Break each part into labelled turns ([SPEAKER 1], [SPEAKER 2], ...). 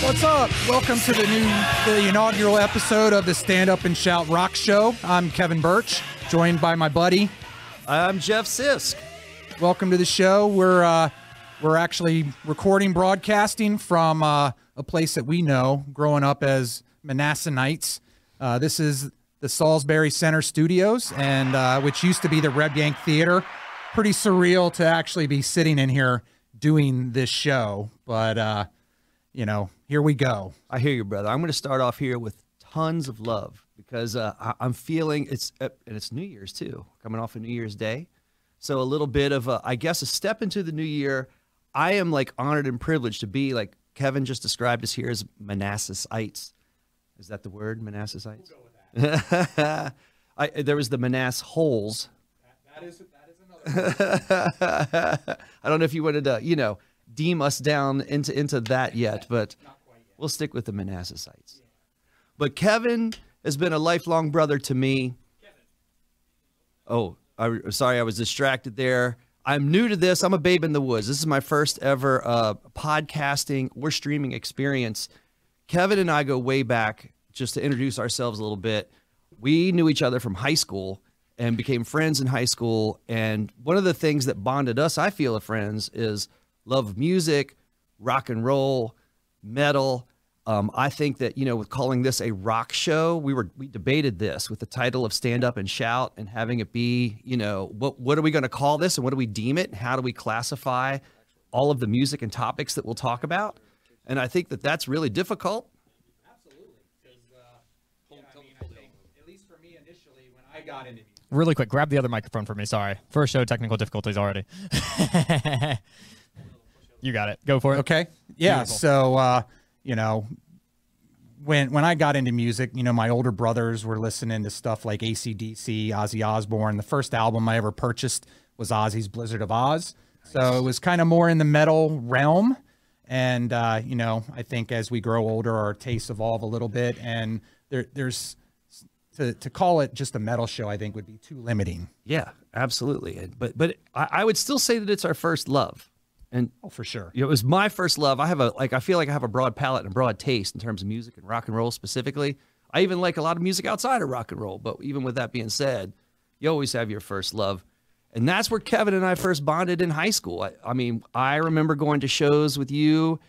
[SPEAKER 1] What's up? Welcome to the new, the inaugural episode of the Stand Up and Shout Rock Show. I'm Kevin Birch, joined by my buddy.
[SPEAKER 2] I'm Jeff Sisk.
[SPEAKER 1] Welcome to the show. We're uh, we're actually recording, broadcasting from uh, a place that we know, growing up as Manassanites. Uh, this is the Salisbury Center Studios, and uh, which used to be the Red Yank Theater. Pretty surreal to actually be sitting in here doing this show, but uh, you know, here we go.
[SPEAKER 2] I hear you, brother. I'm going to start off here with tons of love because uh, I- I'm feeling it's uh, and it's New Year's too, coming off of New Year's Day, so a little bit of a, I guess a step into the new year. I am like honored and privileged to be like Kevin just described us here as Manassasites. Is that the word, Manassasites? I, there was the Manass holes I don't know if you wanted to, you know, deem us down into into that yet, but we'll stick with the Manassasites. But Kevin has been a lifelong brother to me. Oh, I, sorry, I was distracted there. I'm new to this. I'm a babe in the woods. This is my first ever uh, podcasting or streaming experience. Kevin and I go way back. Just to introduce ourselves a little bit, we knew each other from high school and became friends in high school. And one of the things that bonded us, I feel, as friends, is love of music, rock and roll, metal. Um, I think that you know, with calling this a rock show, we were we debated this with the title of "Stand Up and Shout" and having it be, you know, what what are we going to call this and what do we deem it and how do we classify all of the music and topics that we'll talk about? And I think that that's really difficult.
[SPEAKER 3] Really quick, grab the other microphone for me. Sorry. First show technical difficulties already. you got it. Go for it.
[SPEAKER 1] Okay. Yeah.
[SPEAKER 3] Beautiful.
[SPEAKER 1] So uh, you know, when when I got into music, you know, my older brothers were listening to stuff like ACDC, Ozzy Osbourne. The first album I ever purchased was Ozzy's Blizzard of Oz. So it was kind of more in the metal realm. And uh, you know, I think as we grow older, our tastes evolve a little bit, and there, there's to, to call it just a metal show, I think would be too limiting.
[SPEAKER 2] Yeah, absolutely. And- But but I, I would still say that it's our first love, and
[SPEAKER 1] Oh, for sure.
[SPEAKER 2] it was my first love. I have a like I feel like I have a broad palate and a broad taste in terms of music and rock and roll specifically. I even like a lot of music outside of rock and roll, but even with that being said, you always have your first love. And that's where Kevin and I first bonded in high school. I, I mean, I remember going to shows with you.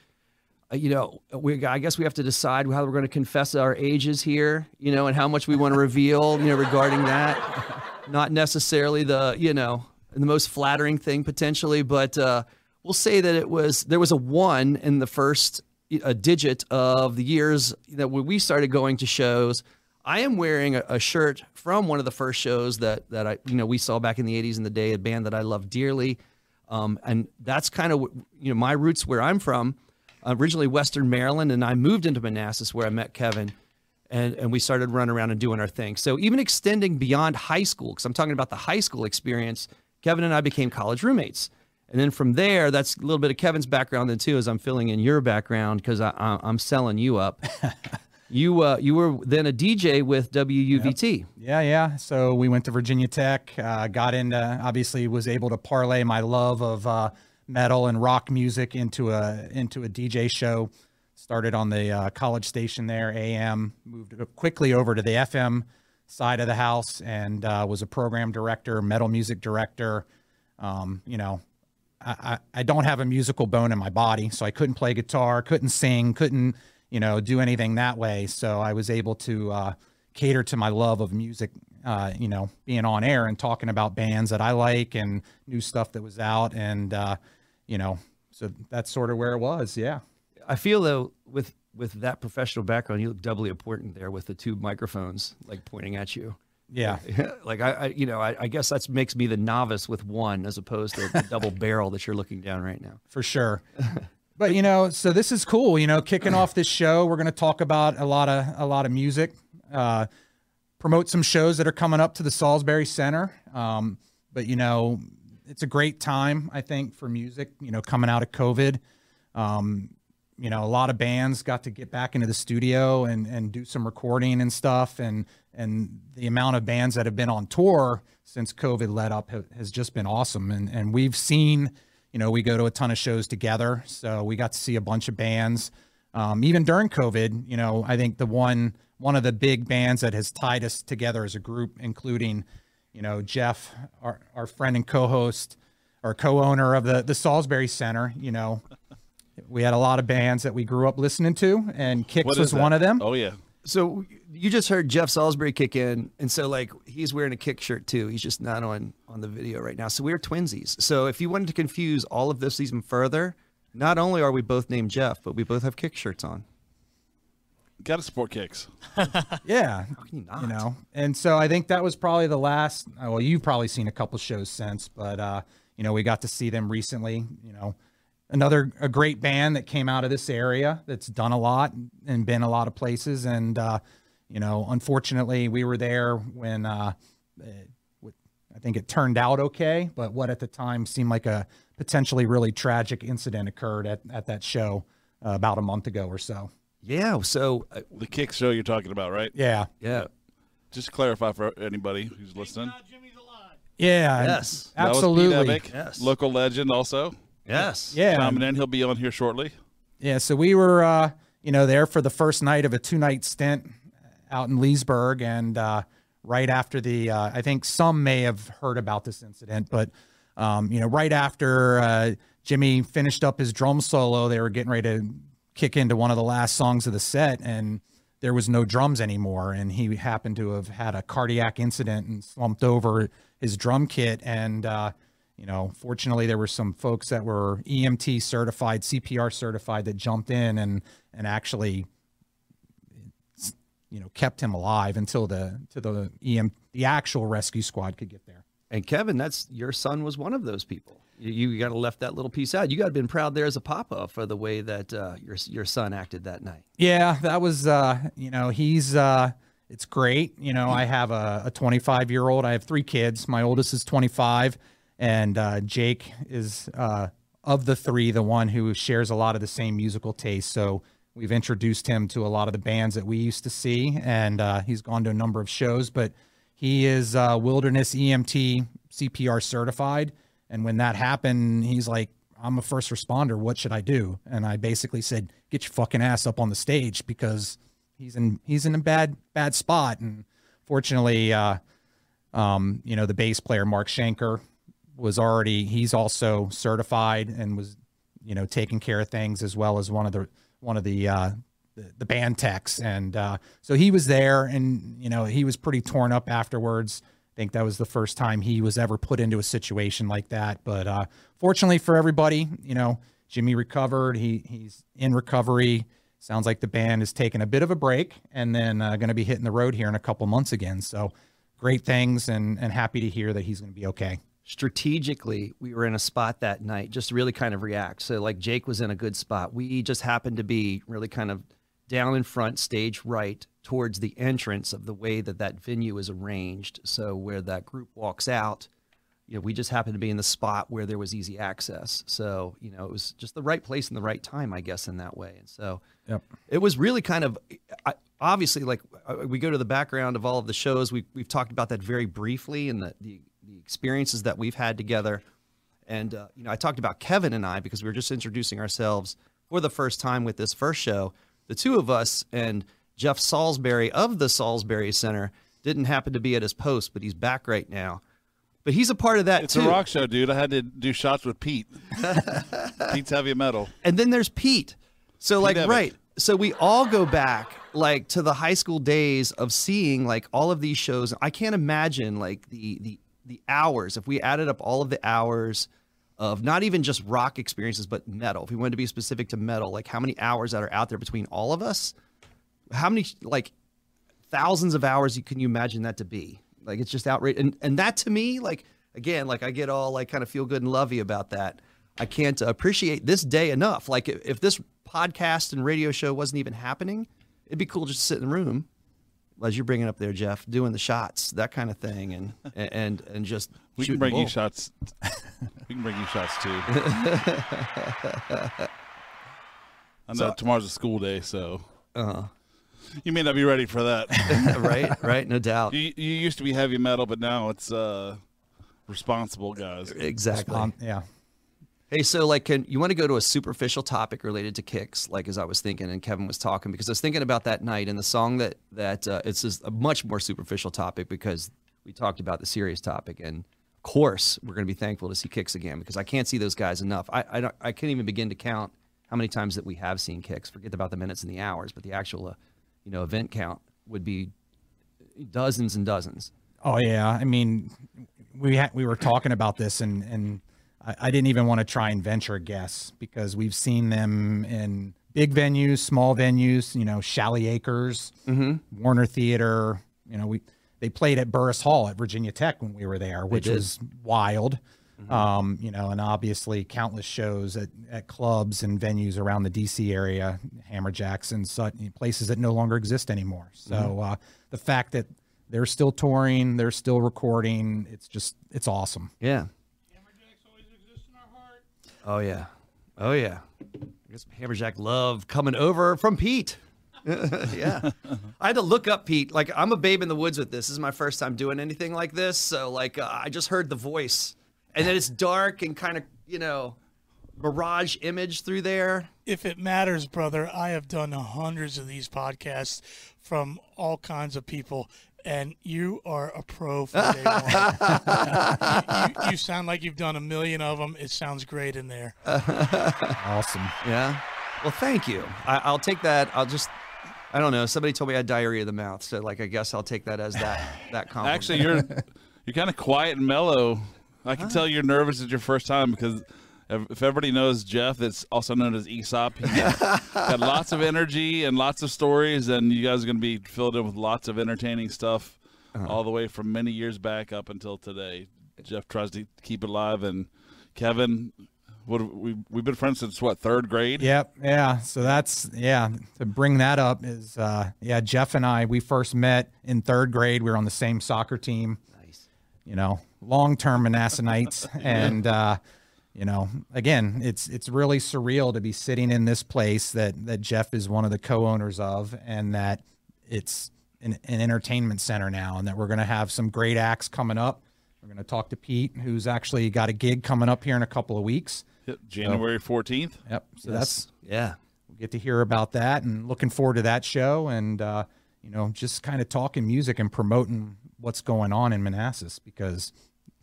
[SPEAKER 2] Uh, You know, we I guess we have to decide how we're going to confess our ages here, you know, and how much we want to reveal, you know, regarding that. Not necessarily the, you know, the most flattering thing potentially, but uh, we'll say that it was there was a one in the first a digit of the years that when we started going to shows. I am wearing a, a shirt from one of the first shows that that I you know we saw back in the '80s in the day, a band that I love dearly, um, and that's kind of you know my roots where I'm from, originally Western Maryland, and I moved into Manassas where I met Kevin, and and we started running around and doing our thing. So even extending beyond high school, because I'm talking about the high school experience, Kevin and I became college roommates, and then from there, that's a little bit of Kevin's background then too, as I'm filling in your background because I, I I'm selling you up. You uh, you were then a DJ with WUVT.
[SPEAKER 1] Yeah, yeah. So we went to Virginia Tech, uh, got into, obviously was able to parlay my love of uh, metal and rock music into a into a DJ show. Started on the uh, college station there, AM. Moved quickly over to the FM side of the house and uh, was a program director, metal music director. Um, you know, I, I I don't have a musical bone in my body, so I couldn't play guitar, couldn't sing, couldn't you know do anything that way. So I was able to uh, cater to my love of music. Uh, you know, being on air and talking about bands that I like and new stuff that was out, and uh, you know, so that's sort of where it was. Yeah.
[SPEAKER 2] I feel though with with that professional background, you look doubly important there with the two microphones like pointing at you.
[SPEAKER 1] Yeah,
[SPEAKER 2] like I, I you know I, I guess that makes me the novice with one as opposed to the double barrel that you're looking down right now.
[SPEAKER 1] for sure. But you know, so this is cool. You know, kicking off this show, we're going to talk about a lot of a lot of music. Uh, promote some shows that are coming up to the Salisbury Center. Um, but you know, it's a great time I think for music. You know, coming out of COVID, um, you know, a lot of bands got to get back into the studio and and do some recording and stuff. And and the amount of bands that have been on tour since COVID let up ha- has just been awesome. And and we've seen, you know, we go to a ton of shows together, so we got to see a bunch of bands. um, even during COVID, you know, I think the one one of the big bands that has tied us together as a group, including, you know, Jeff, our, our friend and co-host or co-owner of the the Salisbury Center. You know, we had a lot of bands that we grew up listening to, and Kix
[SPEAKER 4] What
[SPEAKER 1] was
[SPEAKER 4] is that?
[SPEAKER 1] one of them.
[SPEAKER 4] Oh yeah.
[SPEAKER 2] So you just heard Jeff Salisbury kick in, and so like he's wearing a kick shirt too. He's just not on on the video right now. So we're twinsies. So if you wanted to confuse all of this even further, not only are we both named Jeff, but we both have kick shirts on.
[SPEAKER 4] Got to support kicks.
[SPEAKER 1] Yeah,
[SPEAKER 2] can you not?
[SPEAKER 1] know, and so I think that was probably the last. oh, Well, you've probably seen a couple shows since, but uh, you know, we got to see them recently. You know, another a great band that came out of this area that's done a lot and been a lot of places, and uh, you know, unfortunately, we were there when uh, it- what- I think it turned out okay, but what at the time seemed like a potentially really tragic incident occurred at at that show uh, about a month ago or so.
[SPEAKER 2] Yeah. So uh,
[SPEAKER 4] The kick show you're talking about, right?
[SPEAKER 1] Yeah.
[SPEAKER 2] yeah.
[SPEAKER 4] Just to clarify for anybody who's listening.
[SPEAKER 1] Yeah.
[SPEAKER 2] Yes.
[SPEAKER 4] That was Pete
[SPEAKER 1] Absolutely.
[SPEAKER 4] Evick,
[SPEAKER 2] Yes.
[SPEAKER 4] Local legend also.
[SPEAKER 2] Yes.
[SPEAKER 1] Yeah.
[SPEAKER 4] Chiming in. He'll be on here shortly.
[SPEAKER 1] Yeah, so we were, uh, you know, there for the first night of a two night stint out in Leesburg. And uh, right after the, uh, I think some may have heard about this incident, but, um, you know, right after uh, Jimmy finished up his drum solo, they were getting ready to kick into one of the last songs of the set. And there was no drums anymore. And he happened to have had a cardiac incident and slumped over his drum kit. And, uh, you know, fortunately, there were some folks that were EMT certified, CPR certified that jumped in and and actually, you know, kept him alive until the to the EM the actual rescue squad could get there.
[SPEAKER 2] And Kevin, that's your son was one of those people. You, you got to left that little piece out. You got to been proud there as a papa for the way that uh, your your son acted that night.
[SPEAKER 1] Yeah, that was uh, you know, he's uh it's great. You know, I have a, a 25 year old. I have three kids. My oldest is 25, and uh, Jake is uh, of the three the one who shares a lot of the same musical taste. So we've introduced him to a lot of the bands that we used to see, and uh, he's gone to a number of shows. But he is uh, wilderness EMT CPR certified, and when that happened, he's like, I'm a first responder. What should I do? And I basically said, get your fucking ass up on the stage because he's in he's in a bad bad spot. And fortunately, uh, um, you know, the bass player Mark Shanker was already he's also certified and was you know taking care of things as well as one of the one of the uh, the, the band techs. And uh, so he was there, and you know he was pretty torn up afterwards. I think that was the first time he was ever put into a situation like that. But uh, fortunately for everybody, you know, Jimmy recovered. He he's in recovery. Sounds like the band is taking a bit of a break and then uh, going to be hitting the road here in a couple months again. So great things, and and happy to hear that he's going to be okay.
[SPEAKER 2] strategically we were in a spot that night just to really kind of react so like jake was in a good spot we just happened to be really kind of down in front stage right towards the entrance of the way that that venue is arranged so where that group walks out you know we just happened to be in the spot where there was easy access so you know it was just the right place and the right time i guess in that way and so
[SPEAKER 1] Yep.
[SPEAKER 2] it was really kind of I, obviously like I- we go to the background of all of the shows. We we've talked about that very briefly and the the, the experiences that we've had together. And uh, you know, I talked about Kevin and I because we were just introducing ourselves for the first time with this first show. The two of us and Jeff Salisbury of the Salisbury Center didn't happen to be at his post, but he's back right now. But he's a part of that
[SPEAKER 4] It's
[SPEAKER 2] too.
[SPEAKER 4] a rock show, dude. I had to do shots with Pete. Pete's heavy metal.
[SPEAKER 2] and then there's Pete. So like
[SPEAKER 4] Evick.
[SPEAKER 2] right. So we all go back like to the high school days of seeing like all of these shows. I can't imagine like the the the hours if we added up all of the hours of not even just rock experiences but metal. If we wanted to be specific to metal, like how many hours that are out there between all of us? How many like thousands of hours you can you imagine that to be like it's just outrageous and and that to me like again like i get all like kind of feel good and lovey about that i can't appreciate this day enough like if, if this podcast and radio show wasn't even happening it'd be cool just to sit in the room as you're bringing up there jeff doing the shots that kind of thing and and and just
[SPEAKER 4] We
[SPEAKER 2] shooting
[SPEAKER 4] can bring
[SPEAKER 2] bull.
[SPEAKER 4] you shots. We can bring you shots too. I know tomorrow's a school day, so you may not be ready for that.
[SPEAKER 2] right right no doubt
[SPEAKER 4] you, you used to be heavy metal, but now it's uh, responsible guys.
[SPEAKER 2] exactly
[SPEAKER 1] Um, yeah.
[SPEAKER 2] Hey, so like, can you want to go to a superficial topic related to kicks? Like, as I was thinking, and Kevin was talking, because I was thinking about that night and the song that that uh, it's just a much more superficial topic because we talked about the serious topic, and of course, we're going to be thankful to see kicks again because I can't see those guys enough. I I, don't, I can't even begin to count how many times that we have seen kicks. Forget about the minutes and the hours, but the actual, uh, you know, event count would be dozens and dozens.
[SPEAKER 1] Oh yeah, I mean, we ha- we were talking about this, and and I, I didn't even want to try and venture a guess because we've seen them in big venues, small venues, you know, Shally Acres, Warner Theater. You know, we they played at Burris Hall at Virginia Tech when we were there, which
[SPEAKER 2] did.
[SPEAKER 1] was wild. Um, you know, and obviously countless shows at, at clubs and venues around the DC area, Hammer Jackson, Sutton, places that no longer exist anymore. So uh, the fact that they're still touring, they're still recording, it's just it's awesome.
[SPEAKER 2] Yeah. Oh yeah. Oh yeah. I guess Hammerjack love coming over from Pete. yeah. I had to look up Pete. Like I'm a babe in the woods with this. This is my first time doing anything like this. So like uh, I just heard the voice. And then it's dark and kind of, you know, mirage image through there.
[SPEAKER 5] If it matters, brother, I have done hundreds of these podcasts from all kinds of people, and you are a pro for day one. you, you, you sound like you've done a million of them. It sounds great in there.
[SPEAKER 1] Awesome.
[SPEAKER 2] Yeah. Well, thank you. I, I'll take that. I'll just I don't know. Somebody told me I had diarrhea of the mouth, so like I guess I'll take that as that that compliment.
[SPEAKER 4] Actually, you're you're kind of quiet and mellow. I can tell you're nervous. It's your first time because if if everybody knows Jeff, it's also known as Aesop. He's got, got lots of energy and lots of stories, and you guys are going to be filled in with lots of entertaining stuff, all the way from many years back up until today. Jeff tries to keep it alive, and Kevin, what we we've been friends since what third grade?
[SPEAKER 1] Yep. Yeah. So that's yeah. To bring that up is uh yeah, Jeff and I we first met in third grade. We were on the same soccer team. Nice. You know, long term Manassanites. and uh, you know, again, it's it's really surreal to be sitting in this place that that Jeff is one of the co owners of and that it's an, an entertainment center now and that we're gonna have some great acts coming up. We're gonna talk to Pete, who's actually got a gig coming up here in a couple of weeks.
[SPEAKER 4] Yep, January fourteenth.
[SPEAKER 1] Yep. So that's
[SPEAKER 2] yeah.
[SPEAKER 1] we'll get to hear about that and looking forward to that show and uh, you know just kind of talking music and promoting what's going on in manassas because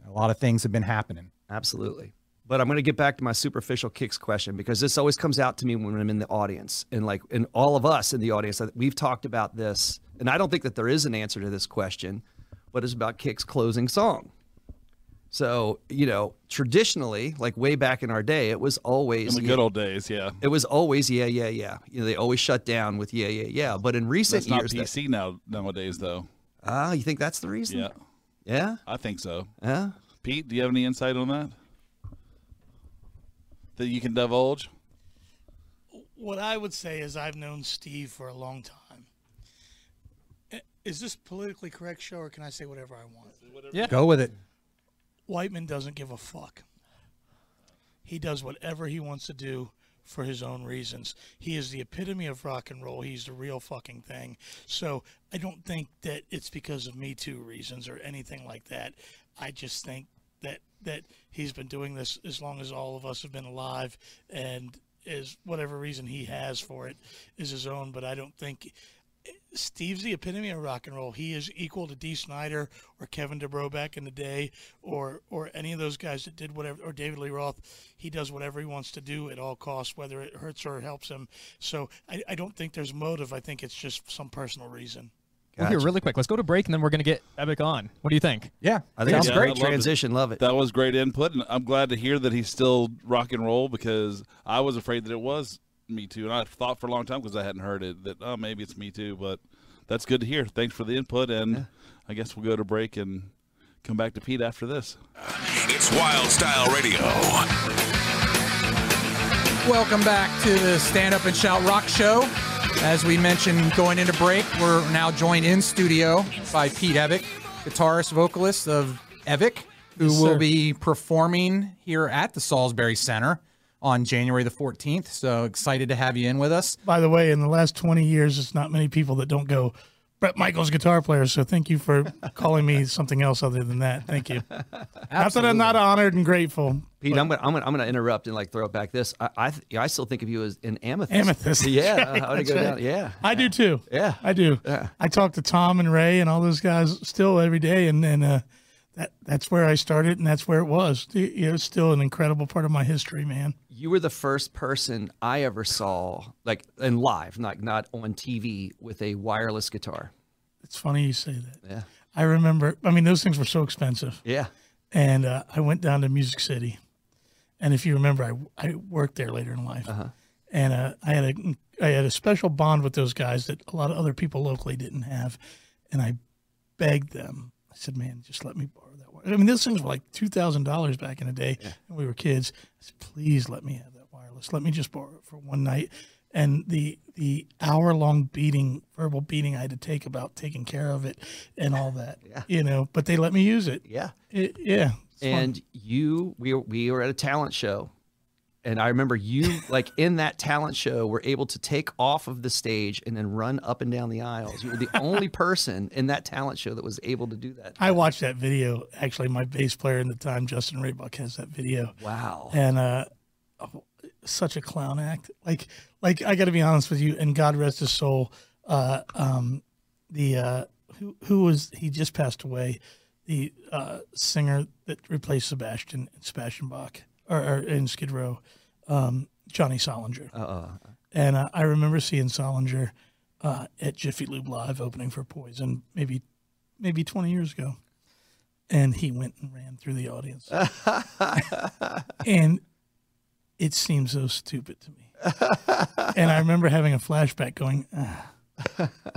[SPEAKER 1] a lot of things have been happening
[SPEAKER 2] Absolutely. But I'm going to get back to my superficial kicks question because this always comes out to me when I'm in the audience and like and all of us in the audience that we've talked about this and I don't think that there is an answer to this question, but it's about kicks closing song. So, you know, traditionally, like way back in our day, it was always
[SPEAKER 4] In the good old days, yeah.
[SPEAKER 2] it was always yeah, yeah, yeah. You know, they always shut down with yeah, yeah, yeah. But in recent
[SPEAKER 4] It's not
[SPEAKER 2] years, that-
[SPEAKER 4] PC now nowadays though.
[SPEAKER 2] ah, you think that's the reason?
[SPEAKER 4] Yeah,
[SPEAKER 2] yeah,
[SPEAKER 4] I think so.
[SPEAKER 2] yeah.
[SPEAKER 4] Pete, do you have any insight on that that you can divulge?
[SPEAKER 5] What I would say is I've known Steve for a long time. Eh, Is this politically correct show, or can I say whatever I want?
[SPEAKER 1] go with it
[SPEAKER 5] Whiteman doesn't give a fuck. He does whatever he wants to do for his own reasons. He is the epitome of rock and roll. He's the real fucking thing. So I don't think that it's because of Me Too reasons or anything like that. I just think that that he's been doing this as long as all of us have been alive and is whatever reason he has for it is his own, but I don't think Steve's the epitome of rock and roll. He is equal to Dee Snyder or Kevin DeBro back in the day, or or any of those guys that did whatever, or David Lee Roth. He does whatever he wants to do at all costs, whether it hurts or helps him. So I, I don't think there's motive. I think it's just some personal reason.
[SPEAKER 3] We're here really quick. Let's go to break, and then we're gonna get Epic on. What do you think?
[SPEAKER 1] yeah
[SPEAKER 2] I think it's
[SPEAKER 4] Yeah,
[SPEAKER 2] a
[SPEAKER 4] I
[SPEAKER 2] great
[SPEAKER 4] love it.
[SPEAKER 2] transition. Love it.
[SPEAKER 4] That was great input, and I'm glad to hear that he's still rock and roll because I was afraid that it was Me Too, and I thought for a long time because I hadn't heard it that oh maybe it's Me Too, but that's good to hear. Thanks for the input, and I guess we'll go to break and come back to Pete after this.
[SPEAKER 6] It's Wild Style Radio.
[SPEAKER 1] welcome back to the stand up and shout rock show as we mentioned going into break we're now joined in studio by pete evick guitarist vocalist of evick who will be performing here at the salisbury center on january the 14th so excited to have you in with us
[SPEAKER 5] By the way, in the last 20 years, it's not many people that don't go, Brett Michaels guitar player, so thank you for calling me something else other than that. Thank you. not that I'm not honored and grateful.
[SPEAKER 2] Pete, I'm gonna, I'm gonna I'm gonna interrupt and like throw it back. This I I, th- I still think of you as an amethyst.
[SPEAKER 5] Amethyst.
[SPEAKER 2] Yeah, uh,
[SPEAKER 5] That's right,
[SPEAKER 2] I would
[SPEAKER 5] that's
[SPEAKER 2] go down.
[SPEAKER 5] right.
[SPEAKER 2] Yeah,
[SPEAKER 5] I do too.
[SPEAKER 2] Yeah.
[SPEAKER 5] I do.
[SPEAKER 2] Yeah.
[SPEAKER 5] I talk to Tom and Ray and all those guys still every day, and and uh, that that's where I started, and that's where it was. You know, It's still an incredible part of my history, man.
[SPEAKER 2] you were the first person I ever saw like and live, not not on TV with a wireless guitar.
[SPEAKER 5] It's funny you say that.
[SPEAKER 2] Yeah,
[SPEAKER 5] I remember. I mean, those things were so expensive,
[SPEAKER 2] yeah.
[SPEAKER 5] and uh, I went down to Music City, and if you remember, I I worked there later in life, and uh, I had a I had a special bond with those guys that a lot of other people locally didn't have, and I begged them. I said, "Man, just let me borrow that wire." I mean, those things were like two thousand dollars back in the day when we were kids. I said, "Please let me have that wireless. Let me just borrow it for one night." And the the hour long beating, verbal beating I had to take about taking care of it and all that, you know. But they let me use it.
[SPEAKER 2] Yeah.
[SPEAKER 5] It- yeah. It's fun.
[SPEAKER 2] And you, we were- we were at a talent show, and I remember you like in that talent show were able to take off of the stage and then run up and down the aisles. You were the only person in that talent show that was able to do that.
[SPEAKER 5] I watched that video. Actually, my bass player in the time, Justin Raybuck, has that video.
[SPEAKER 2] Wow.
[SPEAKER 5] And uh, such a clown act. Like, like I got to be honest with you. And God rest his soul. Uh, um, the uh, who who was he just passed away? The uh, singer that replaced Sebastian Sebastian Bach or, or in Skid Row, um, Johnny Solinger. And uh, I remember seeing Solinger uh, at Jiffy Lube Live opening for Poison maybe maybe 20 years ago. And he went and ran through the audience. and it seemed so stupid to me. and I remember having a flashback going, ah,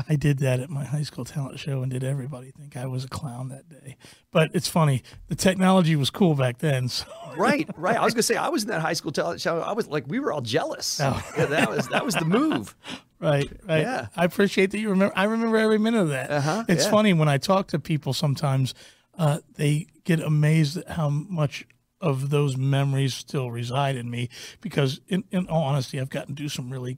[SPEAKER 5] I did that at my high school talent show and did everybody think I was a clown that day. But it's funny, the technology was cool back then. So
[SPEAKER 2] Right, right. I was gonna say I was in that high school talent show. I was like, we were all jealous.
[SPEAKER 5] Oh.
[SPEAKER 2] Yeah, that was that was the move.
[SPEAKER 5] Right, right.
[SPEAKER 2] Yeah.
[SPEAKER 5] I appreciate that you remember. I remember every minute of that. it's funny when I talk to people sometimes, uh, they get amazed at how much of those memories still reside in me because, in, in all honesty, I've gotten to do some really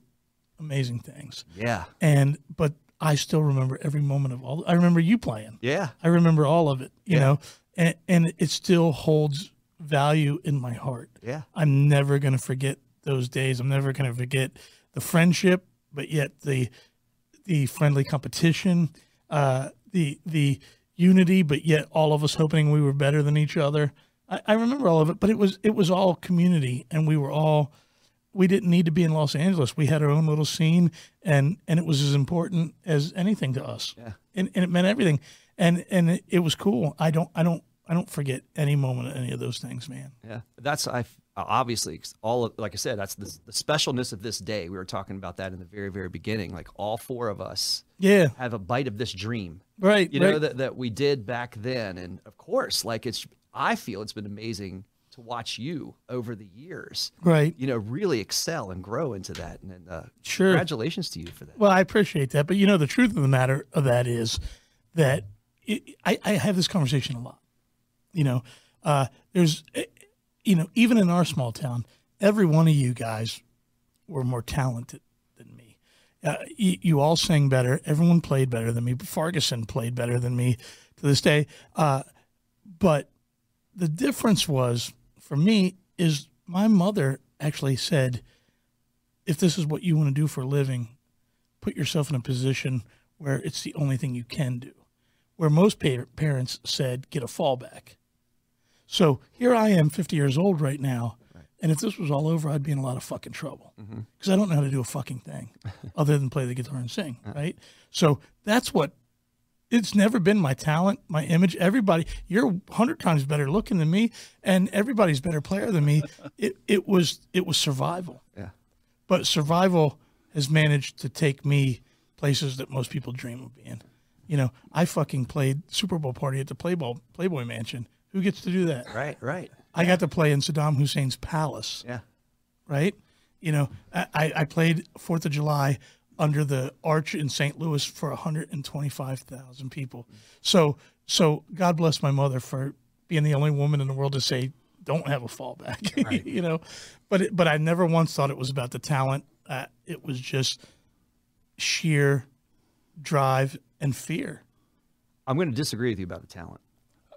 [SPEAKER 5] amazing things.
[SPEAKER 2] Yeah,
[SPEAKER 5] And, but I still remember every moment of all, I remember you playing.
[SPEAKER 2] yeah.
[SPEAKER 5] I remember all of it, you know, and, and it still holds value in my heart.
[SPEAKER 2] Yeah.
[SPEAKER 5] I'm never going to forget those days. I'm never going to forget the friendship, but yet the the friendly competition, uh, the the unity, but yet all of us hoping we were better than each other. I, I remember all of it, but it was it was all community, and we were all we didn't need to be in Los Angeles. We had our own little scene, and and it was as important as anything to us. Yeah. And, and it meant everything, and and it, it was cool. I don't I don't I don't forget any moment of any of those things, man.
[SPEAKER 2] Yeah, that's I obviously 'cause all of, like I said, that's the, the specialness of this day. We were talking about that in the very very beginning. Like all four of us
[SPEAKER 5] Yeah,
[SPEAKER 2] have a bite of this dream,
[SPEAKER 5] right.
[SPEAKER 2] you
[SPEAKER 5] right.
[SPEAKER 2] know that that we did back then. And of course, like it's I feel it's been amazing to watch you over the years,
[SPEAKER 5] right.
[SPEAKER 2] you know, really excel and grow into that. And, and uh,
[SPEAKER 5] Sure.
[SPEAKER 2] congratulations to you for that.
[SPEAKER 5] Well, I appreciate that, but you know the truth of the matter of that is that it, I, I have this conversation a lot. You know, uh, there's, eh, you know, even in our small town, every one of you guys were more talented than me. Uh, you, you all sang better. Everyone played better than me. Farguson played better than me to this day. Uh, but the difference was for me is my mother actually said, if this is what you want to do for a living, put yourself in a position where it's the only thing you can do. Where most pa- parents said, get a fallback. So here I am, 50 years old right now. And if this was all over, I'd be in a lot of fucking trouble because I don't know how to do a fucking thing other than play the guitar and sing, right? So that's what it's never been my talent, my image. Everybody, you're 100 times better looking than me, and everybody's better player than me. it, it was it was survival but survival has managed to take me places that most people dream of being. You know, I fucking played Super Bowl party at the Playboy Playboy Mansion. Who gets to do that?
[SPEAKER 2] Right, right.
[SPEAKER 5] I got to play in Saddam Hussein's palace,
[SPEAKER 2] Yeah.
[SPEAKER 5] right? You know, I- I, I played Fourth of July under the arch in St. Louis for 125,000 people. So, so God bless my mother for being the only woman in the world to say, "Don't have a fallback," you know. But it, but I never once thought it was about the talent. Uh, it was just sheer drive, and fear.
[SPEAKER 2] I'm going to disagree with you about the talent.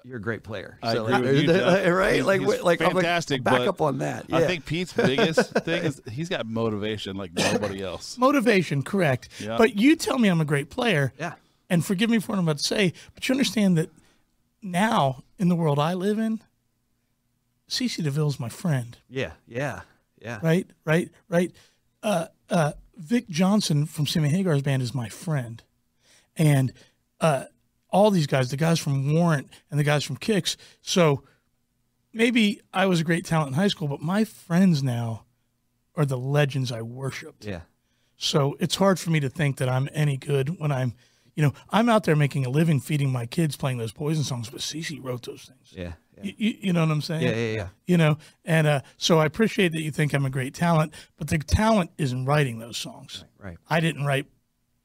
[SPEAKER 2] You're a great player.
[SPEAKER 4] I
[SPEAKER 2] So, uh,
[SPEAKER 4] agree with you, Jeff.
[SPEAKER 2] right?
[SPEAKER 4] He's-
[SPEAKER 2] like,
[SPEAKER 4] he's
[SPEAKER 2] like, I'm like,
[SPEAKER 4] fantastic,
[SPEAKER 2] back
[SPEAKER 4] but
[SPEAKER 2] up on that.
[SPEAKER 4] I
[SPEAKER 2] Yeah.
[SPEAKER 4] think Pete's biggest thing is he's got motivation like nobody else.
[SPEAKER 5] Motivation, correct.
[SPEAKER 4] Yeah.
[SPEAKER 5] But you tell me I'm a great player.
[SPEAKER 2] Yeah.
[SPEAKER 5] And forgive me for what I'm about to say, but you understand that now in the world I live in, CeCe DeVille's my friend.
[SPEAKER 2] Yeah. Yeah. Yeah.
[SPEAKER 5] Right? Right? Right? Uh, uh, Vic Johnson from Sammy Hagar's band is my friend. And uh, all these guys, the guys from Warrant and the guys from Kicks. So maybe I was a great talent in high school, but my friends now are the legends I worshiped.
[SPEAKER 2] Yeah.
[SPEAKER 5] So it's hard for me to think that I'm any good when I'm, you know, I'm out there making a living feeding my kids playing those poison songs, but Cece wrote those things.
[SPEAKER 2] Yeah. Yeah.
[SPEAKER 5] You, you, you know what I'm saying?
[SPEAKER 2] Yeah. Yeah. yeah.
[SPEAKER 5] You know, and uh, so I appreciate that you think I'm a great talent, but the talent isn't writing those songs.
[SPEAKER 2] Right.
[SPEAKER 5] I didn't write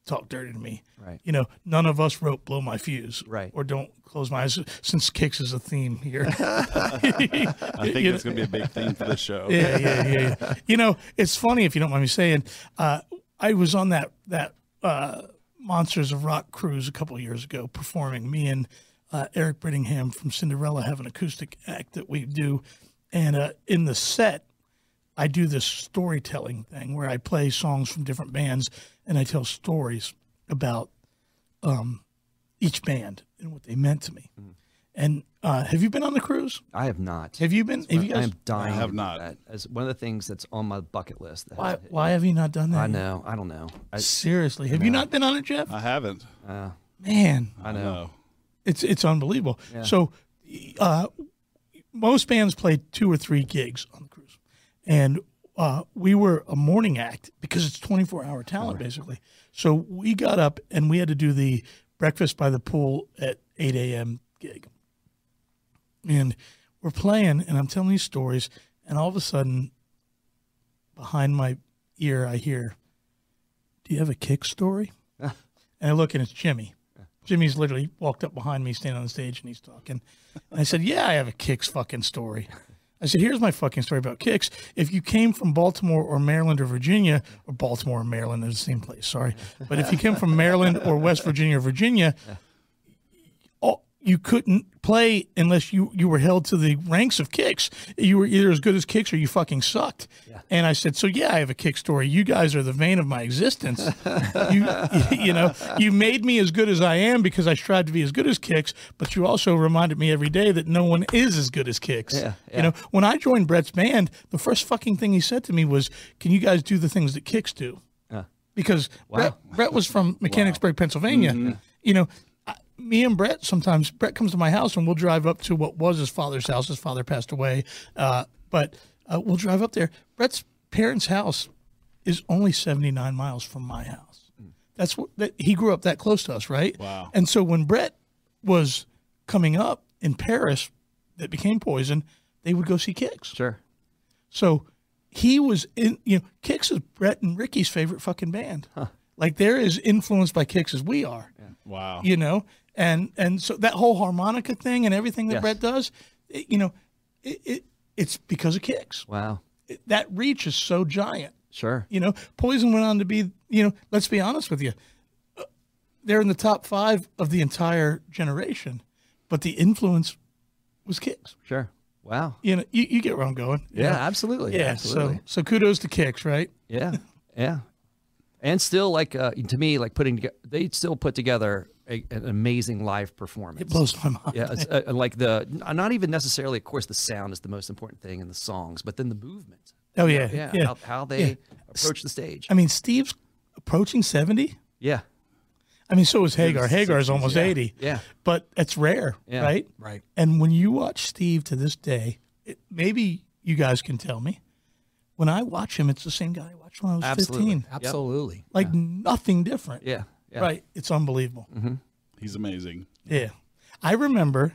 [SPEAKER 5] Talk Dirty to Me.
[SPEAKER 2] Right.
[SPEAKER 5] You know, none of us wrote Blow My Fuse.
[SPEAKER 2] Right.
[SPEAKER 5] Or Don't Close My Eyes, since Kicks is a theme here.
[SPEAKER 4] I think that's going to be a big theme for the show.
[SPEAKER 5] yeah, yeah, yeah, yeah. You know, it's funny if you don't mind me saying. Uh, I was on that that uh, Monsters of Rock cruise a couple years ago, performing. Me and uh, Eric Brittingham from Cinderella have an acoustic act that we do, and uh, in the set, I do this storytelling thing where I play songs from different bands and I tell stories about um, each band and what they meant to me.
[SPEAKER 2] Mm-hmm.
[SPEAKER 5] And uh, have you been on the cruise?
[SPEAKER 2] I have not.
[SPEAKER 5] Have you been? Have you
[SPEAKER 2] I
[SPEAKER 5] guys?
[SPEAKER 2] am dying.
[SPEAKER 4] I have
[SPEAKER 2] to do
[SPEAKER 4] not.
[SPEAKER 2] That. As one of the things that's on my bucket list. that
[SPEAKER 5] Why,
[SPEAKER 2] hasn't hit
[SPEAKER 5] why have you not done that?
[SPEAKER 2] yet. I
[SPEAKER 5] yet?
[SPEAKER 2] know. I don't know. I,
[SPEAKER 5] Seriously, have you not been on it, Jeff?
[SPEAKER 4] I haven't.
[SPEAKER 5] Man,
[SPEAKER 2] I know.
[SPEAKER 4] No.
[SPEAKER 5] it's it's unbelievable. So, uh, most bands play two or three gigs on the cruise, and uh, we were a morning act because it's twenty four hour talent basically. So we got up and we had to do the breakfast by the pool at eight a.m. gig, and we're playing, and I'm telling these stories, and all of a sudden, behind my ear, I hear, "Do you have a kick story?" And I look and it's Jimmy. Jimmy's literally walked up behind me, standing on the stage, and he's talking. And I said, Yeah, I have a Kicks fucking story. I said, Here's my fucking story about Kicks. If you came from Baltimore or Maryland or Virginia, or Baltimore and Maryland, they're the same place, sorry. But if you came from Maryland or West Virginia or Virginia, all, Oh, you couldn't play unless you, you were held to the ranks of kicks. You were either as good as kicks or you fucking sucked. And I said, so yeah, I have a kick story. You guys are the vein of my existence. you you know you made me as good as I am because I strived to be as good as kicks, but you also reminded me every day that no one is as good as kicks.
[SPEAKER 2] Yeah,
[SPEAKER 5] You know, when I joined Brett's band, the first fucking thing he said to me was, "Can you guys do the things that kicks do?" because Brett, Brett was from Mechanicsburg, Pennsylvania. You know, I, me and Brett sometimes Brett comes to my house and we'll drive up to what was his father's house. His father passed away, uh, but uh, we'll drive up there. Brett's parents' house is only seventy nine miles from my house. That's what that, he grew up that close to us, right? Wow. And so when Brett was coming up in Paris, that became Poison, they would go see Kicks.
[SPEAKER 2] Sure.
[SPEAKER 5] So he was in, you know, Kicks is Brett and Ricky's favorite fucking band. Like they're as influenced by Kicks as we are,
[SPEAKER 4] Wow.
[SPEAKER 5] you know? And, and so that whole harmonica thing and everything that
[SPEAKER 2] Yes.
[SPEAKER 5] Brett does, it, you know, it, it, it's because of Kicks.
[SPEAKER 2] Wow.
[SPEAKER 5] It- that reach is so giant.
[SPEAKER 2] Sure.
[SPEAKER 5] You know, Poison went on to be, you know, let's be honest with you, uh, they're in the top five of the entire generation, but the influence was Kicks.
[SPEAKER 2] Sure. Wow.
[SPEAKER 5] You know, you, you get where I'm going. you
[SPEAKER 2] Yeah,
[SPEAKER 5] know?
[SPEAKER 2] absolutely.
[SPEAKER 5] Yeah,
[SPEAKER 2] absolutely.
[SPEAKER 5] so so kudos to Kicks, right?
[SPEAKER 2] Yeah, yeah, and still like uh, to me, like putting toge- they still put together a, an amazing live performance.
[SPEAKER 5] It blows my mind.
[SPEAKER 2] Yeah, it's, uh, like the n- not even necessarily, of course, the sound is the most important thing in the songs, but then the movement.
[SPEAKER 5] Oh yeah,
[SPEAKER 2] Yeah,
[SPEAKER 5] yeah.
[SPEAKER 2] How, how they
[SPEAKER 5] yeah.
[SPEAKER 2] approach the stage.
[SPEAKER 5] I mean, Steve's approaching seventy.
[SPEAKER 2] yeah,
[SPEAKER 5] I mean, so is Hagar. Hagar is almost eighty.
[SPEAKER 2] yeah.
[SPEAKER 5] but that's rare,
[SPEAKER 2] Yeah,
[SPEAKER 5] right?
[SPEAKER 1] right.
[SPEAKER 5] And when you watch Steve to this day, it, maybe you guys can tell me. When I watch him, it's the same guy I watched when I was
[SPEAKER 2] Absolutely.
[SPEAKER 5] fifteen.
[SPEAKER 1] Absolutely.
[SPEAKER 5] Like nothing different.
[SPEAKER 2] yeah, yeah.
[SPEAKER 5] Right. It's unbelievable.
[SPEAKER 4] He's amazing.
[SPEAKER 5] Yeah. I remember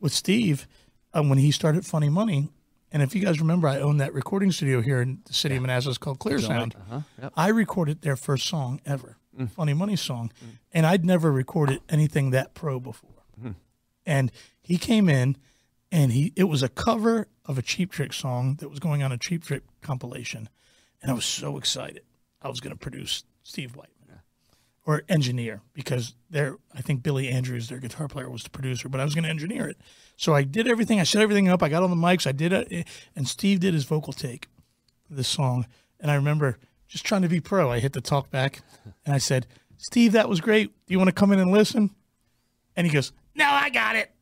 [SPEAKER 5] with Steve um, when he started Funny Money. And if you guys remember, I owned that recording studio here in the city of Manassas called Clear Sound. I recorded their first song ever, Funny Money song. And I'd never recorded anything that pro before. And he came in and he it was a cover of a Cheap Trick song that was going on a Cheap Trick compilation. And I was so excited. I was going to produce Steve Whiteman or engineer because there I think Billy Andrews, their guitar player, was the producer, but I was going to engineer it. So I did everything. I set everything up. I got on the mics. I did it, and Steve did his vocal take for this song. And I remember just trying to be pro. I hit the talk back, and I said, "Steve, that was great. Do you want to come in and listen?" And he goes, "No, I got it."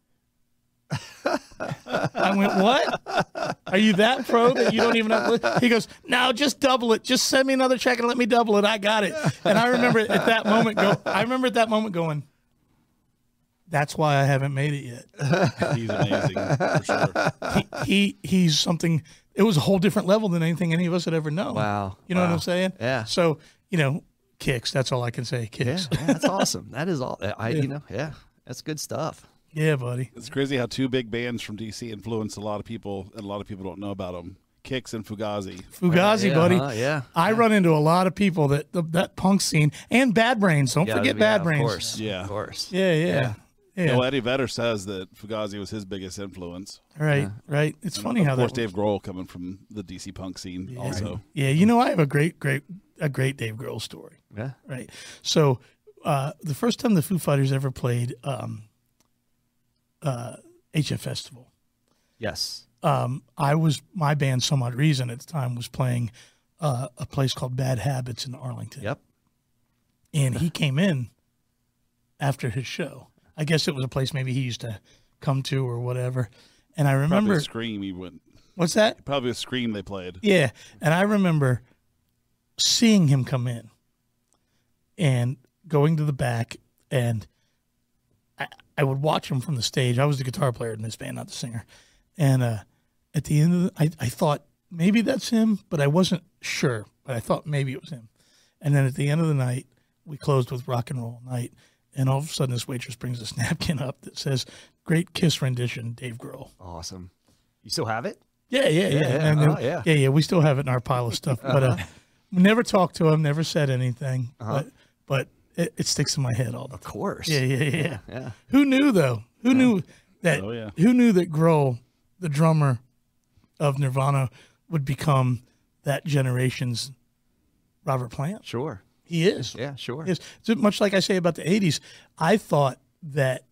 [SPEAKER 5] I went, "What? Are you that pro that you don't even have?" to-" He goes, "No, just double it. Just send me another check and let me double it. I got it." And I remember at that moment go. I remember at that moment going, "That's why I haven't made it yet."
[SPEAKER 4] He's amazing for sure.
[SPEAKER 5] he, he he's something it was a whole different level than anything any of us had ever known.
[SPEAKER 2] Wow.
[SPEAKER 5] You know what
[SPEAKER 2] Wow.
[SPEAKER 5] I'm saying?
[SPEAKER 2] Yeah.
[SPEAKER 5] So, you know, kicks, that's all I can say.
[SPEAKER 2] Yeah,
[SPEAKER 5] Kicks.
[SPEAKER 2] yeah, that's awesome. That is all. I you know yeah, that's good stuff.
[SPEAKER 5] Yeah, buddy.
[SPEAKER 4] It's crazy how two big bands from DC influenced a lot of people, and a lot of people don't know about them. Kicks and Fugazi.
[SPEAKER 5] Fugazi,
[SPEAKER 2] Yeah,
[SPEAKER 5] buddy.
[SPEAKER 2] huh, yeah.
[SPEAKER 5] I run into a lot of people that the, that punk scene and Bad Brains. Don't
[SPEAKER 2] Yeah,
[SPEAKER 5] forget
[SPEAKER 2] yeah,
[SPEAKER 5] Bad
[SPEAKER 2] of
[SPEAKER 5] Brains.
[SPEAKER 2] course.
[SPEAKER 4] Yeah.
[SPEAKER 2] of course.
[SPEAKER 5] Yeah, yeah. Yeah.
[SPEAKER 4] Well, Eddie Vedder says that Fugazi was his biggest influence.
[SPEAKER 5] Right, right. It's funny
[SPEAKER 4] of
[SPEAKER 5] how that
[SPEAKER 4] course,
[SPEAKER 5] works.
[SPEAKER 4] Dave Grohl coming from the DC punk scene also.
[SPEAKER 5] Yeah, you know, I have a great, great, a great Dave Grohl story.
[SPEAKER 2] Yeah.
[SPEAKER 5] Right. So uh, the first time the Foo Fighters ever played um, uh, HF Festival,
[SPEAKER 2] Yes.
[SPEAKER 5] um, I was my band, Some Odd Reason, at the time was playing uh, a place called Bad Habits in Arlington.
[SPEAKER 2] Yep.
[SPEAKER 5] And he came in after his show. I guess it was a place maybe he used to come to or whatever. And I
[SPEAKER 4] Probably
[SPEAKER 5] remember
[SPEAKER 4] a scream he went.
[SPEAKER 5] what's that?
[SPEAKER 4] Probably a scream they played.
[SPEAKER 5] Yeah. And I remember seeing him come in and going to the back and I, I would watch him from the stage. I was the guitar player in this band, not the singer. And uh, at the end of the, I, I thought maybe that's him, but I wasn't sure. But I thought maybe it was him. And then at the end of the night, we closed with rock and roll night. And all of a sudden, this waitress brings this napkin up that says, Great Kiss rendition, Dave Grohl.
[SPEAKER 2] Awesome. You still have it?
[SPEAKER 5] Yeah, yeah, yeah.
[SPEAKER 2] yeah.
[SPEAKER 5] And then-
[SPEAKER 2] Oh, yeah. Uh-huh.
[SPEAKER 5] yeah, yeah. We still have it in our pile of stuff, but uh, never talked to him, never said anything. But but it, it sticks in my head all the
[SPEAKER 2] Of
[SPEAKER 5] time.
[SPEAKER 2] course.
[SPEAKER 5] Yeah, yeah, yeah.
[SPEAKER 2] Uh-huh. Yeah.
[SPEAKER 5] Who knew though? Who knew that?
[SPEAKER 4] Oh, yeah.
[SPEAKER 5] Who knew that Grohl, the drummer of Nirvana, would become that generation's Robert Plant?
[SPEAKER 2] Sure.
[SPEAKER 5] He is.
[SPEAKER 2] Yeah. Sure.
[SPEAKER 5] Yes. So much like I say about the 80s, I thought that,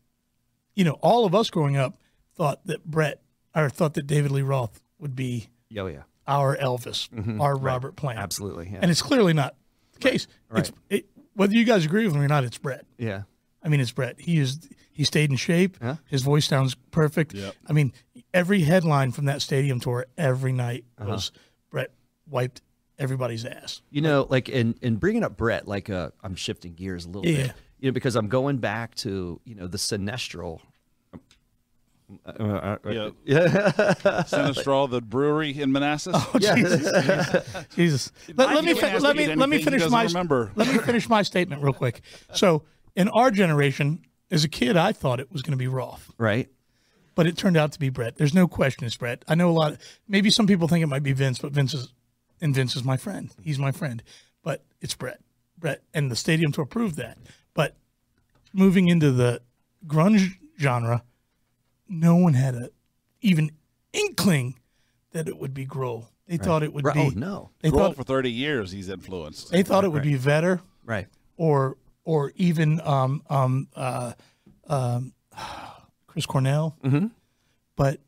[SPEAKER 5] you know, all of us growing up thought that Brett or thought that David Lee Roth would be
[SPEAKER 2] Oh yeah.
[SPEAKER 5] our Elvis, our Robert Plant.
[SPEAKER 2] Mm-hmm. Absolutely. Yeah.
[SPEAKER 5] And it's clearly not the case. It's, it, whether you guys agree with him or not, it's Brett.
[SPEAKER 2] yeah.
[SPEAKER 5] I mean, it's Brett. He is he stayed in shape.
[SPEAKER 2] Yeah.
[SPEAKER 5] His voice sounds perfect. I mean, every headline from that stadium tour every night
[SPEAKER 2] Uh-huh.
[SPEAKER 5] was Brett wiped everybody's ass.
[SPEAKER 2] You know, like in in bringing up Brett, like uh, I'm shifting gears a little
[SPEAKER 5] Yeah.
[SPEAKER 2] bit. You know, because I'm going back to you know the Sinestral. Uh, uh, uh,
[SPEAKER 4] Yeah. Sinistral, the brewery in Manassas.
[SPEAKER 5] Oh,
[SPEAKER 2] yeah.
[SPEAKER 5] Jesus. Let,
[SPEAKER 4] I
[SPEAKER 5] let me
[SPEAKER 4] can't
[SPEAKER 5] fi-
[SPEAKER 4] ask
[SPEAKER 5] let
[SPEAKER 4] Pete
[SPEAKER 5] me let me
[SPEAKER 4] anything he
[SPEAKER 5] finish
[SPEAKER 4] doesn't
[SPEAKER 5] my
[SPEAKER 4] remember.
[SPEAKER 5] let me finish my statement real quick. So, in our generation, as a kid, I thought it was going to be Roth.
[SPEAKER 2] right.
[SPEAKER 5] but it turned out to be Brett. There's no question it's Brett. I know a lot. Maybe some people think it might be Vince, but Vince is, and Vince is my friend. He's my friend, but it's Brett. Brett, and the stadium tour proved that. But moving into the grunge genre, no one had a even inkling that it would be Grohl. They thought it would
[SPEAKER 2] Right.
[SPEAKER 5] be.
[SPEAKER 2] Oh no.
[SPEAKER 5] They
[SPEAKER 4] Grohl
[SPEAKER 5] thought
[SPEAKER 4] for 30 years he's influenced.
[SPEAKER 5] they thought it would be Vetter
[SPEAKER 2] Right.
[SPEAKER 5] or or even um um uh um Chris Cornell.
[SPEAKER 2] Mm-hmm.
[SPEAKER 5] But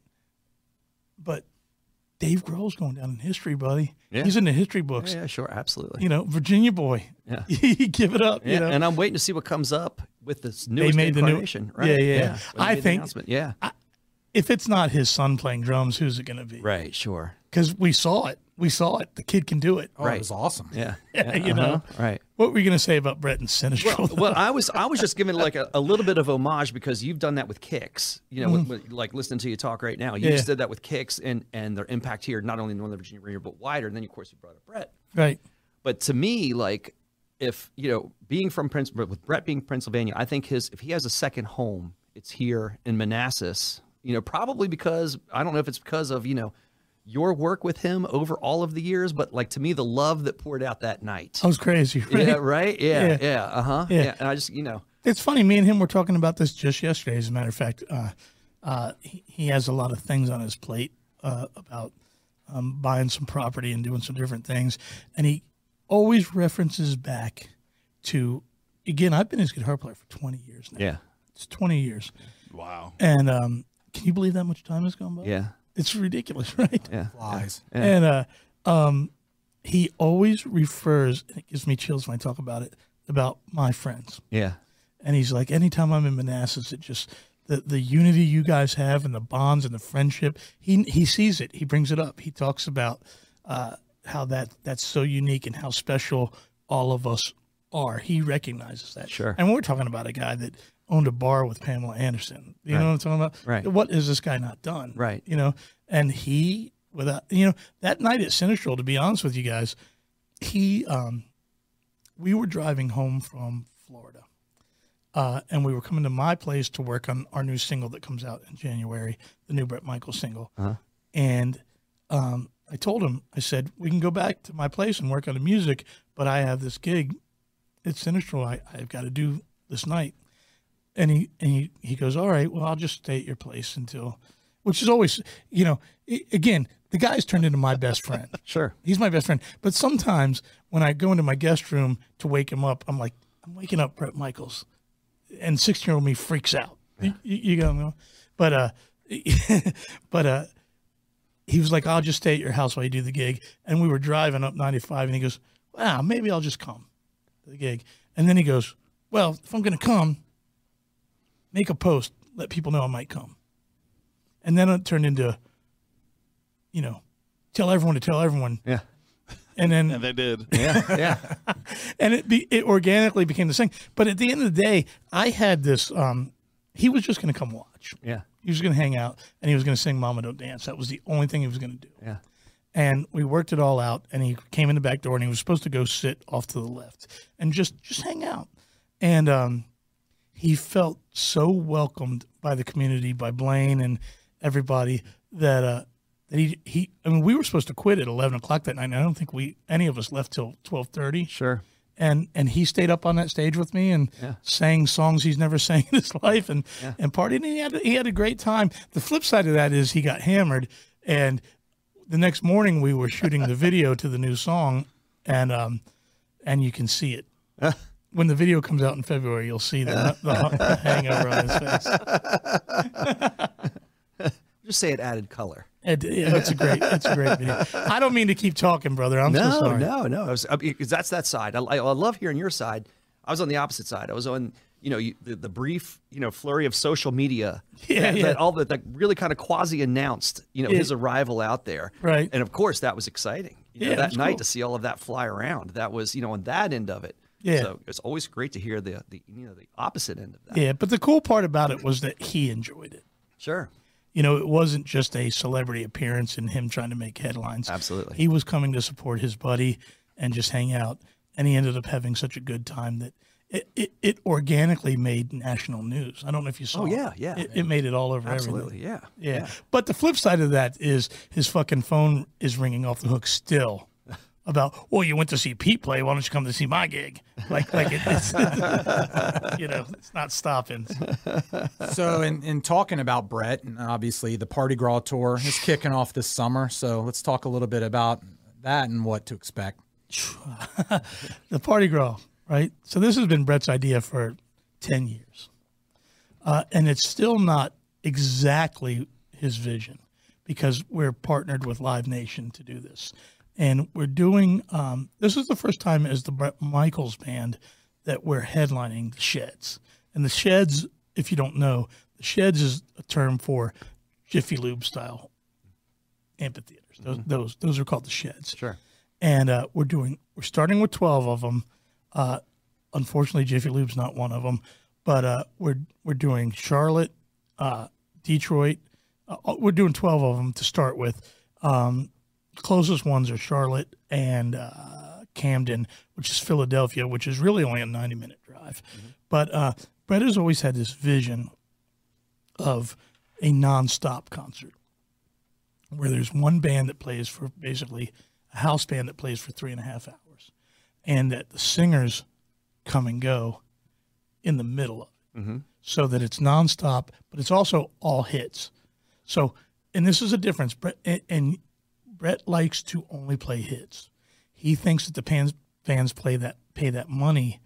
[SPEAKER 5] but Dave Grohl's going down in history, buddy.
[SPEAKER 2] Yeah.
[SPEAKER 5] He's in the history books.
[SPEAKER 2] Oh, Yeah. Sure. Absolutely.
[SPEAKER 5] You know, Virginia boy.
[SPEAKER 2] Yeah.
[SPEAKER 5] give it up.
[SPEAKER 2] Yeah,
[SPEAKER 5] you know.
[SPEAKER 2] and I'm waiting to see what comes up with this new
[SPEAKER 5] made the new-
[SPEAKER 2] incarnation. right?
[SPEAKER 5] Yeah, yeah.
[SPEAKER 2] when they
[SPEAKER 5] I
[SPEAKER 2] made the
[SPEAKER 5] think-
[SPEAKER 2] announcement. Yeah.
[SPEAKER 5] if it's not his son playing drums, who's it gonna be?
[SPEAKER 2] right. Sure.
[SPEAKER 5] Because we saw it. We saw it. The kid can do it.
[SPEAKER 1] Oh,
[SPEAKER 2] Right.
[SPEAKER 1] it was awesome.
[SPEAKER 2] Yeah. uh-huh.
[SPEAKER 5] you know.
[SPEAKER 2] Right.
[SPEAKER 5] What were you gonna say about Brett and Sinistral?
[SPEAKER 2] well, I was I was just giving like a, a little bit of homage because you've done that with kicks. You know, with, with, like listening to you talk right now, you
[SPEAKER 5] Yeah.
[SPEAKER 2] just did that with kicks and and their impact here, not only in Northern Virginia area but wider. And then of course you brought up Brett.
[SPEAKER 5] right.
[SPEAKER 2] But to me, like if you know, being from Prince, but with Brett being Pennsylvania, I think his if he has a second home, it's here in Manassas. You know, probably because I don't know if it's because of you know your work with him over all of the years, but like to me, the love that poured out that night.
[SPEAKER 5] I was crazy. Right?
[SPEAKER 2] Yeah, right. Yeah,
[SPEAKER 5] Yeah.
[SPEAKER 2] yeah. Uh huh.
[SPEAKER 5] Yeah.
[SPEAKER 2] Yeah. and I just you know.
[SPEAKER 5] It's funny. Me and him were talking about this just yesterday. As a matter of fact, uh, uh, he, he has a lot of things on his plate uh, about um, buying some property and doing some different things, and he always references back to again, I've been his guitar player for 20 years now.
[SPEAKER 2] Yeah.
[SPEAKER 5] It's 20 years.
[SPEAKER 4] Wow.
[SPEAKER 5] And um, can you believe that much time has gone by?
[SPEAKER 2] Yeah.
[SPEAKER 5] It's ridiculous, right?
[SPEAKER 2] Yeah.
[SPEAKER 1] Lies.
[SPEAKER 2] Yeah.
[SPEAKER 5] And uh, um, he always refers, and it gives me chills when I talk about it, about my friends.
[SPEAKER 2] Yeah.
[SPEAKER 5] And he's like, anytime I'm in Manassas, it just the, the unity you guys have and the bonds and the friendship. He he sees it. He brings it up. He talks about uh, how that that's so unique and how special all of us are. He recognizes that.
[SPEAKER 2] Sure.
[SPEAKER 5] And we're talking about a guy that owned a bar with Pamela Anderson. You know what I'm talking about?
[SPEAKER 2] Right.
[SPEAKER 5] What has this guy not done?
[SPEAKER 2] Right.
[SPEAKER 5] You know, and he without you know that night at Central, to be honest with you guys, he um, we were driving home from Florida uh, and we were coming to my place to work on our new single that comes out in January, the new Brett Michaels single. And um, I told him, I said, we can go back to my place and work on the music, but I have this gig. It's Sinistral. I, I've got to do this night. And he and he, he goes, all right, well, I'll just stay at your place until, which is always, you know, i- again, the guy's turned into my best friend.
[SPEAKER 2] Sure.
[SPEAKER 5] He's my best friend. But sometimes when I go into my guest room to wake him up, I'm like, I'm waking up Brett Michaels. And 16 year old me freaks out. You, you, you go, "No." but, uh, but, uh, he was like, I'll just stay at your house while you do the gig. And we were driving up 95 and he goes, wow, maybe I'll just come to the gig. And then he goes, well, if I'm going to come, make a post, let people know I might come. And then it turned into, you know, tell everyone to tell everyone.
[SPEAKER 2] Yeah.
[SPEAKER 5] And then
[SPEAKER 4] And they did.
[SPEAKER 2] Yeah. Yeah.
[SPEAKER 5] and it be, it organically became this thing. But at the end of the day, I had this. Um, he was just going to come watch.
[SPEAKER 2] Yeah.
[SPEAKER 5] He was going to hang out and he was going to sing "Mama Don't Dance." That was the only thing he was going to do.
[SPEAKER 2] Yeah.
[SPEAKER 5] And we worked it all out. And he came in the back door and he was supposed to go sit off to the left and just just hang out. And um, he felt so welcomed by the community, by Blaine and everybody that uh, that he he. I mean, we were supposed to quit at eleven o'clock that night. And I don't think we any of us left till twelve thirty
[SPEAKER 2] Sure.
[SPEAKER 5] and and he stayed up on that stage with me and sang songs he's never sang in his life and and partied and he had he had a great time. The flip side of that is he got hammered and the next morning we were shooting the video to the new song and um and you can see it. When the video comes out in February, you'll see the, the, the hangover on his face.
[SPEAKER 2] Just say it added color.
[SPEAKER 5] And, yeah, that's a great, that's a great video. I don't mean to keep talking, brother. I'm so
[SPEAKER 2] no,
[SPEAKER 5] sorry.
[SPEAKER 2] no, no. I was- I mean, 'cause that's that side. I, I, I love hearing your side. I was on the opposite side. I was on, you know, you, the, the brief, you know, flurry of social media.
[SPEAKER 5] Yeah,
[SPEAKER 2] that,
[SPEAKER 5] yeah.
[SPEAKER 2] that all the that really kind of quasi announced, you know,
[SPEAKER 5] Yeah.
[SPEAKER 2] his arrival out there.
[SPEAKER 5] Right.
[SPEAKER 2] And of course, that was exciting. You know,
[SPEAKER 5] Yeah, it
[SPEAKER 2] that
[SPEAKER 5] was
[SPEAKER 2] night
[SPEAKER 5] cool.
[SPEAKER 2] to see all of that fly around. That was, you know, on that end of it.
[SPEAKER 5] Yeah.
[SPEAKER 2] So it's always great to hear the the you know the opposite end of that.
[SPEAKER 5] Yeah, but the cool part about it was that he enjoyed it.
[SPEAKER 2] Sure.
[SPEAKER 5] you know, it wasn't just a celebrity appearance and him trying to make headlines.
[SPEAKER 2] Absolutely.
[SPEAKER 5] He was coming to support his buddy and just hang out. And he ended up having such a good time that it, it, it organically made national news. I don't know if you saw
[SPEAKER 2] Oh, yeah,
[SPEAKER 5] it.
[SPEAKER 2] yeah.
[SPEAKER 5] It, it made it all over
[SPEAKER 2] Absolutely.
[SPEAKER 5] everything.
[SPEAKER 2] Yeah.
[SPEAKER 5] Yeah. But the flip side of that is his fucking phone is ringing off the hook still about, well, you went to see Pete play. Why don't you come to see my gig? Like, like it, it's, you know, it's not stopping.
[SPEAKER 1] So, in, in talking about Brett, and obviously the Party Gras tour is kicking off this summer. So, let's talk a little bit about that and what to expect.
[SPEAKER 5] the party girl, right? So this has been Brett's idea for ten years, uh, and it's still not exactly his vision because we're partnered with Live Nation to do this, and we're doing. Um, this is the first time as the Brett Michaels band that we're headlining the Sheds, and the Sheds, if you don't know, the Sheds is a term for Jiffy Lube style amphitheaters. Those, those those are called the Sheds
[SPEAKER 2] Sure.
[SPEAKER 5] and uh, we're doing we're starting with 12 of them uh, unfortunately jiffy lube's not one of them but uh, we're we're doing charlotte uh, detroit uh, uh, we're doing 12 of them to start with um, closest ones are charlotte and uh, camden which is philadelphia which is really only a 90 minute drive but uh, brett has always had this vision of a nonstop concert where there's one band that plays for basically a house band that plays for three and a half hours, and that the singers come and go in the middle of it, so that it's nonstop, but it's also all hits. So, and this is a difference. Brett and, and Brett likes to only play hits. He thinks that the fans fans play that pay that money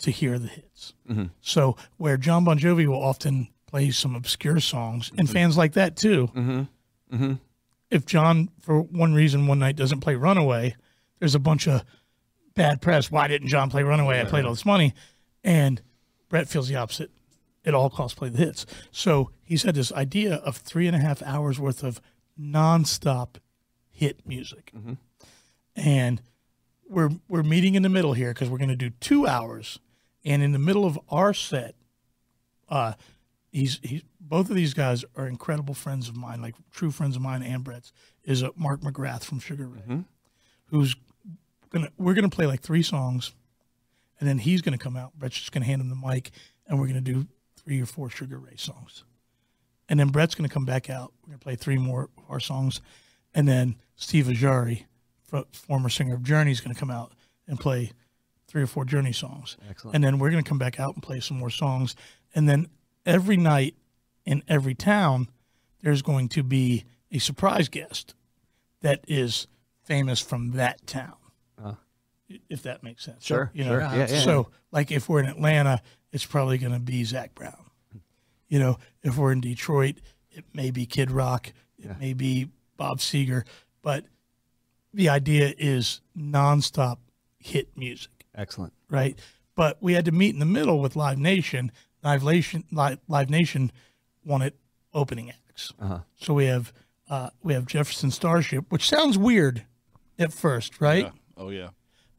[SPEAKER 5] to hear the hits. So where John Bon Jovi will often play some obscure songs, and fans like that too. Mm-hmm. Mm-hmm. If John, for one reason, one night doesn't play Runaway, there's a bunch of bad press. Why didn't John play Runaway? I played all this money, and Brett feels the opposite. At all costs, play the hits. So he's had this idea of three and a half hours worth of nonstop hit music, and we're we're meeting in the middle here because we're going to do two hours, and in the middle of our set, uh, he's he's both of these guys are incredible friends of mine, like true friends of mine and Brett's. Is uh, Mark McGrath from Sugar Ray, who's gonna we're gonna play like three songs, and then he's gonna come out. Brett's just gonna hand him the mic, and we're gonna do three or four Sugar Ray songs, and then Brett's gonna come back out. We're gonna play three more of our songs, and then Steve Ajari, fro- former singer of Journey, is gonna come out and play three or four Journey songs, and then we're gonna come back out and play some more songs, and then every night in every town, there's going to be a surprise guest that is famous from that town if that makes sense. So,
[SPEAKER 2] Uh. Sure,
[SPEAKER 5] you know,
[SPEAKER 2] sure. Yeah, yeah.
[SPEAKER 5] So, like, if we're in Atlanta, it's probably going to be Zach Brown. You know, if we're in Detroit, it may be Kid Rock, it may be Bob Seger. But the idea is nonstop hit music
[SPEAKER 2] Excellent.
[SPEAKER 5] right? But we had to meet in the middle with Live Nation. Live Nation, Live, Live Nation wanted opening acts, so we have uh, we have Jefferson Starship, which sounds weird at first, right?
[SPEAKER 4] Yeah. Oh yeah.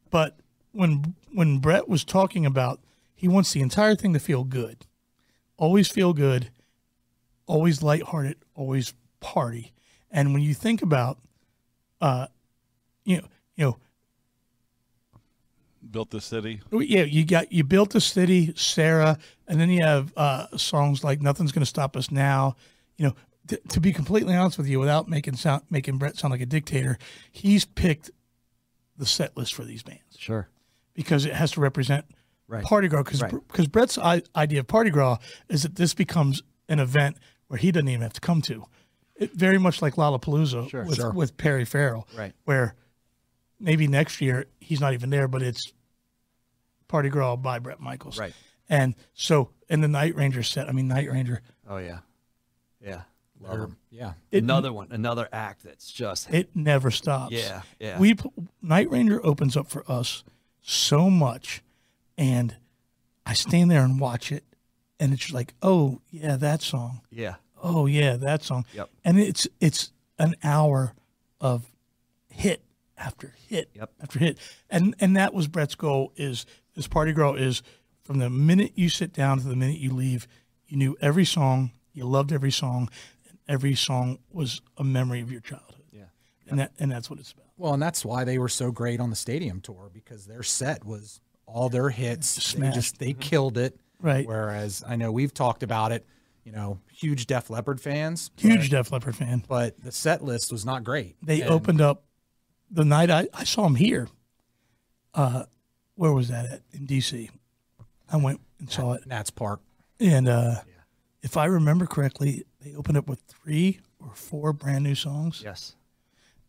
[SPEAKER 5] But when when Brett was talking about he wants the entire thing to feel good, always feel good, always lighthearted, always party. And when you think about, uh, you know, you know,
[SPEAKER 4] Built the city.
[SPEAKER 5] well, Yeah, you got you built the city, Sarah, and then you have uh, songs like "Nothing's Gonna Stop Us Now." You know, t- to be completely honest with you, without making sound making Brett sound like a dictator, he's picked the set list for these bands
[SPEAKER 2] Sure.
[SPEAKER 5] because it has to represent
[SPEAKER 2] Right.
[SPEAKER 5] Party Gras. Because Brett's I- idea of Party Gras is that this becomes an event where he doesn't even have to come to. It, very much like Lollapalooza with, with Perry Farrell,
[SPEAKER 2] Right.
[SPEAKER 5] where maybe next year he's not even there, but it's Party Gras by Brett Michaels.
[SPEAKER 2] Right.
[SPEAKER 5] And so, and the Night Ranger set, I mean, Night Ranger,
[SPEAKER 2] Oh yeah. Yeah. Love
[SPEAKER 5] Uh-huh.
[SPEAKER 2] 'em.
[SPEAKER 1] Yeah.
[SPEAKER 2] another one. Another act that's just
[SPEAKER 5] it never stops.
[SPEAKER 2] Yeah, yeah.
[SPEAKER 5] We p- Night Ranger opens up for us so much, and I stand there and watch it, and it's just like, oh yeah, that song.
[SPEAKER 2] yeah.
[SPEAKER 5] Oh yeah, that song.
[SPEAKER 2] Yep.
[SPEAKER 5] And it's it's an hour of hit after hit
[SPEAKER 2] Yep.
[SPEAKER 5] after hit, and and that was Brett's goal. Is this party girl is from the minute you sit down to the minute you leave, you knew every song, you loved every song, and every song was a memory of your childhood. Yeah. And that and that's what it's about.
[SPEAKER 1] Well, and that's why they were so great on the stadium tour because their set was all their hits. They
[SPEAKER 5] Smashed. Mm-hmm.
[SPEAKER 1] just they killed it.
[SPEAKER 5] Right.
[SPEAKER 1] Whereas I know we've talked about it, you know, huge Def Leppard fans,
[SPEAKER 5] Huge Def Leppard fan.
[SPEAKER 1] but the set list was not great.
[SPEAKER 5] They
[SPEAKER 1] And
[SPEAKER 5] opened up the night I, I saw him here. Uh, where was that at in DC? I went and saw it.
[SPEAKER 1] Nats Park.
[SPEAKER 5] And uh, if I remember correctly, they opened up with three or four brand new songs.
[SPEAKER 2] Yes.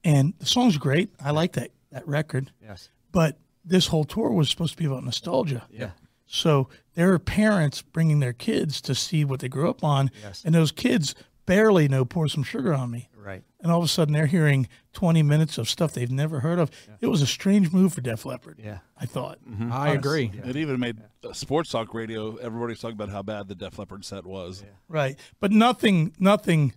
[SPEAKER 5] And the song's great. I like that that record.
[SPEAKER 2] Yes.
[SPEAKER 5] But this whole tour was supposed to be about nostalgia.
[SPEAKER 2] Yeah.
[SPEAKER 5] So there are parents bringing their kids to see what they grew up on. And those kids barely know Pour Some Sugar on Me.
[SPEAKER 2] Right.
[SPEAKER 5] And all of a sudden they're hearing 20 minutes of stuff they've never heard of. It was a strange move for Def Leppard.
[SPEAKER 2] Yeah. Mm-hmm.
[SPEAKER 5] I thought.
[SPEAKER 1] I agree.
[SPEAKER 4] It even made uh, sports talk radio. Everybody's talking about how bad the Def Leppard set was.
[SPEAKER 5] Right. But nothing, nothing.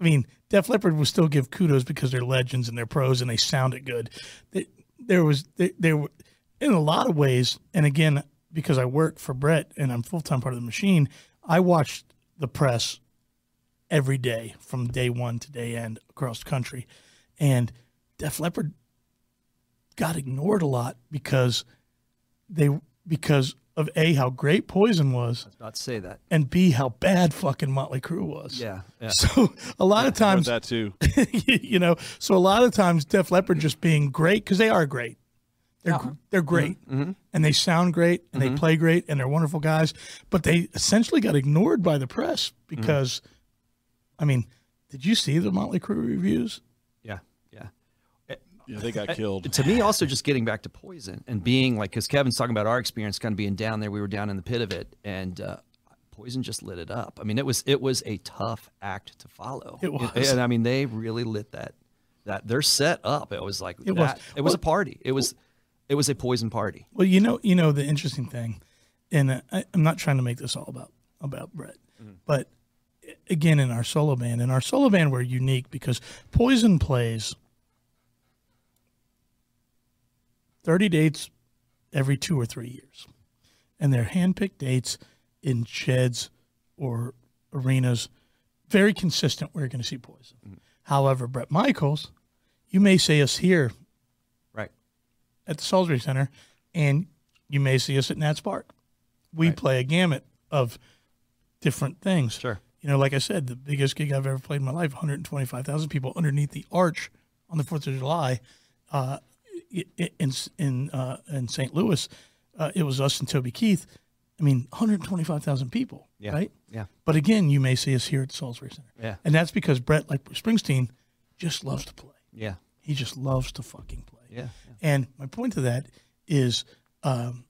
[SPEAKER 5] I mean, Def Leppard will still give kudos because they're legends and they're pros and they sounded good. They, there was, there, there were, in a lot of ways, and again, because I work for Brett and I'm full time part of the machine, I watched the press every day from day one to day end across the country. And Def Leppard got ignored a lot because they, because of A, how great Poison was
[SPEAKER 2] About to say that.
[SPEAKER 5] and B how bad fucking Motley Crue was.
[SPEAKER 2] Yeah. Yeah.
[SPEAKER 5] So a lot of
[SPEAKER 4] Heard
[SPEAKER 5] times,
[SPEAKER 4] that too.
[SPEAKER 5] you know, so a lot of times Def Leppard just being great because they are great. They're gr- they're great and they sound great and they play great and they're wonderful guys, but they essentially got ignored by the press because, I mean, did you see the Motley Crue reviews?
[SPEAKER 2] Yeah. Yeah.
[SPEAKER 4] Yeah, they got killed.
[SPEAKER 2] to me, also just getting back to poison and being like, because Kevin's talking about our experience, kind of being down there. We were down in the pit of it, and uh, poison just lit it up. I mean, it was it was a tough act to follow. It
[SPEAKER 5] was.
[SPEAKER 2] and, I mean, they really lit that that they're set up. It was like it
[SPEAKER 5] was.
[SPEAKER 2] was it was a party. It was it was a poison party.
[SPEAKER 5] Well, you know, you know the interesting thing, and uh, I, I'm not trying to make this all about about Brett, but a- again, in our solo band, in our solo band, we're unique because Poison plays thirty dates every two or three years, and they're handpicked dates in sheds or arenas. Very consistent. We're going to see Poison. However, Brett Michaels, you may see us here
[SPEAKER 2] Right.
[SPEAKER 5] at the Salisbury Center, and you may see us at Nats Park. We play a gamut of different things.
[SPEAKER 2] Sure.
[SPEAKER 5] You know, like I said, the biggest gig I've ever played in my life, 125,000 people underneath the arch on the 4th of July uh, i- i- in, in, uh, in St. Louis. Uh, it was us and Toby Keith. I mean, 125,000 people,
[SPEAKER 2] Yeah.
[SPEAKER 5] right?
[SPEAKER 2] Yeah.
[SPEAKER 5] But again, you may see us here at Salisbury Center.
[SPEAKER 2] Yeah.
[SPEAKER 5] And that's because Brett, like Bruce Springsteen, just loves to play.
[SPEAKER 2] Yeah.
[SPEAKER 5] He just loves to fucking play.
[SPEAKER 2] Yeah.
[SPEAKER 5] And my point to that is, um,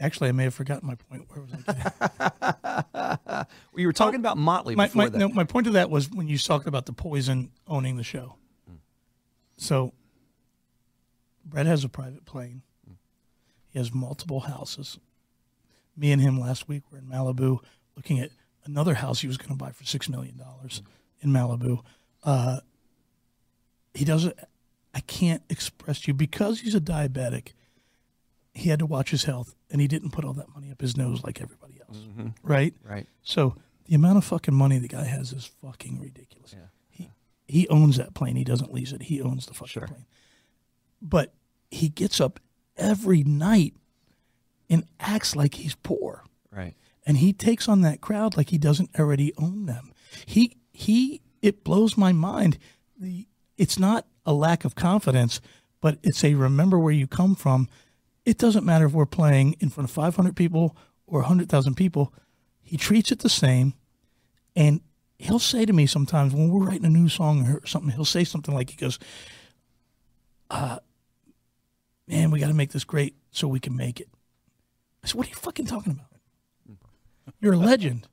[SPEAKER 5] actually, I may have forgotten my point. Where was I? Going?
[SPEAKER 2] We were talking about Motley
[SPEAKER 5] my,
[SPEAKER 2] before
[SPEAKER 5] my,
[SPEAKER 2] that.
[SPEAKER 5] no, my point to that was when you talked about the poison owning the show. So, Brett has a private plane. He has multiple houses. Me and him last week were in Malibu looking at another house he was going to buy for six million dollars in Malibu. Uh, he doesn't. I can't express to you because he's a diabetic. He had to watch his health, and he didn't put all that money up his nose like everybody else, right?
[SPEAKER 2] Right.
[SPEAKER 5] So the amount of fucking money the guy has is fucking ridiculous. He he owns that plane. He doesn't lease it. He owns the fucking plane. But he gets up every night and acts like he's poor
[SPEAKER 2] Right.
[SPEAKER 5] and he takes on that crowd like he doesn't already own them. He he it blows my mind. The it's not a lack of confidence, but it's a remember where you come from. It doesn't matter if we're playing in front of 500 people or 100,000 people. He treats it the same and he'll say to me sometimes when we're writing a new song or something, he'll say something like he goes, uh, man, we got to make this great so we can make it. I said, what are you fucking talking about? You're a legend.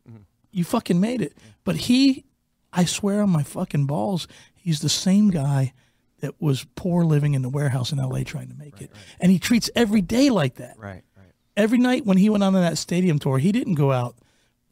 [SPEAKER 5] You fucking made it. But he, I swear on my fucking balls, he's the same guy that was poor living in the warehouse in LA trying to make it. And he treats every day like that.
[SPEAKER 2] Right. Right.
[SPEAKER 5] Every night when he went on that stadium tour, he didn't go out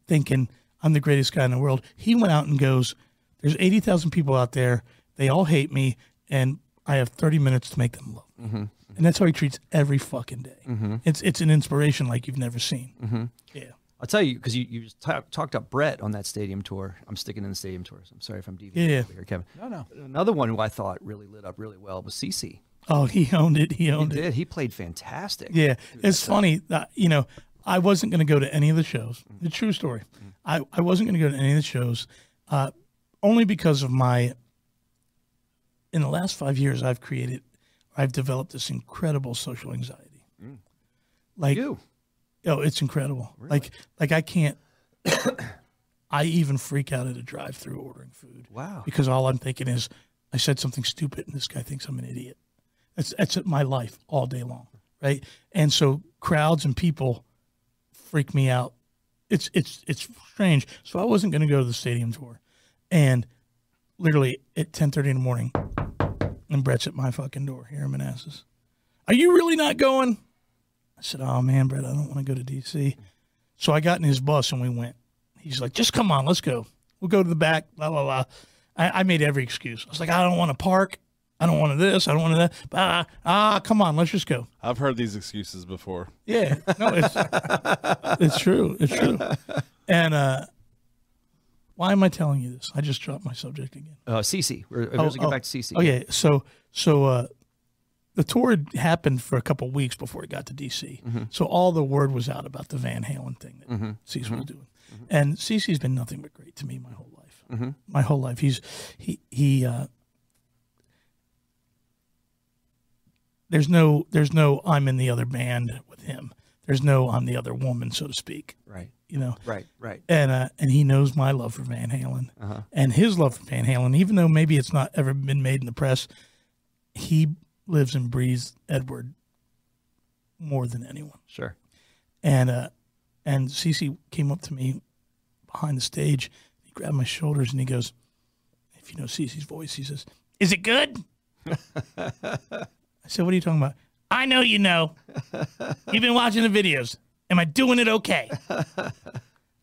[SPEAKER 5] thinking, I'm the greatest guy in the world. He went out and goes, There's 80,000 people out there. They all hate me. And I have 30 minutes to make them love me. And that's how he treats every fucking day. It's, it's an inspiration like you've never seen. Yeah.
[SPEAKER 2] I'll tell you because you, you just ta- talked up Brett on that stadium tour. I'm sticking in the stadium tours. I'm sorry if I'm deviating
[SPEAKER 5] Yeah.
[SPEAKER 2] over here, Kevin. No, no. Another one who I thought really lit up really well was Cece.
[SPEAKER 5] Oh, he owned it. He
[SPEAKER 2] He
[SPEAKER 5] owned it.
[SPEAKER 2] did. He played fantastic.
[SPEAKER 5] Yeah, it's funny that you know I wasn't going to go to any of the shows. The
[SPEAKER 2] Mm.
[SPEAKER 5] true story. I I wasn't going to go to any of the shows, uh, only because of my. In the last five years, I've created, I've developed this incredible social anxiety. Like
[SPEAKER 2] Mm. You.
[SPEAKER 5] Oh, it's incredible. Like like I can't I even freak out at a drive through ordering food.
[SPEAKER 2] Wow.
[SPEAKER 5] Because all I'm thinking is I said something stupid and this guy thinks I'm an idiot. That's that's my life all day long. Right. And so crowds and people freak me out. It's it's it's strange. So I wasn't gonna go to the stadium tour. And literally at ten thirty in the morning and Brett's at my fucking door here in Manassas. Are you really not going? I said, "Oh man, Brett, I don't want to go to DC." So I got in his bus and we went. He's like, "Just come on, let's go. We'll go to the back." Blah blah blah. I, I made every excuse. I was like, "I don't want to park. I don't want to this. I don't want to that." Blah. Ah, come on, let's just go.
[SPEAKER 4] I've heard these excuses before.
[SPEAKER 5] Yeah, no, it's it's true. It's true. And uh, why am I telling you this? I just dropped my subject again.
[SPEAKER 2] Uh, Cece. We're, we're going to get back to Cece.
[SPEAKER 5] Oh yeah. So so uh, the tour had happened for a couple weeks before it got to DC.
[SPEAKER 2] Mm-hmm.
[SPEAKER 5] So all the word was out about the Van Halen thing that Cece
[SPEAKER 2] Mm-hmm.
[SPEAKER 5] was doing, and Cece's been nothing but great to me my whole life.
[SPEAKER 2] Mm-hmm.
[SPEAKER 5] My whole life. He's he he. Uh, there's no there's no I'm in the other band with him. There's no I'm the other woman, so to speak.
[SPEAKER 2] Right.
[SPEAKER 5] You know
[SPEAKER 2] Right. Right.
[SPEAKER 5] and uh, and he knows my love for Van Halen and his love for Van Halen. Even though maybe it's not ever been made in the press, he lives and breathes Edward more than anyone.
[SPEAKER 2] Sure.
[SPEAKER 5] And uh, and Cece came up to me behind the stage. He grabbed my shoulders and he goes, "If you know Cece's voice, he says, is it good?" I said, "What are you talking about?" I know you know. You've been watching the videos. Am I doing it okay?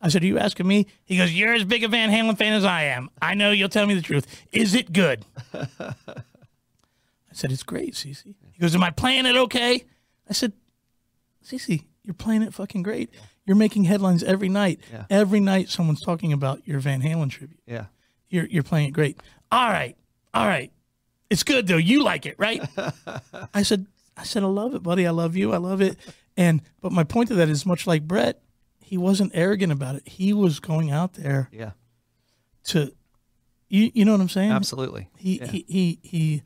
[SPEAKER 5] I said, Are you asking me? He goes, You're as big a Van Halen fan as I am. I know you'll tell me the truth. Is it good? I said, It's great, Cece. He goes, Am I playing it okay? I said, Cece, you're playing it fucking great. You're making headlines every night.
[SPEAKER 2] Yeah.
[SPEAKER 5] Every night someone's talking about your Van Halen tribute.
[SPEAKER 2] Yeah.
[SPEAKER 5] You're you're playing it great. All right. All right. It's good though. You like it, right? I said, I said, I love it, buddy. I love you. I love it. And but my point to that is much like Brett, he wasn't arrogant about it. He was going out there
[SPEAKER 2] Yeah.
[SPEAKER 5] to, you you know what I'm saying?
[SPEAKER 2] Absolutely.
[SPEAKER 5] He he he he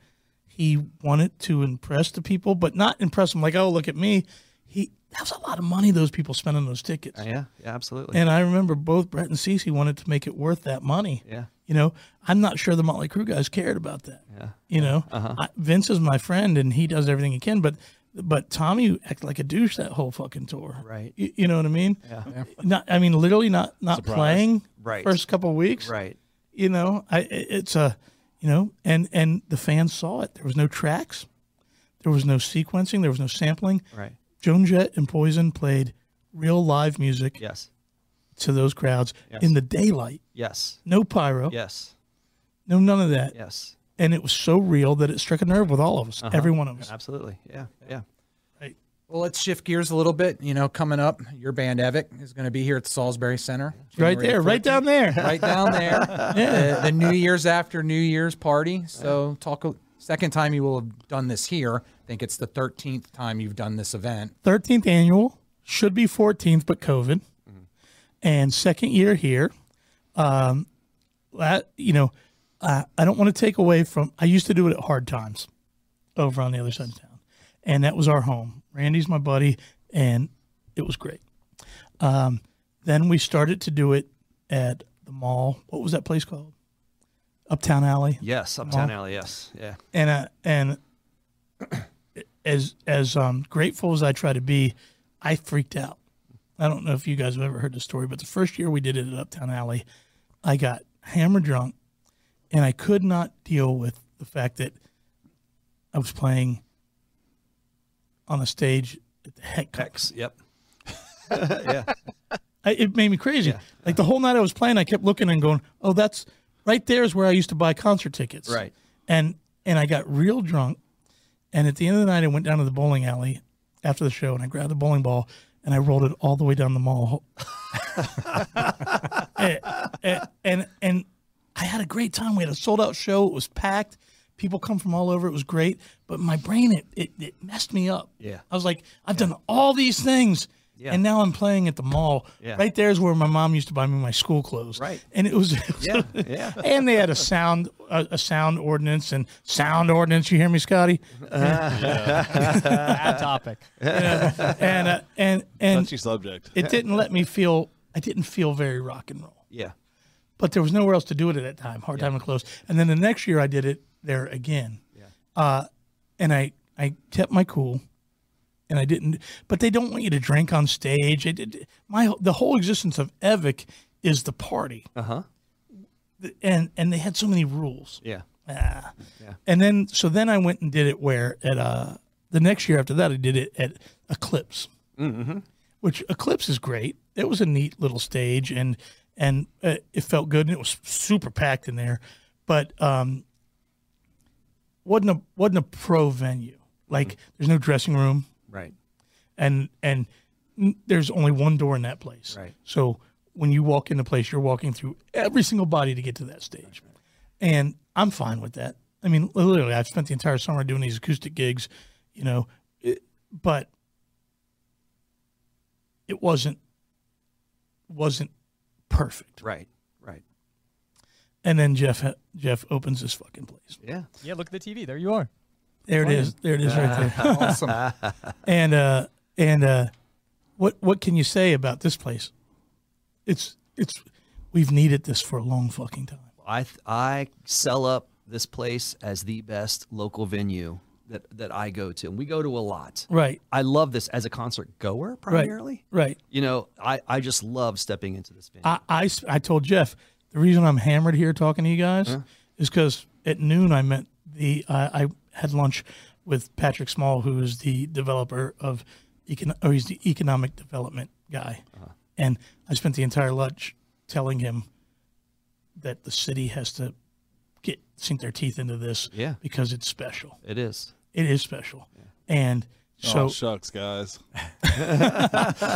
[SPEAKER 5] he wanted to impress the people, but not impress them like, oh look at me. He that was a lot of money those people spent on those tickets.
[SPEAKER 2] Yeah. Yeah. Absolutely.
[SPEAKER 5] And I remember both Brett and Cece wanted to make it worth that money.
[SPEAKER 2] Yeah.
[SPEAKER 5] You know, I'm not sure the Motley Crue guys cared about that. Yeah. You know,
[SPEAKER 2] Uh-huh.
[SPEAKER 5] I, Vince is my friend and he does everything he can, but but Tommy acted like a douche that whole fucking tour.
[SPEAKER 2] Right.
[SPEAKER 5] You, you know what I mean? Yeah. Not, I mean, literally not not playing.
[SPEAKER 2] Right.
[SPEAKER 5] First couple of weeks.
[SPEAKER 2] right.
[SPEAKER 5] You know, I it- it's a, you know, and and the fans saw it. There was no tracks, there was no sequencing, there was no sampling.
[SPEAKER 2] Right.
[SPEAKER 5] Joan Jett and Poison played real live music
[SPEAKER 2] Yes.
[SPEAKER 5] to those crowds in the daylight.
[SPEAKER 2] Yes.
[SPEAKER 5] No pyro,
[SPEAKER 2] Yes.
[SPEAKER 5] no none of that.
[SPEAKER 2] Yes.
[SPEAKER 5] And it was so real that it struck a nerve with all of us, every one of us.
[SPEAKER 2] Absolutely. Uh-huh. Yeah. Yeah.
[SPEAKER 1] Well, let's shift gears a little bit. You know, coming up, your band Evic is going to be here at the Salisbury Center.
[SPEAKER 5] Right
[SPEAKER 1] January
[SPEAKER 5] there, right down there.
[SPEAKER 1] right down there. The, the New Year's after New Year's party. So talk a- second time you will have done this here. I think it's the 13th time you've done this event.
[SPEAKER 5] 13th annual, should be 14th, but COVID. And second year here. Um, that, you know, uh, I don't want to take away from, I used to do it at Hard Times over on the other side of town. And that was our home. Randy's my buddy, and it was great. Um, Then we started to do it at the mall. What was that place called? Uptown Alley.
[SPEAKER 2] Yes. Uptown
[SPEAKER 5] Well-
[SPEAKER 2] Alley. Yes. Yeah.
[SPEAKER 5] And uh, and as as um, grateful as I try to be, I freaked out. I don't know if you guys have ever heard the story, but the first year we did it at Uptown Alley, I got hammer drunk, and I could not deal with the fact that I was playing on a stage at the Heck Con-
[SPEAKER 2] X. Yep.
[SPEAKER 5] I, it made me crazy. Like the whole night I was playing, I kept looking and going, "Oh, that's right there is where I used to buy concert tickets."
[SPEAKER 2] Right.
[SPEAKER 5] And and I got real drunk, and at the end of the night, I went down to the bowling alley after the show, and I grabbed the bowling ball and I rolled it all the way down the mall. and, and- eh, and and I had a great time. We had a sold out show. It was packed. People come from all over. It was great. But my brain, it it, it messed me up.
[SPEAKER 2] Yeah.
[SPEAKER 5] I was like, I've done all these things.
[SPEAKER 2] Yeah.
[SPEAKER 5] And now I'm playing at the mall.
[SPEAKER 2] Yeah.
[SPEAKER 5] Right there is where my mom used to buy me my school clothes.
[SPEAKER 2] Right.
[SPEAKER 5] And it was, it was-
[SPEAKER 2] Yeah, yeah.
[SPEAKER 5] And they had a sound a, a sound ordinance and sound ordinance. You hear me, Scotty?
[SPEAKER 3] Bad topic.
[SPEAKER 5] and uh, and and
[SPEAKER 4] Touchy subject.
[SPEAKER 5] it didn't let me feel. I didn't feel very rock and roll.
[SPEAKER 2] Yeah.
[SPEAKER 5] but there was nowhere else to do it at that time. Hard time to close. And then the next year I did it there again. Yeah. Uh, and I I kept my cool, and I didn't. But they don't want you to drink on stage. It, it, my the whole existence of Evic is the party. Uh huh. And and they had so many rules.
[SPEAKER 2] Yeah.
[SPEAKER 5] And then so then I went and did it where at uh the next year after that I did it at Eclipse, mm-hmm. which Eclipse is great. It was a neat little stage and and uh, it felt good and it was super packed in there, but um wasn't a wasn't a pro venue. Like there's no dressing room
[SPEAKER 2] Right.
[SPEAKER 5] and and n- there's only one door in that place.
[SPEAKER 2] Right.
[SPEAKER 5] So when you walk in the place, you're walking through every single body to get to that stage, and I'm fine with that. I mean, literally, I've spent the entire summer doing these acoustic gigs, you know, it- but it wasn't wasn't perfect.
[SPEAKER 2] Right. Right.
[SPEAKER 5] And then Jeff Jeff opens this fucking place.
[SPEAKER 2] Yeah.
[SPEAKER 3] Yeah, look at the TV. There you are.
[SPEAKER 5] There it is. There it is right there.
[SPEAKER 1] Awesome.
[SPEAKER 5] and uh and uh what what can you say about this place it's it's we've needed this for a long fucking time
[SPEAKER 2] I th- I sell up this place as the best local venue that that I go to, and we go to a lot.
[SPEAKER 5] Right.
[SPEAKER 2] I love this as a concert goer primarily.
[SPEAKER 5] Right.
[SPEAKER 2] You know, I I just love stepping into this venue.
[SPEAKER 5] I, I s- I told Jeff the reason I'm hammered here talking to you guys is because at noon I met the I I had lunch with Patrick Small, who is the developer of econ or he's the economic development guy, and I spent the entire lunch telling him that the city has to get sink their teeth into this
[SPEAKER 2] Yeah.
[SPEAKER 5] because it's special.
[SPEAKER 2] it is.
[SPEAKER 5] It is special, and
[SPEAKER 4] So
[SPEAKER 5] so
[SPEAKER 4] Oh, shucks, guys.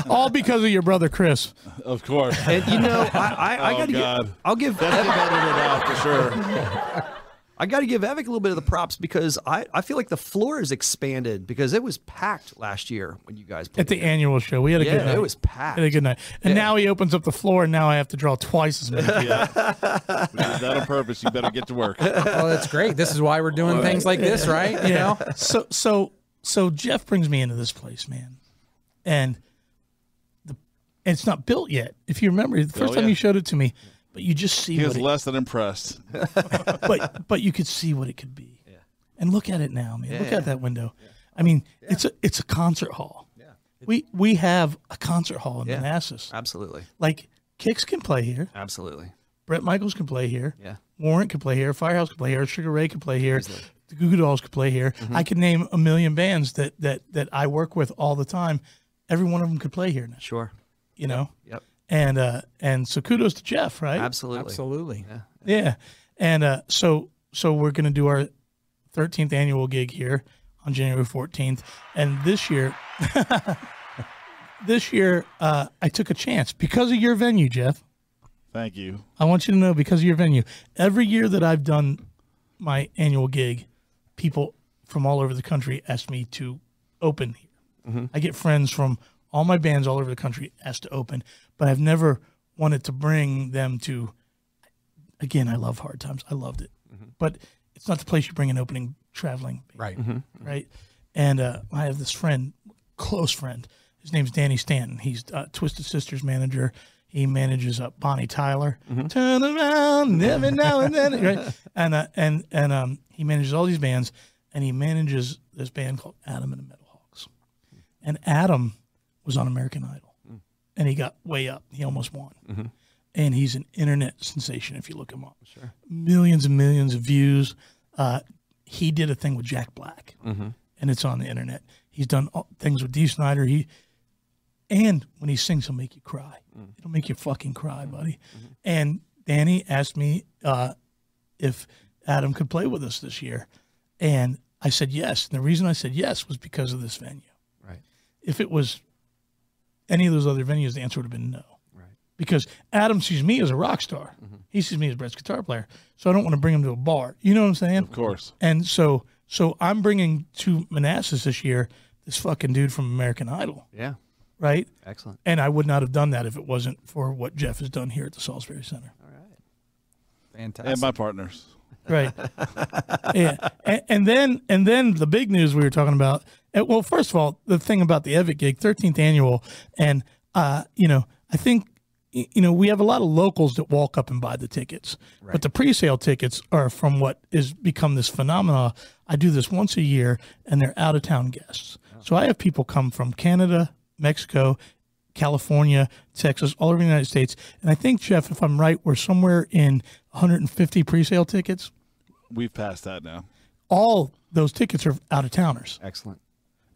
[SPEAKER 5] all because of your brother Chris.
[SPEAKER 4] Of course.
[SPEAKER 2] And you know, I I, I
[SPEAKER 4] Oh,
[SPEAKER 2] gotta
[SPEAKER 4] God.
[SPEAKER 2] give I'll give
[SPEAKER 4] That's
[SPEAKER 2] Ev-
[SPEAKER 4] getting edited out for sure.
[SPEAKER 2] I gotta give Evic a little bit of the props because I I feel like the floor is expanded because it was packed last year when you guys played.
[SPEAKER 5] At the annual show, we had a
[SPEAKER 2] Yeah,
[SPEAKER 5] good night.
[SPEAKER 2] it was packed.
[SPEAKER 5] Had a good night. And now he opens up the floor, and now I have to draw twice as many.
[SPEAKER 4] We did that on purpose. You better get to work.
[SPEAKER 1] Well, that's great. This is why we're doing things like this, right? You know?
[SPEAKER 5] so so so Jeff brings me into this place, man, and the and it's not built yet. If you remember, the first
[SPEAKER 4] Oh,
[SPEAKER 5] time
[SPEAKER 4] yeah.
[SPEAKER 5] you showed it to me, but you just see
[SPEAKER 4] He
[SPEAKER 5] what
[SPEAKER 4] was
[SPEAKER 5] it,
[SPEAKER 4] less than impressed.
[SPEAKER 5] but but you could see what it could be. Yeah. And look at it now, man. look
[SPEAKER 2] yeah.
[SPEAKER 5] at that window. I mean, it's a it's a concert hall. Yeah. We we have a concert hall in
[SPEAKER 2] Yeah.
[SPEAKER 5] Manassas.
[SPEAKER 2] Absolutely.
[SPEAKER 5] Like Kicks can play here.
[SPEAKER 2] Absolutely.
[SPEAKER 5] Brett Michaels can play here.
[SPEAKER 2] Yeah.
[SPEAKER 5] Warrant could play here. Firehouse could play here. Sugar Ray could play here. The Goo Goo Dolls could play here.
[SPEAKER 2] Mm-hmm.
[SPEAKER 5] I could name a million bands that that that I work with all the time. Every one of them could play here. now,
[SPEAKER 2] Sure.
[SPEAKER 5] You know.
[SPEAKER 2] Yep.
[SPEAKER 5] And uh and so kudos to Jeff, right?
[SPEAKER 2] Absolutely.
[SPEAKER 1] Absolutely.
[SPEAKER 5] Yeah. And uh so so we're gonna do our 13th annual gig here on January 14th, and this year. This year, uh, I took a chance because of your venue, Jeff.
[SPEAKER 4] Thank you.
[SPEAKER 5] I want you to know because of your venue. Every year that I've done my annual gig, people from all over the country ask me to open here. I get friends from all my bands all over the country asked to open, but I've never wanted to bring them to. Again, I love hard times. I loved it, but it's not the place you bring an opening traveling band
[SPEAKER 1] Right.
[SPEAKER 5] Mm-hmm. right? And uh, I have this friend, close friend. His name's Danny Stanton. He's uh, Twisted Sisters manager. He manages uh, Bonnie Tyler. Turn around every now and then, right? And uh, and and um, he manages all these bands, and he manages this band called Adam and the Metal Hawks. And Adam was on American Idol, and he got way up. He almost won. And he's an internet sensation if you look him up. Sure. Millions and millions of views. Uh, he did a thing with Jack Black, and it's on the internet. He's done all, things with Dee Snyder. He and when he sings, he'll make you cry. It'll make you fucking cry, buddy. And Danny asked me uh, if Adam could play with us this year, and I said yes. And the reason I said yes was because of this venue.
[SPEAKER 2] Right.
[SPEAKER 5] If it was any of those other venues, the answer would have been no. Right. Because Adam sees me as a rock star.
[SPEAKER 4] Mm-hmm.
[SPEAKER 5] He sees me as Brett's guitar player. So I don't want to bring him to a bar. You know what I'm saying?
[SPEAKER 4] Of course.
[SPEAKER 5] And so, so I'm bringing to Manassas this year this fucking dude from American Idol,
[SPEAKER 2] Yeah.
[SPEAKER 5] right?
[SPEAKER 2] Excellent.
[SPEAKER 5] And I would not have done that if it wasn't for what Jeff has done here at the Salisbury Center,
[SPEAKER 4] And
[SPEAKER 1] Fantastic.
[SPEAKER 4] my partners.
[SPEAKER 5] right? yeah. And, and then, and then the big news we were talking about. eh, Well, first of all, the thing about the Evic gig, 13th annual, and uh, you know, I think. y- You know, we have a lot of locals that walk up and buy the tickets, but the pre-sale tickets are from what has become this phenomena. I do this once a year, and they're out-of-town guests. So I have people come from Canada, Mexico, California, Texas, all over the United States. And I think, Jeff, if I'm right, we're somewhere in 150 pre sale tickets.
[SPEAKER 4] We've passed that now.
[SPEAKER 5] All those tickets are out of towners.
[SPEAKER 2] Excellent.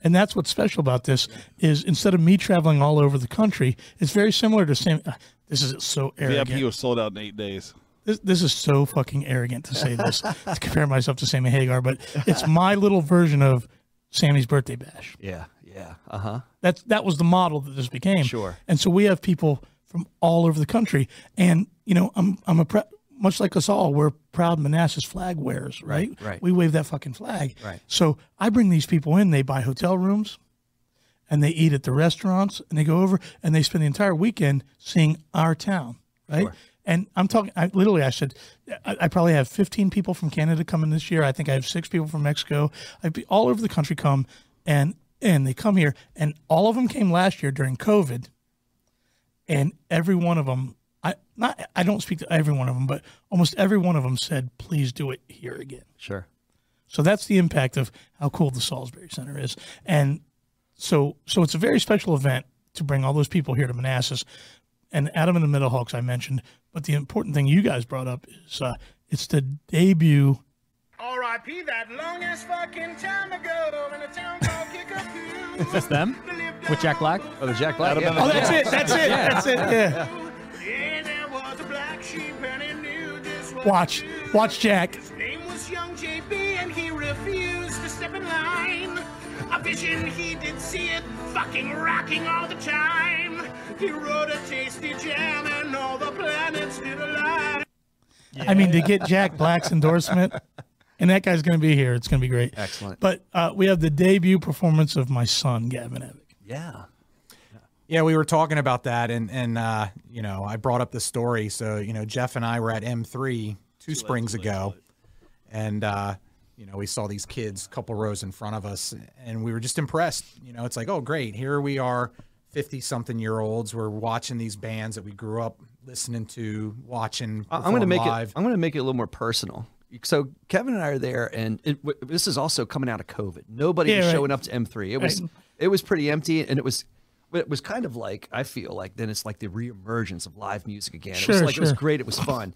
[SPEAKER 5] And that's what's special about this is instead of me traveling all over the country, it's very similar to Sam. uh, This is so arrogant.
[SPEAKER 4] VIP was sold out in eight days.
[SPEAKER 5] This, this is so fucking arrogant to say this, to compare myself to Sammy Hagar, but it's my little version of Sammy's birthday bash.
[SPEAKER 2] Yeah. Yeah. Uh huh.
[SPEAKER 5] That's that was the model that this became.
[SPEAKER 2] Sure.
[SPEAKER 5] And so we have people from all over the country, and you know, I'm I'm a pre- much like us all, we're proud Manassas flag wearers, right?
[SPEAKER 2] right.
[SPEAKER 5] We wave that fucking flag.
[SPEAKER 2] Right.
[SPEAKER 5] So I bring these people in. They buy hotel rooms, and they eat at the restaurants, and they go over and they spend the entire weekend seeing our town, right? And I'm talking. I literally, I said, I, I probably have 15 people from Canada coming this year. I think I have six people from Mexico. I'd be all over the country come, and and they come here, and all of them came last year during COVID and every one of them i not i don't speak to every one of them but almost every one of them said please do it here again
[SPEAKER 2] Sure.
[SPEAKER 5] So that's the impact of how cool the Salisbury Center is. And so so it's a very special event to bring all those people here to Manassas. And Adam and the Middle Hawks I mentioned, but the important thing you guys brought up is uh, it's the debut
[SPEAKER 7] R.I.P. that long ass fucking time ago in a town called Kickapoo.
[SPEAKER 3] Is this them? With Jack Black?
[SPEAKER 2] Oh, the Jack Black.
[SPEAKER 4] That'd
[SPEAKER 2] Yeah.
[SPEAKER 4] have
[SPEAKER 5] Oh,
[SPEAKER 4] been
[SPEAKER 5] that's it. That's it. That's it. Yeah.
[SPEAKER 7] Yeah, there was a black sheep and he knew this was
[SPEAKER 5] Watch. Watch Jack.
[SPEAKER 7] His name was Young JB and he refused to step in line. A vision he did see it, fucking rocking all the time. He wrote a tasty jam and all the planets did align.
[SPEAKER 5] I mean, to get Jack Black's endorsement, and that guy's going to be here. It's going to be great.
[SPEAKER 2] Excellent.
[SPEAKER 5] But uh, we have the debut performance of my son, Gavin Evick.
[SPEAKER 2] yeah.
[SPEAKER 1] Yeah, we were talking about that, and and uh, you know, I brought up the story. So you know, Jeff and I were at M3 two springs ago, and uh, you know, we saw these kids a couple rows in front of us, and we were just impressed. You know, it's like, oh, great, here we are, fifty something year olds. We're watching these bands that we grew up listening to, watching.
[SPEAKER 2] I- I'm going to
[SPEAKER 1] perform
[SPEAKER 2] make
[SPEAKER 1] live.
[SPEAKER 2] it. I'm going to make it a little more personal. So Kevin and I are there, and it, w- this is also coming out of COVID. Nobody
[SPEAKER 5] Yeah,
[SPEAKER 2] was
[SPEAKER 5] right.
[SPEAKER 2] showing up to M3. It was
[SPEAKER 5] Right.
[SPEAKER 2] it was pretty empty, and it was it was kind of like I feel like then it's like the reemergence of live music again. it was
[SPEAKER 5] Sure,
[SPEAKER 2] like it was
[SPEAKER 5] sure.
[SPEAKER 2] great. It was fun,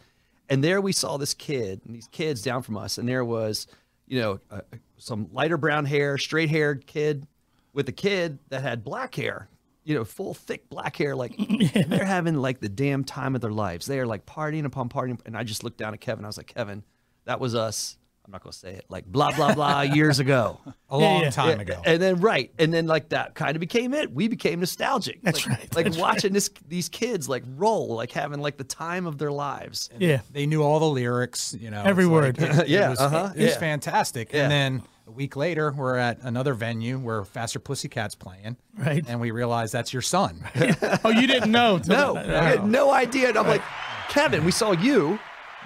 [SPEAKER 2] and there we saw this kid and these kids down from us, and there was you know uh, some lighter brown hair, straight haired kid with a kid that had black hair. You know, full thick black hair, like and they're having like the damn time of their lives. They are like partying upon partying. And I just looked down at Kevin. I was like, Kevin, that was us. I'm not gonna say it. Like blah blah blah years ago.
[SPEAKER 1] a long
[SPEAKER 5] yeah.
[SPEAKER 1] time ago.
[SPEAKER 2] And then right, and then like that kind of became it. We became nostalgic.
[SPEAKER 5] That's
[SPEAKER 2] like,
[SPEAKER 5] right,
[SPEAKER 2] Like
[SPEAKER 5] that's
[SPEAKER 2] watching this these kids like roll, like having like the time of their lives.
[SPEAKER 5] Yeah.
[SPEAKER 1] they knew all the lyrics, you know.
[SPEAKER 5] Every
[SPEAKER 1] it's
[SPEAKER 5] word.
[SPEAKER 1] it- it
[SPEAKER 2] Yeah,
[SPEAKER 1] was-
[SPEAKER 2] uh-huh,
[SPEAKER 1] It was
[SPEAKER 2] yeah.
[SPEAKER 1] fantastic.
[SPEAKER 2] Yeah.
[SPEAKER 1] And then a week later, we're at another venue where Faster Pussycat's playing.
[SPEAKER 5] Right.
[SPEAKER 1] And we realize that's your son.
[SPEAKER 5] Oh, you didn't know?
[SPEAKER 2] No,
[SPEAKER 5] till-
[SPEAKER 2] I had no idea. And I'm like, Kevin, we saw you.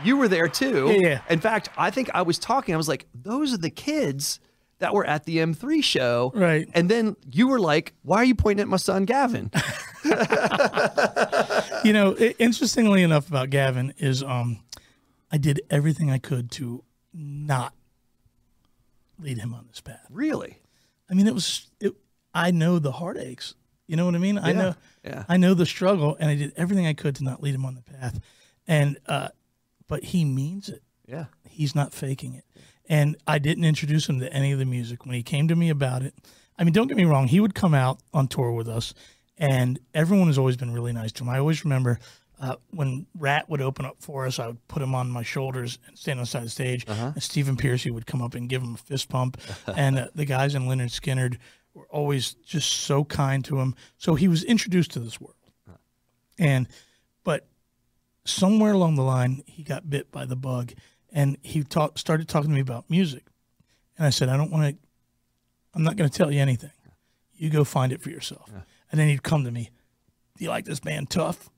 [SPEAKER 2] You were there too.
[SPEAKER 5] Yeah, yeah.
[SPEAKER 2] In fact, I think I was talking. I was like, those are the kids that were at the M3 show.
[SPEAKER 5] Right.
[SPEAKER 2] And then you were like, why are you pointing at my son, Gavin?
[SPEAKER 5] You know, i interestingly enough about Gavin is um, I did everything I could to not lead him on this path.
[SPEAKER 2] really?
[SPEAKER 5] I mean, it was. It, I know the heartaches. You know what I mean? I know.
[SPEAKER 2] yeah.
[SPEAKER 5] I know the struggle, and I did everything I could to not lead him on the path. And uh, but he means it.
[SPEAKER 2] Yeah.
[SPEAKER 5] He's not faking it. And I didn't introduce him to any of the music when he came to me about it. I mean, don't get me wrong. He would come out on tour with us, and everyone has always been really nice to him. I always remember uh, when Rat would open up for us, I would put him on my shoulders and stand on the side of the stage. And Stephen Piercy would come up and give him a fist pump. and uh, the guys in Leonard Skinnard were always just so kind to him. So he was introduced to this world. And, but somewhere along the line, he got bit by the bug and he talk, started talking to me about music. And I said, I don't want to, I'm not going to tell you anything. You go find it for yourself. And then he'd come to me, Do you like this band, Tough?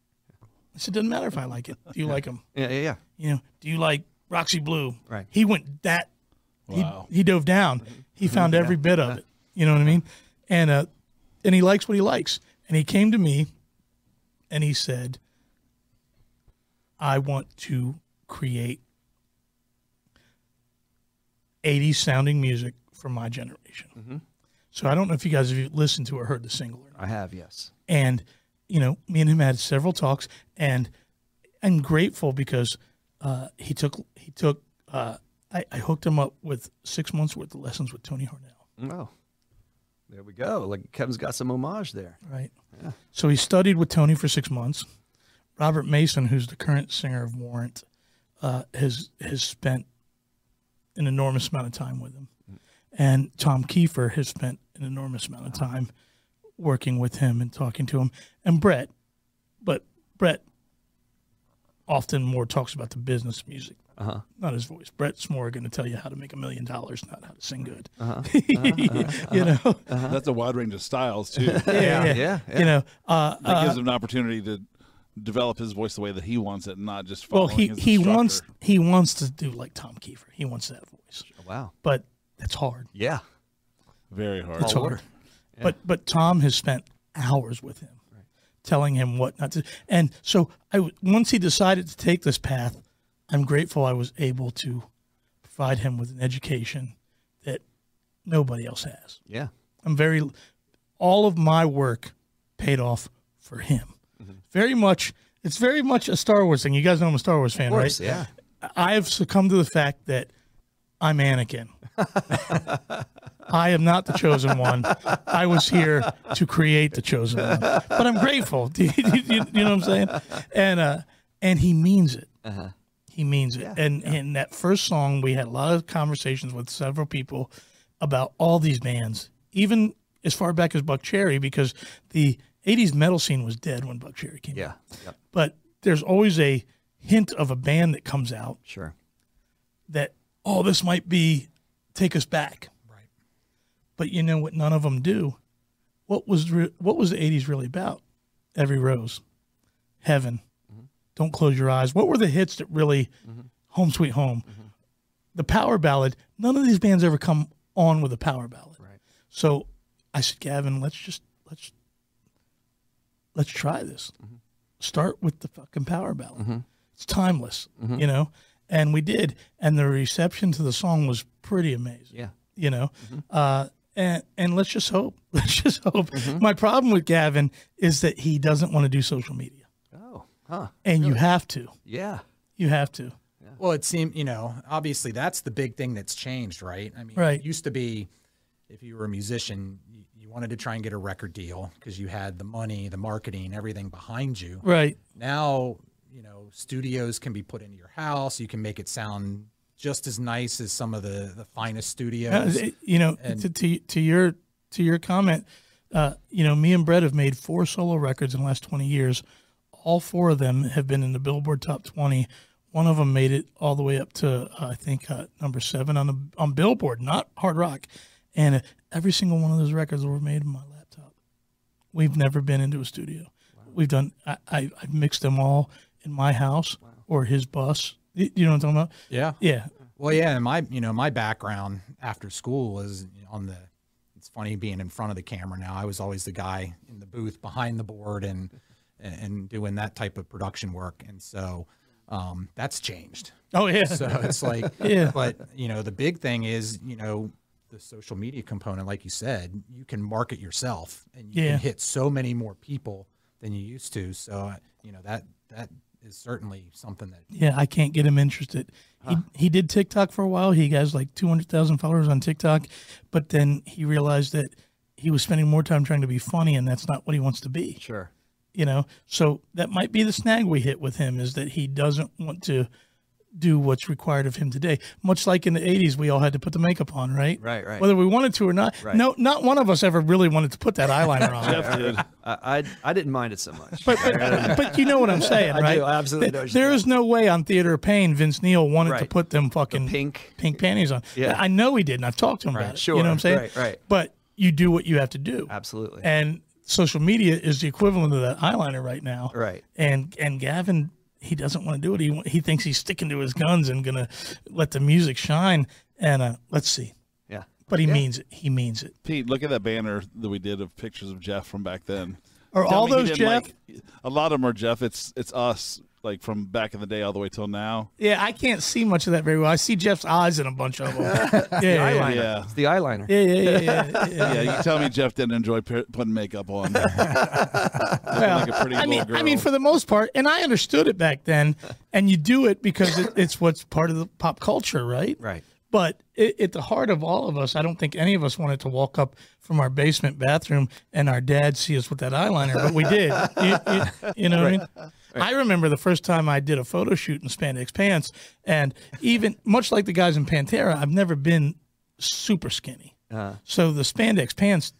[SPEAKER 5] I said, Doesn't matter if I like it. Do you like 'em? like
[SPEAKER 2] Yeah,
[SPEAKER 5] them?
[SPEAKER 2] yeah, yeah.
[SPEAKER 5] You know, do you like Roxy Blue?
[SPEAKER 2] Right.
[SPEAKER 5] He went that,
[SPEAKER 4] Wow.
[SPEAKER 5] he, he dove down. He found every bit of it. You know what I mean? And, uh, and he likes what he likes. And he came to me and he said, I want to create 80s sounding music for my generation. So I don't know if you guys have listened to or heard the single or not.
[SPEAKER 2] I have, yes.
[SPEAKER 5] And, you know, me and him had several talks and I'm grateful because uh, he took, he took, uh, I, I hooked him up with six months worth of lessons with Tony Hornell.
[SPEAKER 2] Oh. There we go. Like Kevin's got some homage there.
[SPEAKER 5] Right. So he studied with Tony for six months. Robert Mason, who's the current singer of Warrant, uh, has has spent an enormous amount of time with him, and Tom Kiefer has spent an enormous amount of time working with him and talking to him, and Brett, but Brett often more talks about the business of music. Not his voice. Brett's more going to tell you how to make a million dollars, not how to sing good. you know,
[SPEAKER 4] That's a wide range of styles too.
[SPEAKER 5] Uh-huh. yeah, yeah,
[SPEAKER 2] yeah, yeah.
[SPEAKER 5] You know, uh,
[SPEAKER 4] That gives him an opportunity to develop his voice the way that he wants it, not just
[SPEAKER 5] Well,
[SPEAKER 4] following
[SPEAKER 5] he
[SPEAKER 4] his
[SPEAKER 5] he
[SPEAKER 4] instructor.
[SPEAKER 5] wants he wants to do like Tom Kiefer. He wants that voice,
[SPEAKER 2] Wow.
[SPEAKER 5] but that's hard.
[SPEAKER 2] Yeah.
[SPEAKER 4] very hard.
[SPEAKER 5] It's hard. But but Tom has spent hours with him, telling him what not to. And so I w- once he decided to take this path, I'm grateful I was able to provide him with an education nobody else has.
[SPEAKER 2] Yeah.
[SPEAKER 5] I'm very, all of my work paid off for him.
[SPEAKER 2] Mm-hmm.
[SPEAKER 5] Very much, it's very much a Star Wars thing. You guys know I'm a Star Wars fan,
[SPEAKER 2] course,
[SPEAKER 5] right?
[SPEAKER 2] yeah.
[SPEAKER 5] I have succumbed to the fact that I'm Anakin. I am not the chosen one. I was here to create the chosen one, but I'm grateful. Do you, do you- you know what I'm saying? And uh, and he means it. He means it. and in that first song, we had a lot of conversations with several people about all these bands, even as far back as Buck Cherry, because the '80s metal scene was dead when Buck Cherry came.
[SPEAKER 2] Yeah.
[SPEAKER 5] out.
[SPEAKER 2] Yep.
[SPEAKER 5] but there's always a hint of a band that comes out
[SPEAKER 2] Sure.
[SPEAKER 5] that oh this might be take us back right but you know what none of them do what was re- what was the 80s really about every rose heaven don't close your eyes what were the hits that really home sweet home the power ballad none of these bands ever come on with a power ballad right so i said gavin let's just let's let's try this start with the fucking power ballad it's timeless, you know. And we did, and the reception to the song was pretty amazing.
[SPEAKER 2] Yeah.
[SPEAKER 5] you know. Uh, and and let's just hope. Let's just hope. My problem with Gavin is that he doesn't want to do social media,
[SPEAKER 2] Oh. Huh.
[SPEAKER 5] and you have to.
[SPEAKER 2] Yeah.
[SPEAKER 5] You have to.
[SPEAKER 1] Well, it seemed, you know, obviously that's the big thing that's changed, right? I mean,
[SPEAKER 5] Right.
[SPEAKER 1] it used to be if you were a musician, you, you wanted to try and get a record deal because you had the money, the marketing, everything behind you.
[SPEAKER 5] Right.
[SPEAKER 1] Now, you know, studios can be put into your house. You can make it sound just as nice as some of the, the finest
[SPEAKER 5] Uh,
[SPEAKER 1] studios.
[SPEAKER 5] it- you know, to, to to your to your comment, uh, you know, me and Brett have made four solo records in the last twenty years. All four of them have been in the Billboard Top twenty. One of them made it all the way up to uh, I think uh, number seven on the on Billboard, not Hard Rock, and uh, every single one of those records were made in my laptop. We've never been into a studio. We've done. I, I I've mixed them all in my house or his bus. You you know what I'm talking about?
[SPEAKER 1] yeah.
[SPEAKER 5] Yeah.
[SPEAKER 1] Well, yeah, and my you know my background after school was on the. It's funny being in front of the camera now. I was always the guy in the booth behind the board and and doing that type of production work, and so um, that's changed.
[SPEAKER 5] Oh yeah.
[SPEAKER 1] So it's like,
[SPEAKER 5] Yeah.
[SPEAKER 1] But you know, the big thing is you know the social media component, like you said, you can market yourself and you
[SPEAKER 5] Yeah.
[SPEAKER 1] can hit so many more people than you used to. So uh, you know that that is certainly something that
[SPEAKER 5] Yeah, I can't get him interested. He, he did TikTok for a while. He has like 200,000 followers on TikTok, but then he realized that he was spending more time trying to be funny and that's not what he wants to be,
[SPEAKER 2] Sure.
[SPEAKER 5] you know? So that might be the snag we hit with him is that he doesn't want to do what's required of him today. Much like in the 80s we all had to put the makeup on, right?
[SPEAKER 2] Right, right.
[SPEAKER 5] Whether we wanted to or not.
[SPEAKER 2] Right.
[SPEAKER 5] No, not one of us ever really wanted to put that eyeliner on.
[SPEAKER 4] Jeff did.
[SPEAKER 2] I, I I didn't mind it so much.
[SPEAKER 5] But, but, but you know what I'm saying,
[SPEAKER 2] I do.
[SPEAKER 5] right?
[SPEAKER 2] I absolutely know
[SPEAKER 5] There-
[SPEAKER 2] what you're
[SPEAKER 5] There
[SPEAKER 2] saying.
[SPEAKER 5] is no way on Theater of Pain Vince Neil wanted to
[SPEAKER 2] Right.
[SPEAKER 5] put them fucking
[SPEAKER 2] pink.
[SPEAKER 5] pink panties on.
[SPEAKER 2] Yeah.
[SPEAKER 5] I know he did, and I've talked to him about it. You
[SPEAKER 2] sure.
[SPEAKER 5] know what I'm saying?
[SPEAKER 2] Right, right.
[SPEAKER 5] But you do what you have to do.
[SPEAKER 2] Absolutely.
[SPEAKER 5] And social media is the equivalent of that eyeliner right now.
[SPEAKER 2] Right.
[SPEAKER 5] And and Gavin, he doesn't want to do it. He wa- he thinks he's sticking to his guns and gonna let the music shine. And uh, let's see.
[SPEAKER 2] yeah.
[SPEAKER 5] But he means it. He means it.
[SPEAKER 4] Pete, look at that banner that we did of pictures of Jeff from back then.
[SPEAKER 5] Are
[SPEAKER 4] Tell
[SPEAKER 5] all
[SPEAKER 4] me he
[SPEAKER 5] those Jeff?
[SPEAKER 4] didn't like- a lot of them are Jeff. It's it's us, like from back in the day all the way till now.
[SPEAKER 5] Yeah, I can't see much of that very well. I see Jeff's eyes in a bunch of them. yeah, yeah, yeah.
[SPEAKER 2] Eyeliner.
[SPEAKER 4] Yeah.
[SPEAKER 2] It's the eyeliner.
[SPEAKER 5] Yeah, yeah, yeah, yeah, yeah.
[SPEAKER 4] Yeah, you tell me Jeff didn't enjoy p- putting makeup on. Looking like a pretty
[SPEAKER 5] I
[SPEAKER 4] little
[SPEAKER 5] mean,
[SPEAKER 4] girl.
[SPEAKER 5] I mean, for the most part, and I understood it back then. And you do it because it, it's what's part of the pop culture, right?
[SPEAKER 2] Right.
[SPEAKER 5] But it, at the heart of all of us, I don't think any of us wanted to walk up from our basement bathroom and our dad see us with that eyeliner, but we did. you, you- you know what I mean? I remember the first time I did a photo shoot in spandex pants, and even much like the guys in Pantera, I've never been super skinny.
[SPEAKER 4] Uh-huh.
[SPEAKER 5] So the spandex pants,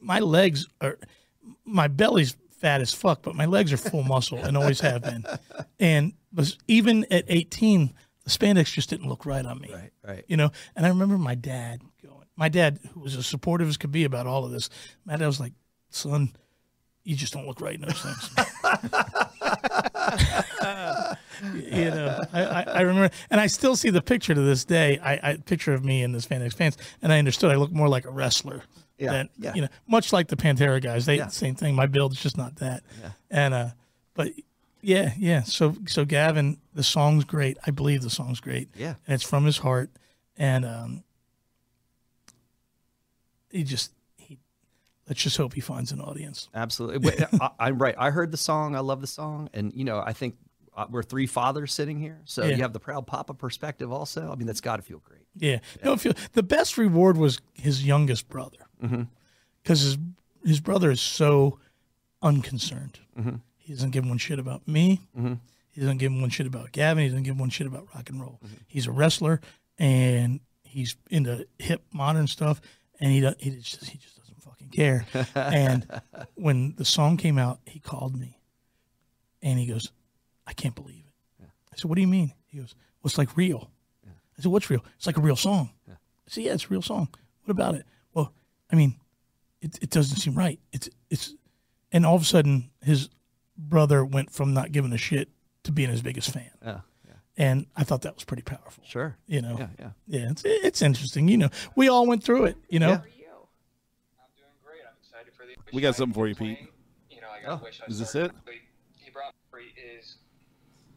[SPEAKER 5] my legs are, my belly's fat as fuck, but my legs are full muscle and always have been. And was even at 18, the spandex just didn't look right on me.
[SPEAKER 2] Right, right.
[SPEAKER 5] You know, and I remember my dad going, my dad, who was as supportive as could be about all of this, my dad was like, son, you just don't look right in those things. you know, I, I, I remember, and I still see the picture to this day. I, I picture of me in this Fanex pants, and I understood I look more like a wrestler.
[SPEAKER 2] Yeah,
[SPEAKER 5] than,
[SPEAKER 2] yeah.
[SPEAKER 5] You know, much like the Pantera guys, they same thing. My build is just not that. And uh, but yeah, yeah. So so Gavin, the song's great. I believe the song's great.
[SPEAKER 2] Yeah.
[SPEAKER 5] and it's from his heart, and um, he just he. Let's just hope he finds an audience.
[SPEAKER 2] Absolutely. Wait, I, I'm right. I heard the song. I love the song. And, you know, I think uh, we're three fathers sitting here. So
[SPEAKER 5] Yeah.
[SPEAKER 2] you have the proud papa perspective also. I mean, that's got to feel great.
[SPEAKER 5] Yeah. No, if you, the best reward was his youngest brother, because his his brother is so unconcerned. He doesn't give one shit about me. He doesn't give one shit about Gavin. He doesn't give one shit about rock and roll. He's a wrestler and he's into hip modern stuff, and he do- he just he just doesn't fucking care. and when the song came out, he called me, and he goes, "I can't believe it." I said, "What do you mean?" He goes, "Well, it's like real." I said, "What's real?" It's like a real song. I said, "Yeah, it's a real song. What about it?" Well, I mean, it, it doesn't seem right. It's it's, and all of a sudden, his brother went from not giving a shit to being his biggest fan.
[SPEAKER 2] Yeah.
[SPEAKER 5] And I thought that was pretty powerful.
[SPEAKER 2] Sure.
[SPEAKER 5] You know,
[SPEAKER 2] Yeah, yeah.
[SPEAKER 5] yeah. It's it's interesting. You know, we all went through it. You know,
[SPEAKER 4] We got something for you, Pete.
[SPEAKER 8] You know, I gotta wish I
[SPEAKER 4] Oh, Is this
[SPEAKER 8] started
[SPEAKER 4] it?
[SPEAKER 8] early. He brought up free is,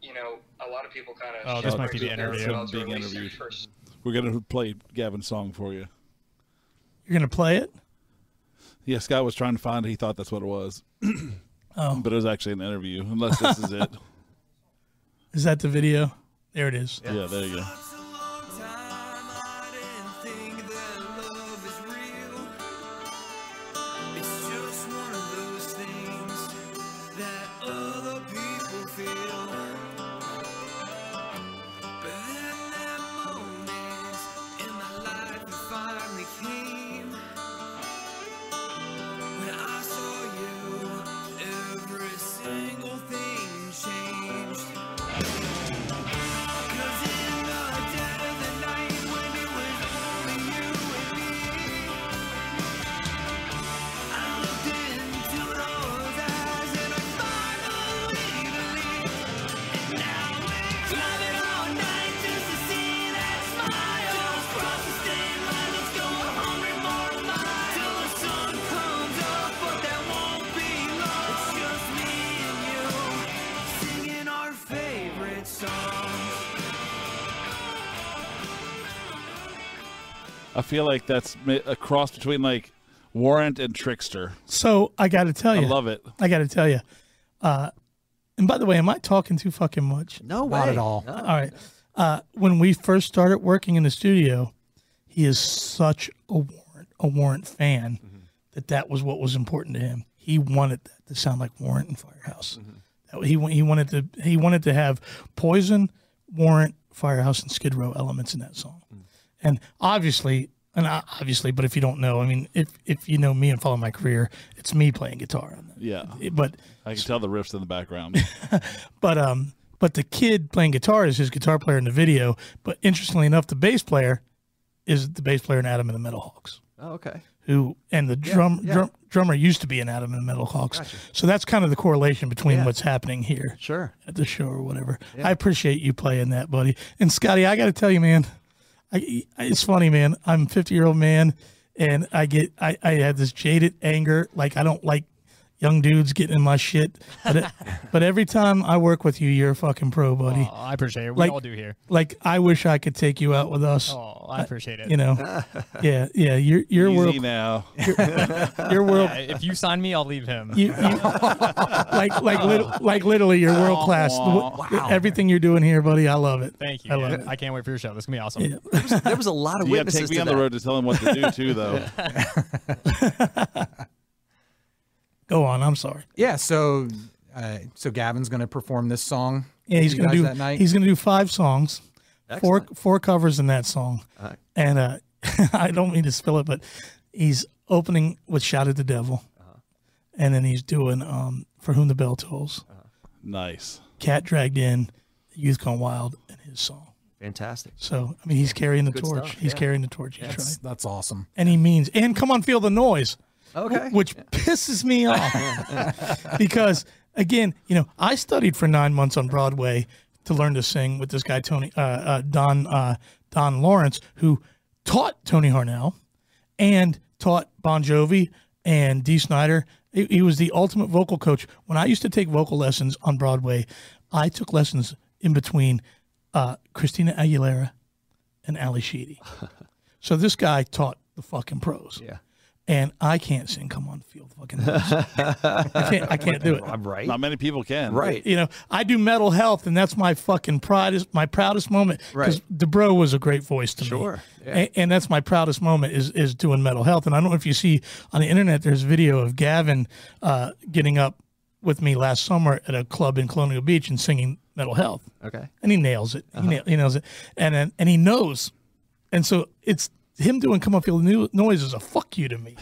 [SPEAKER 8] you know, a lot of people kind of.
[SPEAKER 3] Oh, this might be the interview.
[SPEAKER 4] Being interviewed. We're gonna play Gavin's song for you.
[SPEAKER 5] you're gonna play it.
[SPEAKER 4] Yeah, Scott was trying to find. it. He thought that's what it was. oh. But it was actually an interview. Unless this is it.
[SPEAKER 5] Is that the video? There it is.
[SPEAKER 4] yeah, there you go. I feel like that's mi- a cross between like Warrant and Trickster.
[SPEAKER 5] So I got to tell you,
[SPEAKER 4] I love it.
[SPEAKER 5] I got to tell you. Uh, and by the way, am I talking too fucking much?
[SPEAKER 2] No way.
[SPEAKER 1] Not at all.
[SPEAKER 2] No.
[SPEAKER 5] All right. Uh, when we first started working in the studio, he is such a warrant a warrant fan that that was what was important to him. He wanted that to sound like Warrant and Firehouse. That He wa- he wanted to he wanted to have Poison, Warrant, Firehouse, and Skid Row elements in that song. And obviously, and I- obviously, but if you don't know, I mean, if if you know me and follow my career, it's me playing guitar on that.
[SPEAKER 4] Yeah,
[SPEAKER 5] But
[SPEAKER 4] I can tell the riffs in the background.
[SPEAKER 5] but um, but the kid playing guitar is his guitar player in the video. But interestingly enough, the bass player is the bass player in Adam and the Metal Hawks,
[SPEAKER 2] Oh, okay.
[SPEAKER 5] who and the drum, drum drummer used to be in Adam and the Metal Hawks. So that's kind of the correlation between what's happening here
[SPEAKER 2] Sure.
[SPEAKER 5] at the show or whatever. I appreciate you playing that, buddy. And Scotty, I got to tell you, man, I, I- it's funny, man. I'm a 50 year old man, and I get I I have this jaded anger. Like I don't like young dudes getting in my shit, but it- but every time I work with you, you're a fucking pro, buddy.
[SPEAKER 3] Aw, Oh, I appreciate it. We
[SPEAKER 5] Like-
[SPEAKER 3] all do here.
[SPEAKER 5] Like I wish I could take you out with us.
[SPEAKER 3] Oh, I appreciate it.
[SPEAKER 5] You know, yeah, yeah. You're you're
[SPEAKER 4] Easy
[SPEAKER 5] world,
[SPEAKER 4] now.
[SPEAKER 5] you're world.
[SPEAKER 3] Yeah, if you sign me, I'll leave him.
[SPEAKER 5] You, you, like like lit, like literally, you're world class. The w- Everything you're doing here, buddy, I love it.
[SPEAKER 3] Thank you.
[SPEAKER 5] I
[SPEAKER 3] I,
[SPEAKER 5] love it.
[SPEAKER 3] I can't wait for your show. This is gonna be awesome.
[SPEAKER 2] There was a lot of
[SPEAKER 4] You gotta
[SPEAKER 2] witnesses
[SPEAKER 4] take me
[SPEAKER 2] to
[SPEAKER 4] on
[SPEAKER 2] that.
[SPEAKER 4] the road to tell him what to do too, though.
[SPEAKER 5] Go on. I'm sorry.
[SPEAKER 1] Yeah, so uh, so Gavin's going to perform this song.
[SPEAKER 5] Yeah,
[SPEAKER 1] for
[SPEAKER 5] he's
[SPEAKER 1] you
[SPEAKER 5] gonna
[SPEAKER 1] guys
[SPEAKER 5] do.
[SPEAKER 1] that night.
[SPEAKER 5] He's gonna do five songs, four
[SPEAKER 2] Excellent.
[SPEAKER 5] four covers in that song, and uh, I don't mean to spill it, but he's opening with "Shout at the Devil,"
[SPEAKER 1] Uh-huh.
[SPEAKER 5] and then he's doing um, "For Whom the Bell Tolls,"
[SPEAKER 1] Uh-huh.
[SPEAKER 4] Nice.
[SPEAKER 5] "Cat Dragged In," "Youth Gone Wild," and his song.
[SPEAKER 2] Fantastic.
[SPEAKER 5] So I mean, he's carrying the torch.
[SPEAKER 2] stuff,
[SPEAKER 5] he's
[SPEAKER 2] yeah.
[SPEAKER 5] carrying the torch. He's
[SPEAKER 1] That's,
[SPEAKER 5] trying,
[SPEAKER 1] that's awesome.
[SPEAKER 5] and he means. And come on, feel the noise.
[SPEAKER 2] Okay.
[SPEAKER 5] which pisses me off because again you know i studied for nine months on broadway to learn to sing with this guy tony uh, uh, don uh, don lawrence who taught tony harnell and taught bon jovi and dee snyder he, he was the ultimate vocal coach when i used to take vocal lessons on broadway i took lessons in between uh, christina aguilera and ali sheedy so this guy taught the fucking pros
[SPEAKER 2] Yeah.
[SPEAKER 5] and I can't sing "Come On Feel the Fucking House." I can't. I can't do it.
[SPEAKER 2] I'm right.
[SPEAKER 4] Not many people can.
[SPEAKER 2] right.
[SPEAKER 5] You know, I do mental health, and that's my fucking proudest, my proudest moment. Because
[SPEAKER 2] Right.
[SPEAKER 5] Debro was a great voice to me.
[SPEAKER 2] Sure, yeah.
[SPEAKER 5] A- And, that's my proudest moment is is doing mental health. And I don't know if you see on the internet, there's video of Gavin uh, getting up with me last summer at a club in Colonial Beach and singing mental health.
[SPEAKER 2] Okay.
[SPEAKER 5] And he nails it.
[SPEAKER 2] Uh-huh.
[SPEAKER 5] He, nail, he nails it. And then, and he knows. And so it's him doing come up feel the new noise is a fuck you to me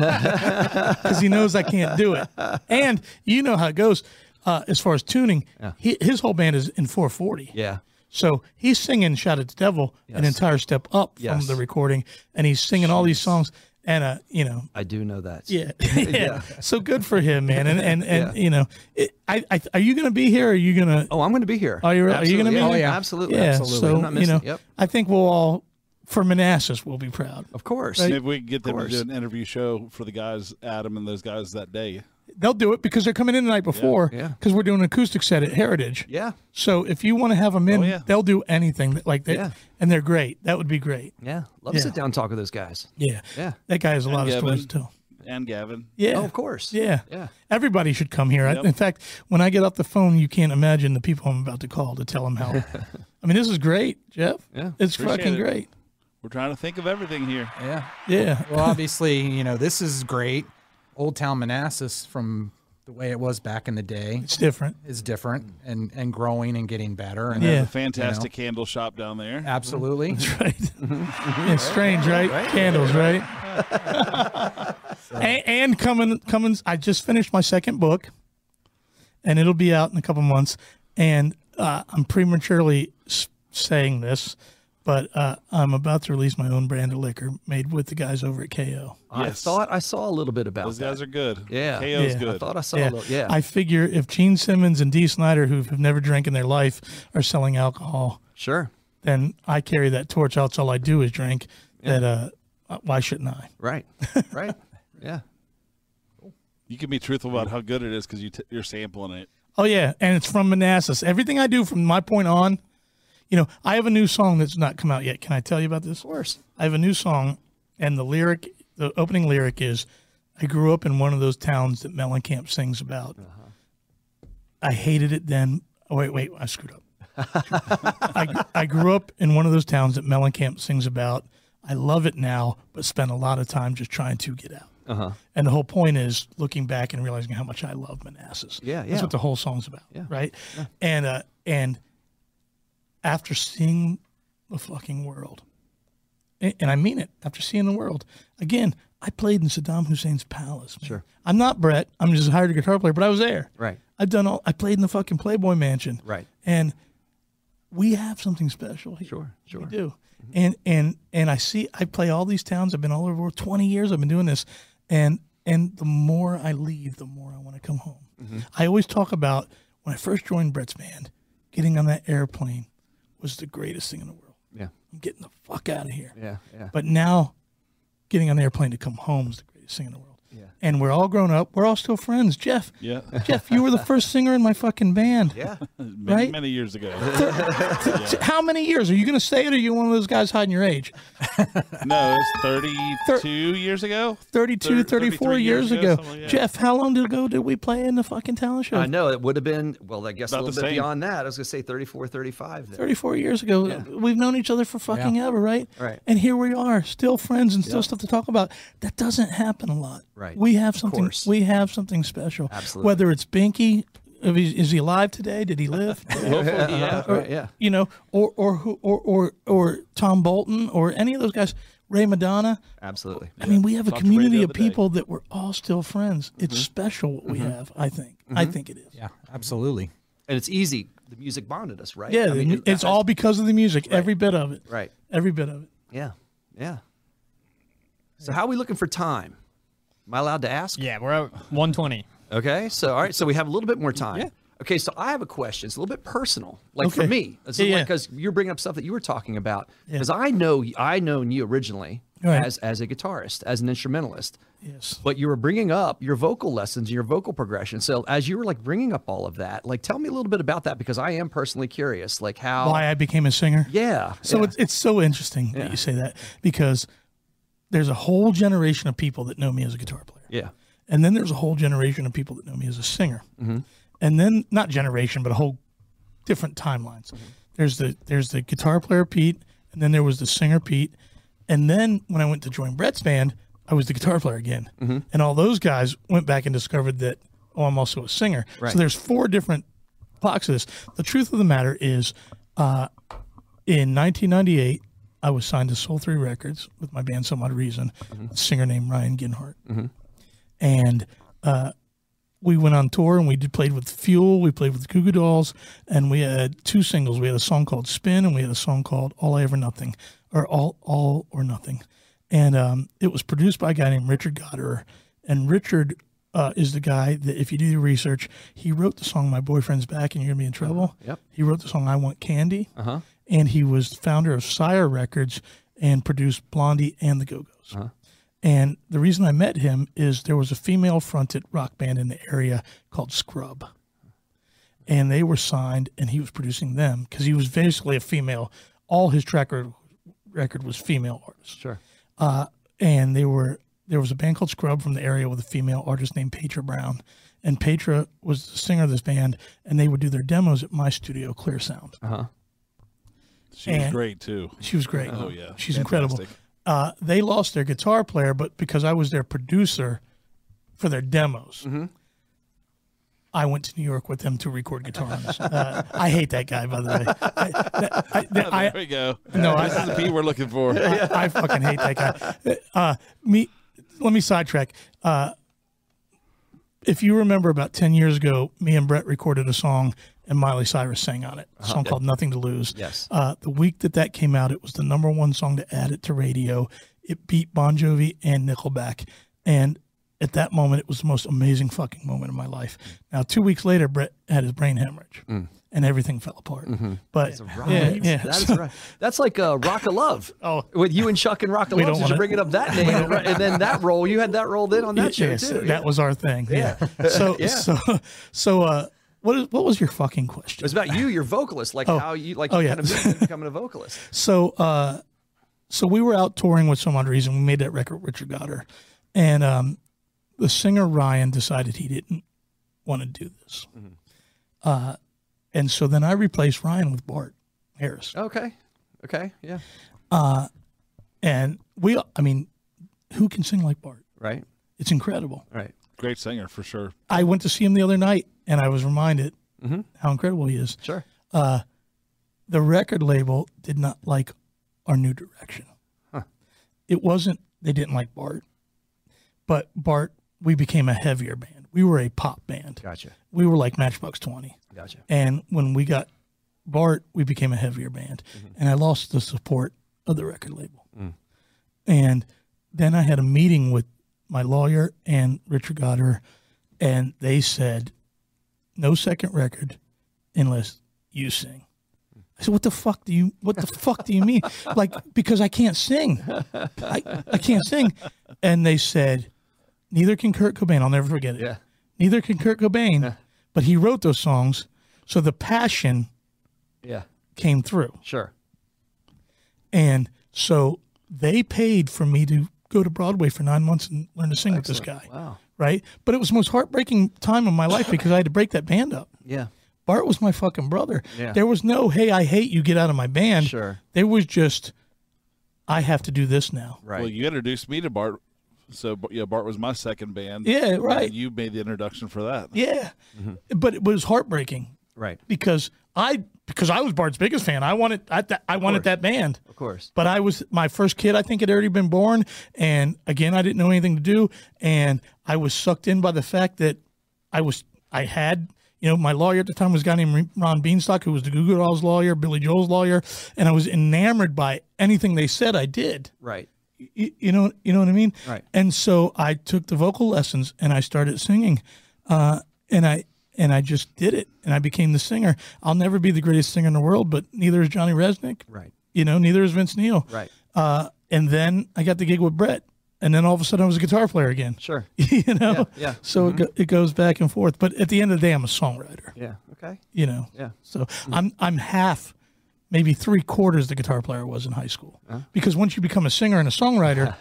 [SPEAKER 5] because he knows I can't do it. And you know how it goes uh, as far as tuning. He, his whole band is in 440.
[SPEAKER 2] Yeah.
[SPEAKER 5] So he's singing "Shout at the Devil" an entire step up
[SPEAKER 2] Yes.
[SPEAKER 5] from the recording, and he's singing all these songs. And uh, you know,
[SPEAKER 2] I do know that.
[SPEAKER 5] yeah, yeah. So good for him, man. And and and you know, it, I, I are you gonna be here? Or are you gonna?
[SPEAKER 2] Oh, I'm going to be here.
[SPEAKER 5] Are you are you gonna
[SPEAKER 2] Absolutely.
[SPEAKER 5] be? here?
[SPEAKER 2] Oh, yeah. Absolutely.
[SPEAKER 5] Yeah.
[SPEAKER 2] Absolutely. I'm
[SPEAKER 5] So
[SPEAKER 2] not
[SPEAKER 5] you
[SPEAKER 2] missing
[SPEAKER 5] know,
[SPEAKER 2] it. Yep.
[SPEAKER 5] I think we'll all for Manassas we'll be proud.
[SPEAKER 2] Of course.
[SPEAKER 4] Maybe we can get them to
[SPEAKER 2] course.
[SPEAKER 4] do an interview show for the guys, Adam and those guys that day.
[SPEAKER 5] They'll do it because they're coming in the night before.
[SPEAKER 2] Yeah.
[SPEAKER 5] Because we're doing an acoustic set at Heritage.
[SPEAKER 2] Yeah.
[SPEAKER 5] So if you want to have them in,
[SPEAKER 4] Oh, yeah.
[SPEAKER 5] they'll do anything that- like that,
[SPEAKER 2] Yeah.
[SPEAKER 5] and they're great. That would be great.
[SPEAKER 2] Yeah. Love to
[SPEAKER 5] Yeah.
[SPEAKER 2] sit down and talk with those guys.
[SPEAKER 5] Yeah.
[SPEAKER 2] Yeah.
[SPEAKER 5] That guy has a lot of
[SPEAKER 4] Gavin.
[SPEAKER 5] stories to tell.
[SPEAKER 4] And Gavin.
[SPEAKER 5] Yeah.
[SPEAKER 2] Oh, of course.
[SPEAKER 5] Yeah.
[SPEAKER 2] Yeah.
[SPEAKER 5] Everybody should come here. I-
[SPEAKER 4] Yep.
[SPEAKER 5] In fact, when I get off the phone, you can't imagine the people I'm about to call to tell them how. I mean, this is great, Jeff.
[SPEAKER 2] Yeah.
[SPEAKER 5] It's
[SPEAKER 4] Appreciate
[SPEAKER 5] fucking
[SPEAKER 4] it.
[SPEAKER 5] great.
[SPEAKER 4] We're trying to think of everything here.
[SPEAKER 1] Yeah.
[SPEAKER 5] Yeah.
[SPEAKER 1] Well, obviously, you know, this is great. Old Town Manassas from the way it was back in the day
[SPEAKER 5] It's different.
[SPEAKER 1] is different and and growing and getting better. And
[SPEAKER 5] Yeah.
[SPEAKER 4] There's a fantastic candle shop down there.
[SPEAKER 1] Absolutely.
[SPEAKER 5] Right. yeah, strange, right? Candles, right? and, and coming, coming. I just finished my second book, and it'll be out in a couple months. And uh, I'm prematurely s- saying this, but uh, I'm about to release my own brand of liquor made with the guys over at KO.
[SPEAKER 2] I
[SPEAKER 4] Yes.
[SPEAKER 2] thought I saw a little bit about
[SPEAKER 4] Those
[SPEAKER 2] that.
[SPEAKER 4] guys are good.
[SPEAKER 2] Yeah.
[SPEAKER 4] KO's
[SPEAKER 5] Yeah.
[SPEAKER 4] good.
[SPEAKER 2] I thought I saw a little. Oh, Yeah.
[SPEAKER 5] I figure if Gene Simmons and Dee Snyder, who have never drank in their life, are selling alcohol,
[SPEAKER 2] sure.
[SPEAKER 5] then I carry that torch. That's all I do is drink. That uh, why shouldn't I?
[SPEAKER 2] Right. Right. yeah.
[SPEAKER 4] you can be truthful about how good it is because you t- you're sampling it.
[SPEAKER 5] Oh yeah, and it's from Manassas. Everything I do from my point on, you know, I have a new song that's not come out yet. Can I tell you about this? Of course. I have a new song, and the lyric, the opening lyric is, "I grew up in one of those towns that Mellencamp sings about. I hated it then. Oh wait, wait, I screwed up. I, I grew up in one of those towns that Mellencamp sings about. I love it now, but spent a lot of time just trying to get out.
[SPEAKER 2] Uh-huh.
[SPEAKER 5] And the whole point is looking back and realizing how much I love Manassas.
[SPEAKER 2] Yeah,
[SPEAKER 5] That's
[SPEAKER 2] yeah.
[SPEAKER 5] what the whole song's about, right? And uh, and after seeing the fucking world, a- and I mean it, after seeing the world again, I played in Saddam Hussein's palace. man.
[SPEAKER 2] Sure.
[SPEAKER 5] I'm not Brett. I'm just a hired guitar player, but I was there.
[SPEAKER 2] Right.
[SPEAKER 5] I've done all. I played in the fucking Playboy Mansion.
[SPEAKER 2] Right.
[SPEAKER 5] And we have something special here.
[SPEAKER 2] Sure, sure.
[SPEAKER 5] We do. And and and I see I play all these towns. I've been all over 20 years I've been doing this. And and the more I leave, the more I want to come home.
[SPEAKER 2] Mm-hmm.
[SPEAKER 5] I always talk about when I first joined Brett's band, getting on that airplane was the greatest thing in the world.
[SPEAKER 2] Yeah.
[SPEAKER 5] I'm getting the fuck out of here.
[SPEAKER 2] Yeah. Yeah.
[SPEAKER 5] But now getting on the airplane to come home is the greatest thing in the world. Yeah. And we're all grown up. We're all still friends. Jeff.
[SPEAKER 4] Yeah.
[SPEAKER 5] Jeff, you were the first singer in my fucking band.
[SPEAKER 2] Yeah.
[SPEAKER 4] Many,
[SPEAKER 5] Right?
[SPEAKER 4] many years ago.
[SPEAKER 5] How many years are you going to say it? Or are you one of those guys hiding your age?
[SPEAKER 4] no, it was 32 years ago. Thir-
[SPEAKER 5] 32, 34
[SPEAKER 4] 33
[SPEAKER 5] years,
[SPEAKER 4] years ago,
[SPEAKER 5] ago.
[SPEAKER 4] something like that.
[SPEAKER 5] Jeff, how long ago did we play in the fucking talent show?
[SPEAKER 2] I know it would have been, well, I guess
[SPEAKER 4] About
[SPEAKER 2] a
[SPEAKER 4] the
[SPEAKER 2] little bit
[SPEAKER 4] same.
[SPEAKER 2] beyond that. I was going to say 34, 35. Then.
[SPEAKER 5] 34 years ago. We've known each other for fucking ever, right?
[SPEAKER 2] Right.
[SPEAKER 5] And here we are, still friends and still stuff to talk about. That doesn't happen a lot.
[SPEAKER 2] Right.
[SPEAKER 5] We have something
[SPEAKER 2] course.
[SPEAKER 5] we have something special.
[SPEAKER 2] Absolutely.
[SPEAKER 5] Whether it's Binky, if he- is he alive today? Did he live?
[SPEAKER 4] Hopefully, yeah.
[SPEAKER 2] Right, yeah.
[SPEAKER 5] you know, or or who or or or Tom Bolton or any of those guys, Ray Madonna.
[SPEAKER 2] Absolutely.
[SPEAKER 5] I mean, we have a
[SPEAKER 4] to Ray the
[SPEAKER 5] community of
[SPEAKER 4] other day.
[SPEAKER 5] people that we're all still friends. It's special what we have. I think. I think it is.
[SPEAKER 1] Yeah. Absolutely.
[SPEAKER 2] And it's easy. The music bonded us, right?
[SPEAKER 5] Yeah,
[SPEAKER 2] I mean,
[SPEAKER 5] the mu- it's all because of the music. Every bit of it.
[SPEAKER 2] Right.
[SPEAKER 5] Every bit of it.
[SPEAKER 2] Yeah. Yeah. So how are we looking for time? Am I allowed to ask?
[SPEAKER 3] Yeah, we're at 120.
[SPEAKER 2] Okay. So all right. So we have a little bit more time. Okay. So I have a question. It's a little bit personal, like for
[SPEAKER 5] Okay.
[SPEAKER 2] me, because
[SPEAKER 5] Yeah, yeah.
[SPEAKER 2] you're bringing up stuff that you were talking about.
[SPEAKER 5] Yeah.
[SPEAKER 2] Because I know I known you originally
[SPEAKER 5] Right.
[SPEAKER 2] as as a guitarist, as an instrumentalist,
[SPEAKER 5] Yes.
[SPEAKER 2] but you were bringing up your vocal lessons, and your vocal progression. So as you were like bringing up all of that, like tell me a little bit about that because I am personally curious, like how.
[SPEAKER 5] Why I became a singer.
[SPEAKER 2] Yeah.
[SPEAKER 5] So
[SPEAKER 2] yeah.
[SPEAKER 5] it's it's so interesting that you say that because there's a whole generation of people that know me as a guitar player.
[SPEAKER 2] Yeah.
[SPEAKER 5] And then there's a whole generation of people that know me as a singer. And then not generation, but a whole different timelines. There's the there's the guitar player Pete, and then there was the singer Pete, and then when I went to join Brett's band, I was the guitar player again. And all those guys went back and discovered that oh, I'm also a singer.
[SPEAKER 2] Right.
[SPEAKER 5] So there's four different blocks of this. The truth of the matter is, uh, in 1998, I was signed to Soul Three Records with my band Some Odd Reason, a singer named Ryan Ginhart and uh, we went on tour and we did, played with Fuel, we played with Goo Goo Dolls, and we had two singles. We had a song called Spin and we had a song called All I Ever Nothing, or All All or Nothing, and um, it was produced by a guy named Richard Goddard. And Richard uh, is the guy that, if you do your research, he wrote the song "My Boyfriend's Back and You're Gonna Be in Trouble."
[SPEAKER 2] Uh-huh. Yep.
[SPEAKER 5] He wrote the song "I Want Candy,"
[SPEAKER 2] Uh-huh.
[SPEAKER 5] and he was founder of Sire Records and produced Blondie and the Go Go's.
[SPEAKER 2] Uh-huh.
[SPEAKER 5] And the reason I met him is there was a female fronted rock band in the area called Scrub. And they were signed, and he was producing them because he was basically a female. All his track record, record was female artists.
[SPEAKER 2] Sure.
[SPEAKER 5] Uh, and they were there was a band called Scrub from the area with a female artist named Petra Brown. And Petra was the singer of this band, and they would do their demos at my studio, Clear Sound.
[SPEAKER 4] She was
[SPEAKER 5] And-
[SPEAKER 4] great too.
[SPEAKER 5] She was great.
[SPEAKER 4] Oh, yeah.
[SPEAKER 5] she's incredible.
[SPEAKER 4] Fantastic.
[SPEAKER 5] Uh, they lost their guitar player, but because I was their producer for their demos,
[SPEAKER 4] Mm-hmm.
[SPEAKER 5] I went to New York with them to record guitar. on this. uh, I hate that guy, by the way. I, I- I-
[SPEAKER 4] there we go.
[SPEAKER 5] Eh. No, I-
[SPEAKER 4] this is the P we're looking for.
[SPEAKER 5] I, I fucking hate that guy. Uh, me, let me sidetrack. Uh, if you remember, about ten years ago, me and Brett recorded a song, and Miley Cyrus sang on it. A song called "Nothing to Lose."
[SPEAKER 2] Yes.
[SPEAKER 5] Uh, the week that that came out, it was the number one song to add it to radio. It beat Bon Jovi and Nickelback, and at that moment, it was the most amazing fucking moment of my life. Now, two weeks later, Brett had his brain hemorrhage, and everything fell apart. But yeah, yeah.
[SPEAKER 2] That is Mm.
[SPEAKER 5] So-
[SPEAKER 2] Mm-hmm. right. That's like uh, Rock of Love.
[SPEAKER 5] Oh.
[SPEAKER 2] With you and Chuck and Rock of
[SPEAKER 5] We
[SPEAKER 2] Love. Did
[SPEAKER 5] don't
[SPEAKER 2] you
[SPEAKER 5] wanna-
[SPEAKER 2] bring it up that name? and then that role. You had that role then on that show,
[SPEAKER 5] Yes,
[SPEAKER 2] too.
[SPEAKER 5] that
[SPEAKER 2] yeah.
[SPEAKER 5] was our thing. Yeah. So so so uh what is what was your fucking
[SPEAKER 2] It
[SPEAKER 5] question?
[SPEAKER 2] was about you, your vocalist, like how you like
[SPEAKER 5] Oh,
[SPEAKER 2] you
[SPEAKER 5] yeah.
[SPEAKER 2] kind of moved into becoming a vocalist.
[SPEAKER 5] So uh so we were out touring with some odd reason. We made that record with Richard Goddard. And um the singer Ryan decided he didn't want to do this. Uh
[SPEAKER 2] Mm-hmm.
[SPEAKER 5] and so then I replaced Ryan with Bart Harris.
[SPEAKER 2] Okay. Okay. Yeah.
[SPEAKER 5] And we I mean, who can sing like Bart?
[SPEAKER 2] Right.
[SPEAKER 5] It's incredible.
[SPEAKER 2] Right.
[SPEAKER 4] Great singer for sure.
[SPEAKER 5] I went to see him the other night and I was reminded
[SPEAKER 2] Mm-hmm.
[SPEAKER 5] how incredible he is.
[SPEAKER 2] Sure.
[SPEAKER 5] the record label did not like our new direction. It wasn't they didn't like Bart, but Bart we became a heavier band. We were a pop band.
[SPEAKER 2] Gotcha.
[SPEAKER 5] We were like Matchbox Twenty,
[SPEAKER 2] Gotcha.
[SPEAKER 5] and when we got Bart, we became a heavier band, and I lost the support of the record label. And then I had a meeting with my lawyer and Richard Goddard, and they said, "No second record unless you sing." I said, "What the fuck do you? What the fuck do you mean? Like because I can't sing, I, I can't sing." And they said, "Neither can Kurt Cobain. I'll never forget it.
[SPEAKER 2] Yeah.
[SPEAKER 5] Neither can Kurt Cobain, but he wrote those songs, so the passion
[SPEAKER 2] Yeah.
[SPEAKER 5] came through.
[SPEAKER 2] Sure.
[SPEAKER 5] And so they paid for me to go to Broadway for nine months and learn to sing with this guy,
[SPEAKER 2] Wow.
[SPEAKER 5] right? But it was the most heartbreaking time of my life because I had to break that band up."
[SPEAKER 2] Yeah.
[SPEAKER 5] Bart was my fucking brother.
[SPEAKER 2] Yeah.
[SPEAKER 5] There was no, hey, I hate you, get out of my band.
[SPEAKER 2] Sure.
[SPEAKER 5] There was just, I have to do this now.
[SPEAKER 2] Right.
[SPEAKER 4] Well, you introduced me to Bart. So yeah, Bart was my second band.
[SPEAKER 5] Yeah, right.
[SPEAKER 4] And you made the introduction for that.
[SPEAKER 5] Yeah.
[SPEAKER 2] Mm-hmm.
[SPEAKER 5] But it was heartbreaking
[SPEAKER 2] right.
[SPEAKER 5] because I because I was Bart's biggest fan. I wanted I, th- I wanted that band.
[SPEAKER 2] Of course.
[SPEAKER 5] But I was my first kid. I think had already been born, and again, I didn't know anything to do, and I was sucked in by the fact that I was I had you know my lawyer at the time was a guy named Ron Beanstock, who was the Goo Goo Dolls lawyer, Billy Joel's lawyer, and I was enamored by anything they said. I did.
[SPEAKER 2] Right.
[SPEAKER 5] You, you know you know what I mean?
[SPEAKER 2] Right.
[SPEAKER 5] And so I took the vocal lessons and I started singing, uh, and I. And I just did it, and I became the singer. I'll never be the greatest singer in the world, but neither is Johnny Resnick,
[SPEAKER 2] Right.
[SPEAKER 5] you know, neither is Vince Neil.
[SPEAKER 2] Right.
[SPEAKER 5] Uh, and then I got the gig with Brett, and then all of a sudden I was a guitar player again.
[SPEAKER 2] Sure.
[SPEAKER 5] you know,
[SPEAKER 2] Yeah, Mm-hmm. yeah.
[SPEAKER 5] So it, go, it goes back and forth, but at the end of the day, I'm a songwriter.
[SPEAKER 2] Yeah. Okay.
[SPEAKER 5] You know,
[SPEAKER 2] Yeah.
[SPEAKER 5] So I'm I'm half maybe three quarters the guitar player was in high school. Because once you become a singer and a songwriter,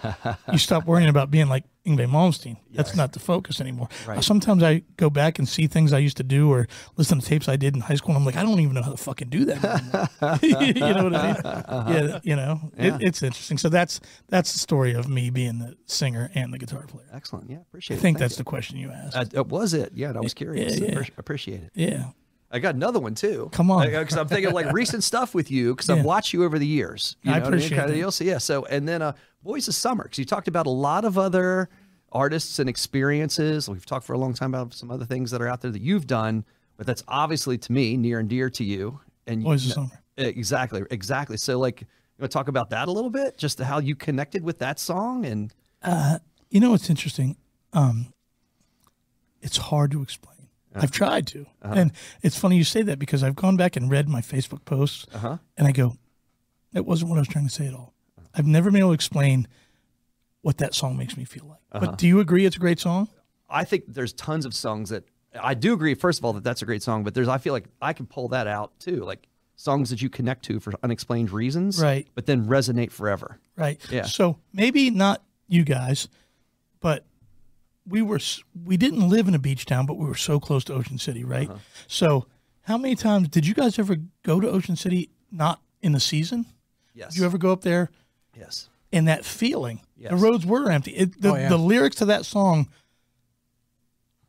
[SPEAKER 5] you stop worrying about being like Ingve Malmsteen. That's not the focus anymore. Sometimes I go back and see things I used to do or listen to tapes I did in high school, and I'm like, I don't even know how to fucking do that. anymore. you know what I mean?
[SPEAKER 2] Uh-huh.
[SPEAKER 5] Yeah, you know, It, it's interesting. So that's that's the story of me being the singer and the guitar player.
[SPEAKER 2] Excellent. Yeah, appreciate
[SPEAKER 5] I
[SPEAKER 2] it.
[SPEAKER 5] think
[SPEAKER 2] Thank
[SPEAKER 5] that's the question you asked.
[SPEAKER 2] you. Uh, uh, was it? Yeah, I was curious.
[SPEAKER 5] yeah.
[SPEAKER 2] Appre- appreciate it.
[SPEAKER 5] yeah.
[SPEAKER 2] I got another one too.
[SPEAKER 5] Come on.
[SPEAKER 2] because I'm thinking like recent stuff with you because
[SPEAKER 5] Yeah.
[SPEAKER 2] I've watched you over the years. You
[SPEAKER 5] I
[SPEAKER 2] know what mean?
[SPEAKER 5] appreciate
[SPEAKER 2] Kinda
[SPEAKER 5] that.
[SPEAKER 2] deal. So yeah. So and then uh, Boys of Summer because you talked about a lot of other artists and experiences. We've talked for a long time about some other things that are out there that you've done, but that's obviously to me near and dear to you. And e,
[SPEAKER 5] Boys of Summer.
[SPEAKER 2] Exactly. Exactly. So like, you want to talk about that a little bit? Just how you connected with that song and
[SPEAKER 5] You know what's interesting? Um, it's hard to explain. I've tried to, and it's funny you say that because I've gone back and read my Facebook posts, and I go, "That wasn't what I was trying to say at all." I've never been able to explain what that song makes me feel like. But do you agree it's a great song?
[SPEAKER 2] I think there's tons of songs that I do agree. First of all, that that's a great song, but there's I feel like I can pull that out too, like songs that you connect to for unexplained reasons,
[SPEAKER 5] Right.
[SPEAKER 2] But then resonate forever.
[SPEAKER 5] Right.
[SPEAKER 2] Yeah.
[SPEAKER 5] So maybe not you guys, but we were s- we didn't live in a beach town, but we were so close to Ocean City, right?
[SPEAKER 2] Uh-huh.
[SPEAKER 5] So how many times did you guys ever go to Ocean City not in the season?
[SPEAKER 2] Yes.
[SPEAKER 5] Did you ever go up there
[SPEAKER 2] Yes.
[SPEAKER 5] and that feeling? The
[SPEAKER 2] Yes. Oh,
[SPEAKER 5] roads were empty. It, the, the lyrics to that song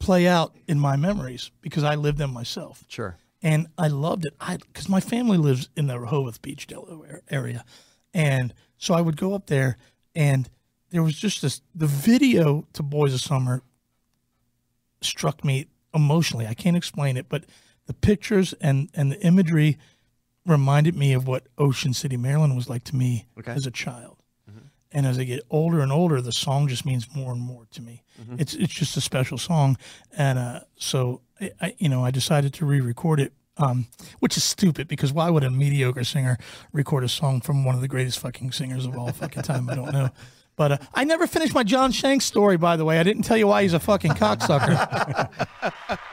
[SPEAKER 5] play out in my memories because I lived them myself
[SPEAKER 2] Sure.
[SPEAKER 5] and I loved it. I because my family lives in the Rehoboth Beach, Delaware area, and so I would go up there, and there was just this. The video to Boys of Summer struck me emotionally. I can't explain it, but the pictures and and the imagery reminded me of what Ocean City, Maryland, was like to me
[SPEAKER 2] Okay.
[SPEAKER 5] as a child. And as I get older and older, the song just means more and more to me. It's it's just a special song, and uh, so I, I you know I decided to re-record it, um, which is stupid because why would a mediocre singer record a song from one of the greatest fucking singers of all fucking time? I don't know. But uh, I never finished my John Shanks story, by the way. I didn't tell you why he's a fucking cocksucker.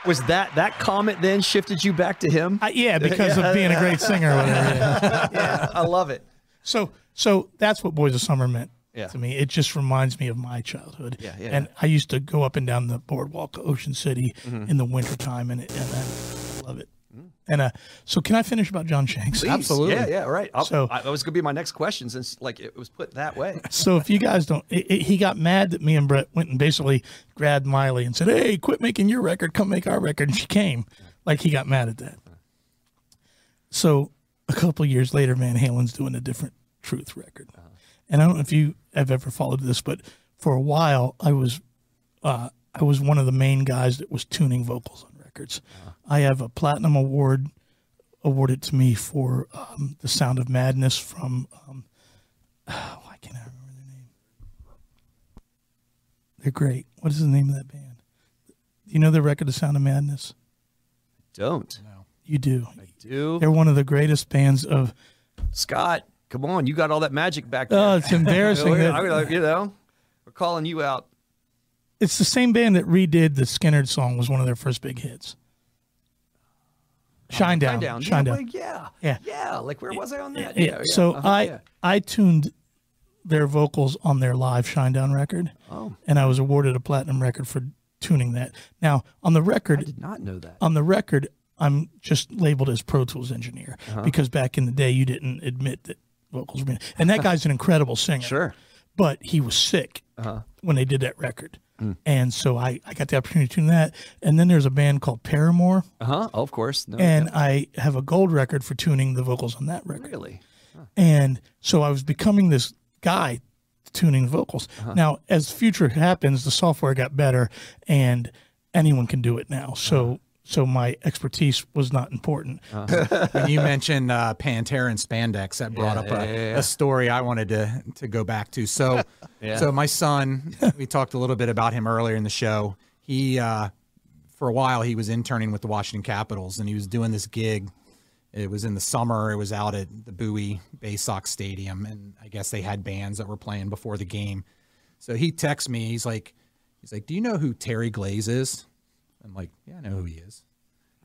[SPEAKER 2] Was that that comment then shifted you back to him?
[SPEAKER 5] I, yeah, because of being a great singer or whatever. yeah.
[SPEAKER 2] I love it.
[SPEAKER 5] So so that's what Boys of Summer meant
[SPEAKER 2] Yeah.
[SPEAKER 5] to me. It just reminds me of my childhood.
[SPEAKER 2] Yeah, yeah, Mm-hmm.
[SPEAKER 5] and I used to go up and down the boardwalk, Ocean City, in the wintertime, and, it, and I love it. And uh, so can I finish about John Shanks?
[SPEAKER 2] Mm. Please. Yeah. Yeah. Right. I'll,
[SPEAKER 5] So-
[SPEAKER 2] I, that was gonna be my next question since like it was put that way.
[SPEAKER 5] So if you guys don't, it, it- he got mad that me and Brett went and basically grabbed Miley and said, "Hey, quit making your record, come make our record," and she came. Like he got mad at that. So a couple years later, Van Halen's doing a different Truth record, and I don't know if you have ever followed this, but for a while I was, uh, I was one of the main guys that was tuning vocals on records. I have a platinum award awarded to me for um, the Sound of Madness from. Um, oh, why can't I remember their name? They're great. What is the name of that band? Do you know the record, The Sound of Madness?
[SPEAKER 2] Don't
[SPEAKER 5] You do.
[SPEAKER 2] do
[SPEAKER 5] They're one of the greatest bands of.
[SPEAKER 2] Scott. Come on, you got all that magic back there.
[SPEAKER 5] Oh, it's embarrassing.
[SPEAKER 2] We're-
[SPEAKER 5] that-
[SPEAKER 2] I'm gonna- you know, we're calling you out.
[SPEAKER 5] it's the same band that redid the Skinnerd song. Was one of their first big hits. Shine down.
[SPEAKER 2] Uh, Shine down.
[SPEAKER 5] Shine
[SPEAKER 2] yeah,
[SPEAKER 5] down.
[SPEAKER 2] like, yeah.
[SPEAKER 5] Yeah.
[SPEAKER 2] Yeah. Like where was I on that?
[SPEAKER 5] Yeah. so
[SPEAKER 2] uh-huh,
[SPEAKER 5] I
[SPEAKER 2] yeah.
[SPEAKER 5] I tuned their vocals on their live Shinedown record, oh. and I was awarded a platinum record for tuning that. Now on the record,
[SPEAKER 2] did not know that.
[SPEAKER 5] on the record, I'm just labeled as Pro Tools engineer because back in the day, you didn't admit that vocals were being. And that guy's an incredible singer.
[SPEAKER 2] Sure.
[SPEAKER 5] But he was sick when they did that record. And so I, I got the opportunity to tune that. And then there's a band called Paramore.
[SPEAKER 2] Uh huh. of course. No,
[SPEAKER 5] And I have a gold record for tuning the vocals on that record.
[SPEAKER 2] really.
[SPEAKER 5] And so I was becoming this guy tuning vocals.
[SPEAKER 2] Uh-huh.
[SPEAKER 5] Now, as future happens, the software got better and anyone can do it
[SPEAKER 2] Uh-huh.
[SPEAKER 5] now. So so my expertise was not important.
[SPEAKER 2] Uh-huh.
[SPEAKER 1] when you mentioned uh, Pantera and spandex, that brought
[SPEAKER 2] Yeah,
[SPEAKER 1] up a,
[SPEAKER 2] yeah, yeah, yeah.
[SPEAKER 1] a story I wanted to to go back to. So, so my son, we talked a little bit about him earlier in the show. He, uh, for a while, he was interning with the Washington Capitals, and he was doing this gig. It was in the summer. It was out at the Bowie Bay Sox Stadium, and I guess they had bands that were playing before the game. So he texts me. He's like, he's like, "Do you know who Terry Glaze is?" I'm like, "Yeah, I know who he is."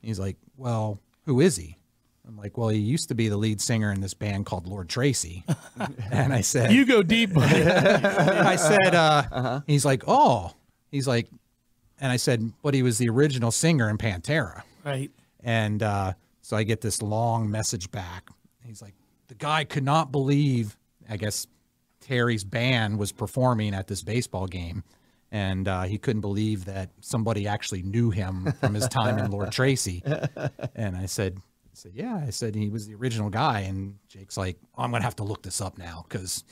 [SPEAKER 1] And he's like, "Well, who is he?" I'm like, well, he used to be the lead singer in this band called Lord Tracy. and I said,
[SPEAKER 5] You go deep, buddy.
[SPEAKER 1] I said, uh, he's like, oh, he's like, and I said, but he was the original singer in Pantera.
[SPEAKER 5] right.
[SPEAKER 1] And uh, so I get this long message back. He's like, the guy could not believe, I guess, Terry's band was performing at this baseball game. And uh, he couldn't believe that somebody actually knew him from his time in Lord Tracy. And I said, I said, yeah, I said he was the original guy. And Jake's like, oh, I'm going to have to look this up now because,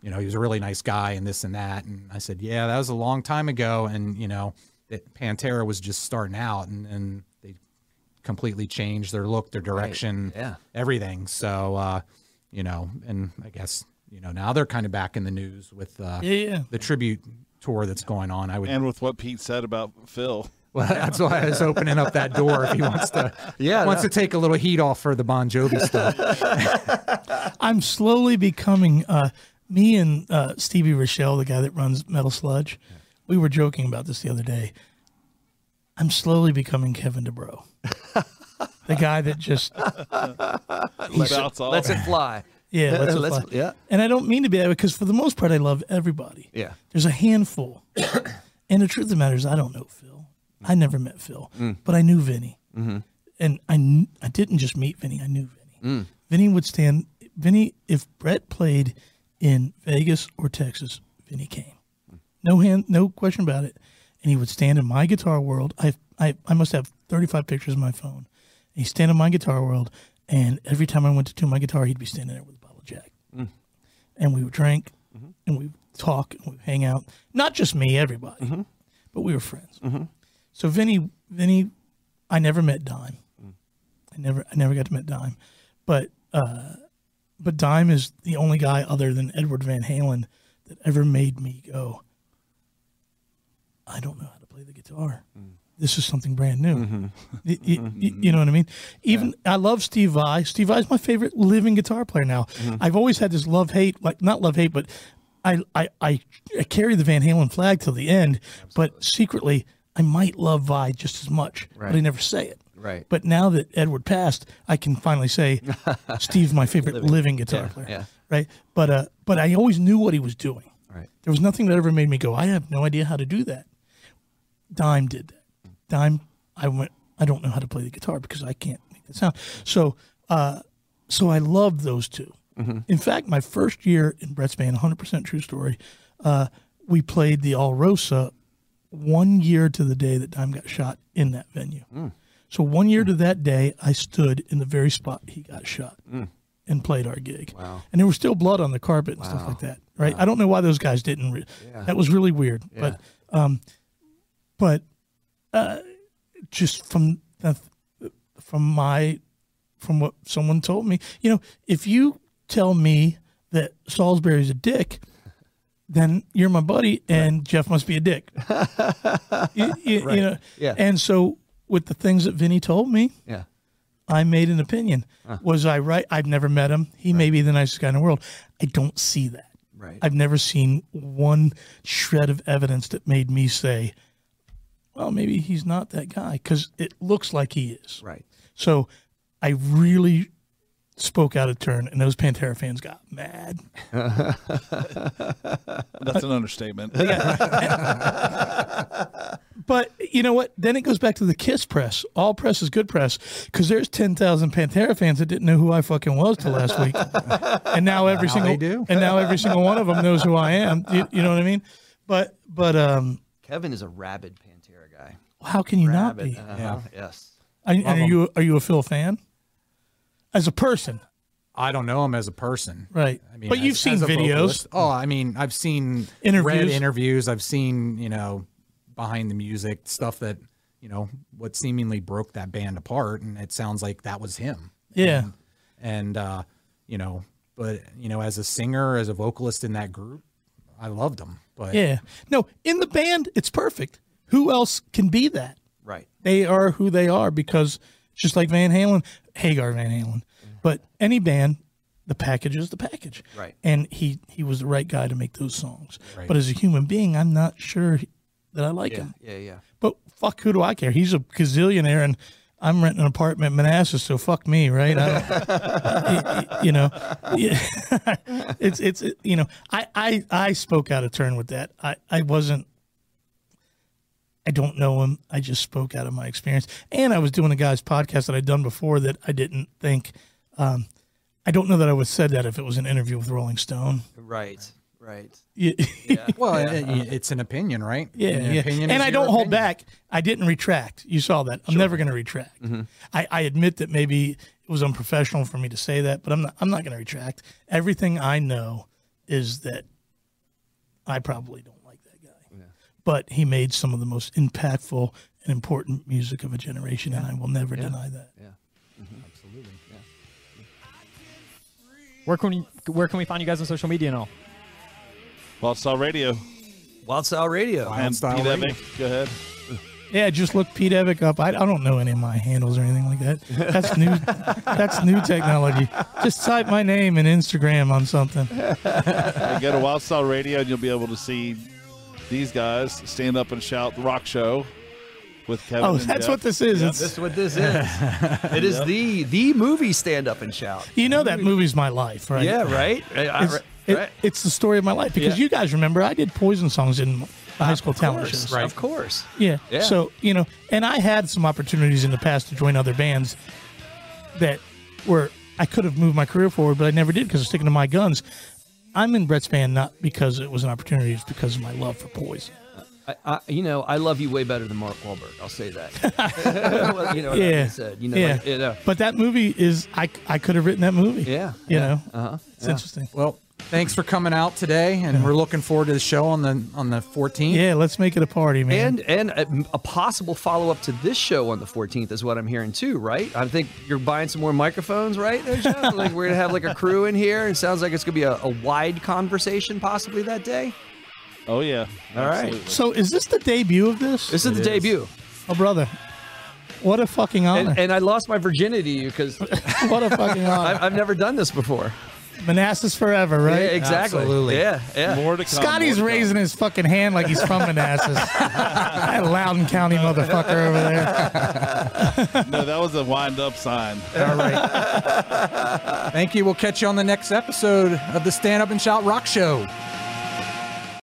[SPEAKER 1] you know, he was a really nice guy and this and that. And I said, yeah, that was a long time ago. And, you know, it, Pantera was just starting out and, and they completely changed their look, their direction,
[SPEAKER 2] yeah.
[SPEAKER 1] everything. So, uh, you know, and I guess, you know, now they're kind of back in the news with uh,
[SPEAKER 5] Yeah, yeah.
[SPEAKER 1] the tribute tour that's going on. I would,
[SPEAKER 4] And with what Pete said about Phil,
[SPEAKER 1] well, that's why I was opening up that door if he wants to,
[SPEAKER 2] Yeah,
[SPEAKER 1] wants
[SPEAKER 2] no.
[SPEAKER 1] to take a little heat off for the Bon Jovi stuff.
[SPEAKER 5] I'm slowly becoming uh, me and uh, Stevie Rochelle, the guy that runs Metal Sludge. We were joking about this the other day. I'm slowly becoming Kevin DeBro, the guy that just
[SPEAKER 4] let's it,
[SPEAKER 2] Let's it fly.
[SPEAKER 5] yeah. Let's
[SPEAKER 2] Let's-
[SPEAKER 5] apply.
[SPEAKER 2] yeah.
[SPEAKER 5] And I don't mean to be that way because for the most part, I love everybody.
[SPEAKER 2] Yeah.
[SPEAKER 5] There's a handful, and the truth of the matter is, I don't know Phil. I never met Phil, but I knew Vinny, and I kn- I didn't just meet Vinny. I knew Vinny. Vinny would stand. Vinny, if Brett played in Vegas or Texas, Vinny came. No hand, no question about it. And he would stand in my guitar world. I I, I must have 35 pictures on my phone. And he'd stand in my guitar world, and every time I went to tune my guitar, he'd be standing there with a bottle of Jack and we would drink and we would talk and we would hang out. Not just me, everybody, but we were friends. So Vinny, Vinny, I never met Dime. I never, I never got to meet Dime, but uh, but Dime is the only guy other than Edward Van Halen that ever made me go. I don't know how to play the guitar.
[SPEAKER 2] Mm.
[SPEAKER 5] This is something brand new.
[SPEAKER 2] Mm-hmm.
[SPEAKER 5] Y- y- y- you know what I mean? Even I love Steve Vai. Steve Vai is my favorite living guitar player now.
[SPEAKER 2] Mm-hmm.
[SPEAKER 5] I've always had this love hate, like not love hate, but I I, I I carry the Van Halen flag till the end, but secretly I might love Vai just as much, but I never say it.
[SPEAKER 2] Right.
[SPEAKER 5] But now that Edward passed, I can finally say Steve's my favorite living, guitar player.
[SPEAKER 2] yeah.
[SPEAKER 5] Right. But uh, but I always knew what he was doing.
[SPEAKER 2] Right.
[SPEAKER 5] There was nothing that ever made me go, I have no idea how to do that. Dime did that. Dime, I went, I don't know how to play the guitar because I can't make that sound. So, uh, so I loved those 2 In fact, my first year in Brett's band, 100% true story, uh, we played the All Rosa one year to the day that Dime got shot in that venue. So one year to that day, I stood in the very spot he got shot and played our gig. Wow. And there was still blood on the carpet and stuff like that. Right. I don't know why those guys didn't. Re- That was really weird. But, um, but, uh, just from the, from my, from what someone told me, you know, if you tell me that Salisbury's a dick, then you're my buddy and Jeff must be a dick. Y- y- you, know,
[SPEAKER 2] Yeah.
[SPEAKER 5] and so with the things that Vinny told me,
[SPEAKER 2] Yeah.
[SPEAKER 5] I made an opinion. Was I right? I've never met him. He may be the nicest guy in the world. I don't see that.
[SPEAKER 2] Right.
[SPEAKER 5] I've never seen one shred of evidence that made me say, well, maybe he's not that guy because it looks like he is.
[SPEAKER 2] right.
[SPEAKER 5] So I really spoke out of turn, and those Pantera fans got mad.
[SPEAKER 4] That's an understatement.
[SPEAKER 5] But you know what? Then it goes back to the Kiss press. All press is good press because there's 10,000 Pantera fans that didn't know who I fucking was till last week. and now every single
[SPEAKER 1] they do.
[SPEAKER 5] and now every single one of them knows who I am. You, you know what I mean? But but um
[SPEAKER 2] Kevin is a rabid Pantera guy.
[SPEAKER 5] how can you not
[SPEAKER 2] Rabid.
[SPEAKER 5] be?
[SPEAKER 1] uh,
[SPEAKER 2] Uh-huh. Yes.
[SPEAKER 5] I, and are you are you a Phil fan? As a person,
[SPEAKER 1] I don't know him as a person.
[SPEAKER 5] right?
[SPEAKER 1] I mean,
[SPEAKER 5] but
[SPEAKER 1] as-
[SPEAKER 5] you've seen
[SPEAKER 1] as a
[SPEAKER 5] videos.
[SPEAKER 1] vocalist- Oh, I mean, I've seen read
[SPEAKER 5] Interviews.
[SPEAKER 1] interviews. I've seen you know behind the music stuff that you know what seemingly broke that band apart, and it sounds like that was him.
[SPEAKER 5] Yeah.
[SPEAKER 1] And uh, you know, but you know, as a singer, as a vocalist in that group, I loved him. But
[SPEAKER 5] Yeah. No, in the band it's perfect. Who else can be that?
[SPEAKER 2] Right.
[SPEAKER 5] they are who they are because it's just like Van Halen, Hagar Van Halen, but any band, the package is the package.
[SPEAKER 2] Right.
[SPEAKER 5] And he he was the right guy to make those songs. But as a human being, I'm not sure that I like him.
[SPEAKER 2] Yeah. Yeah.
[SPEAKER 5] But fuck, who do I care? He's a gazillionaire, and I'm renting an apartment in Manassas, so fuck me, right? I don't, you know, yeah. it's it's you know, I I I spoke out of turn with that. I I wasn't. I don't know him. I just spoke out of my experience, and I was doing a guy's podcast that I'd done before that I didn't think. Um, I don't know that I would have said that if it was an interview with Rolling Stone.
[SPEAKER 2] Right. Right.
[SPEAKER 5] Yeah.
[SPEAKER 2] Yeah.
[SPEAKER 1] Well, it- it's an opinion, right?
[SPEAKER 5] Yeah,
[SPEAKER 1] An
[SPEAKER 5] yeah.
[SPEAKER 1] opinion is
[SPEAKER 5] and I
[SPEAKER 1] your
[SPEAKER 5] don't hold
[SPEAKER 1] opinion.
[SPEAKER 5] back. I didn't retract. You saw that. I'm never going to retract.
[SPEAKER 1] Mm-hmm.
[SPEAKER 5] I, I admit that maybe it was unprofessional for me to say that, but I'm not. I'm not going to retract. Everything I know is that I probably don't like that guy, but he made some of the most impactful and important music of a generation, and I will never deny that.
[SPEAKER 3] Where can we, where can we find you guys on social media and all?
[SPEAKER 4] Wild Style Radio.
[SPEAKER 2] Wild Style Radio.
[SPEAKER 4] and
[SPEAKER 1] Style
[SPEAKER 4] Pete
[SPEAKER 1] Radio.
[SPEAKER 4] Evick, Go ahead.
[SPEAKER 5] Yeah, just look Pete Evick up. I, I don't know any of my handles or anything like that. That's new. that's new technology. Just type my name in Instagram on something.
[SPEAKER 4] And go to Wild Style Radio and you'll be able to see these guys stand up and shout the rock show with Kevin.
[SPEAKER 5] Oh,
[SPEAKER 4] and
[SPEAKER 5] that's
[SPEAKER 4] Jeff.
[SPEAKER 5] what this is. It's-
[SPEAKER 2] That's what this is. It is the the movie stand up and shout.
[SPEAKER 5] you know that movie's my life, right?
[SPEAKER 2] Yeah, right? I- I-
[SPEAKER 5] It's,
[SPEAKER 2] right.
[SPEAKER 5] it-
[SPEAKER 2] right.
[SPEAKER 5] it's the story of my life because
[SPEAKER 2] Yeah.
[SPEAKER 5] you guys remember I did Poison songs in the high school
[SPEAKER 2] Of
[SPEAKER 5] talent
[SPEAKER 2] course,
[SPEAKER 5] shows.
[SPEAKER 2] Of course.
[SPEAKER 5] Yeah.
[SPEAKER 2] Yeah.
[SPEAKER 5] So you know, and I had some opportunities in the past to join other bands that were I could have moved my career forward, but I never did because I was sticking to my guns. I'm in Brett's band not because it was an opportunity, it's because of my love for Poison.
[SPEAKER 2] I, I, you know, I love you way better than Mark Wahlberg. I'll say that. Well, you know what I
[SPEAKER 5] Yeah.
[SPEAKER 2] said. You know,
[SPEAKER 5] yeah.
[SPEAKER 2] like, you know.
[SPEAKER 5] But that movie is I I could have written that movie.
[SPEAKER 2] Yeah,
[SPEAKER 5] You
[SPEAKER 2] yeah,
[SPEAKER 5] know.
[SPEAKER 2] uh-huh,
[SPEAKER 5] It's interesting.
[SPEAKER 1] Well, thanks for coming out today, and we're looking forward to the show on the on the 14th.
[SPEAKER 5] Yeah, let's make it a party, man.
[SPEAKER 2] And and uh, a, a possible follow up to this show on the 14th is what I'm hearing too, right? I think you're buying some more microphones, right? There, Jeff? like we're gonna have like a crew in here. It sounds like it's gonna be a, a wide conversation possibly that day.
[SPEAKER 4] Oh, yeah.
[SPEAKER 2] All right.
[SPEAKER 4] Absolutely.
[SPEAKER 5] So is this the debut of this?
[SPEAKER 2] This is the debut,
[SPEAKER 5] Oh, brother. What a fucking honor.
[SPEAKER 2] and, and I lost my virginity because
[SPEAKER 5] what a fucking honor.
[SPEAKER 2] I've never done this before.
[SPEAKER 5] Manassas forever,
[SPEAKER 2] Yeah,
[SPEAKER 5] right?
[SPEAKER 2] exactly.
[SPEAKER 1] Absolutely.
[SPEAKER 2] Yeah, yeah.
[SPEAKER 4] More to come,
[SPEAKER 5] Scotty's
[SPEAKER 4] more to come.
[SPEAKER 5] raising his fucking hand like he's from Manassas. that Loudon County motherfucker over there.
[SPEAKER 4] No, that was a wind up sign.
[SPEAKER 1] All right. Thank you. We'll catch you on the next episode of the Stand Up and Shout Rock Show.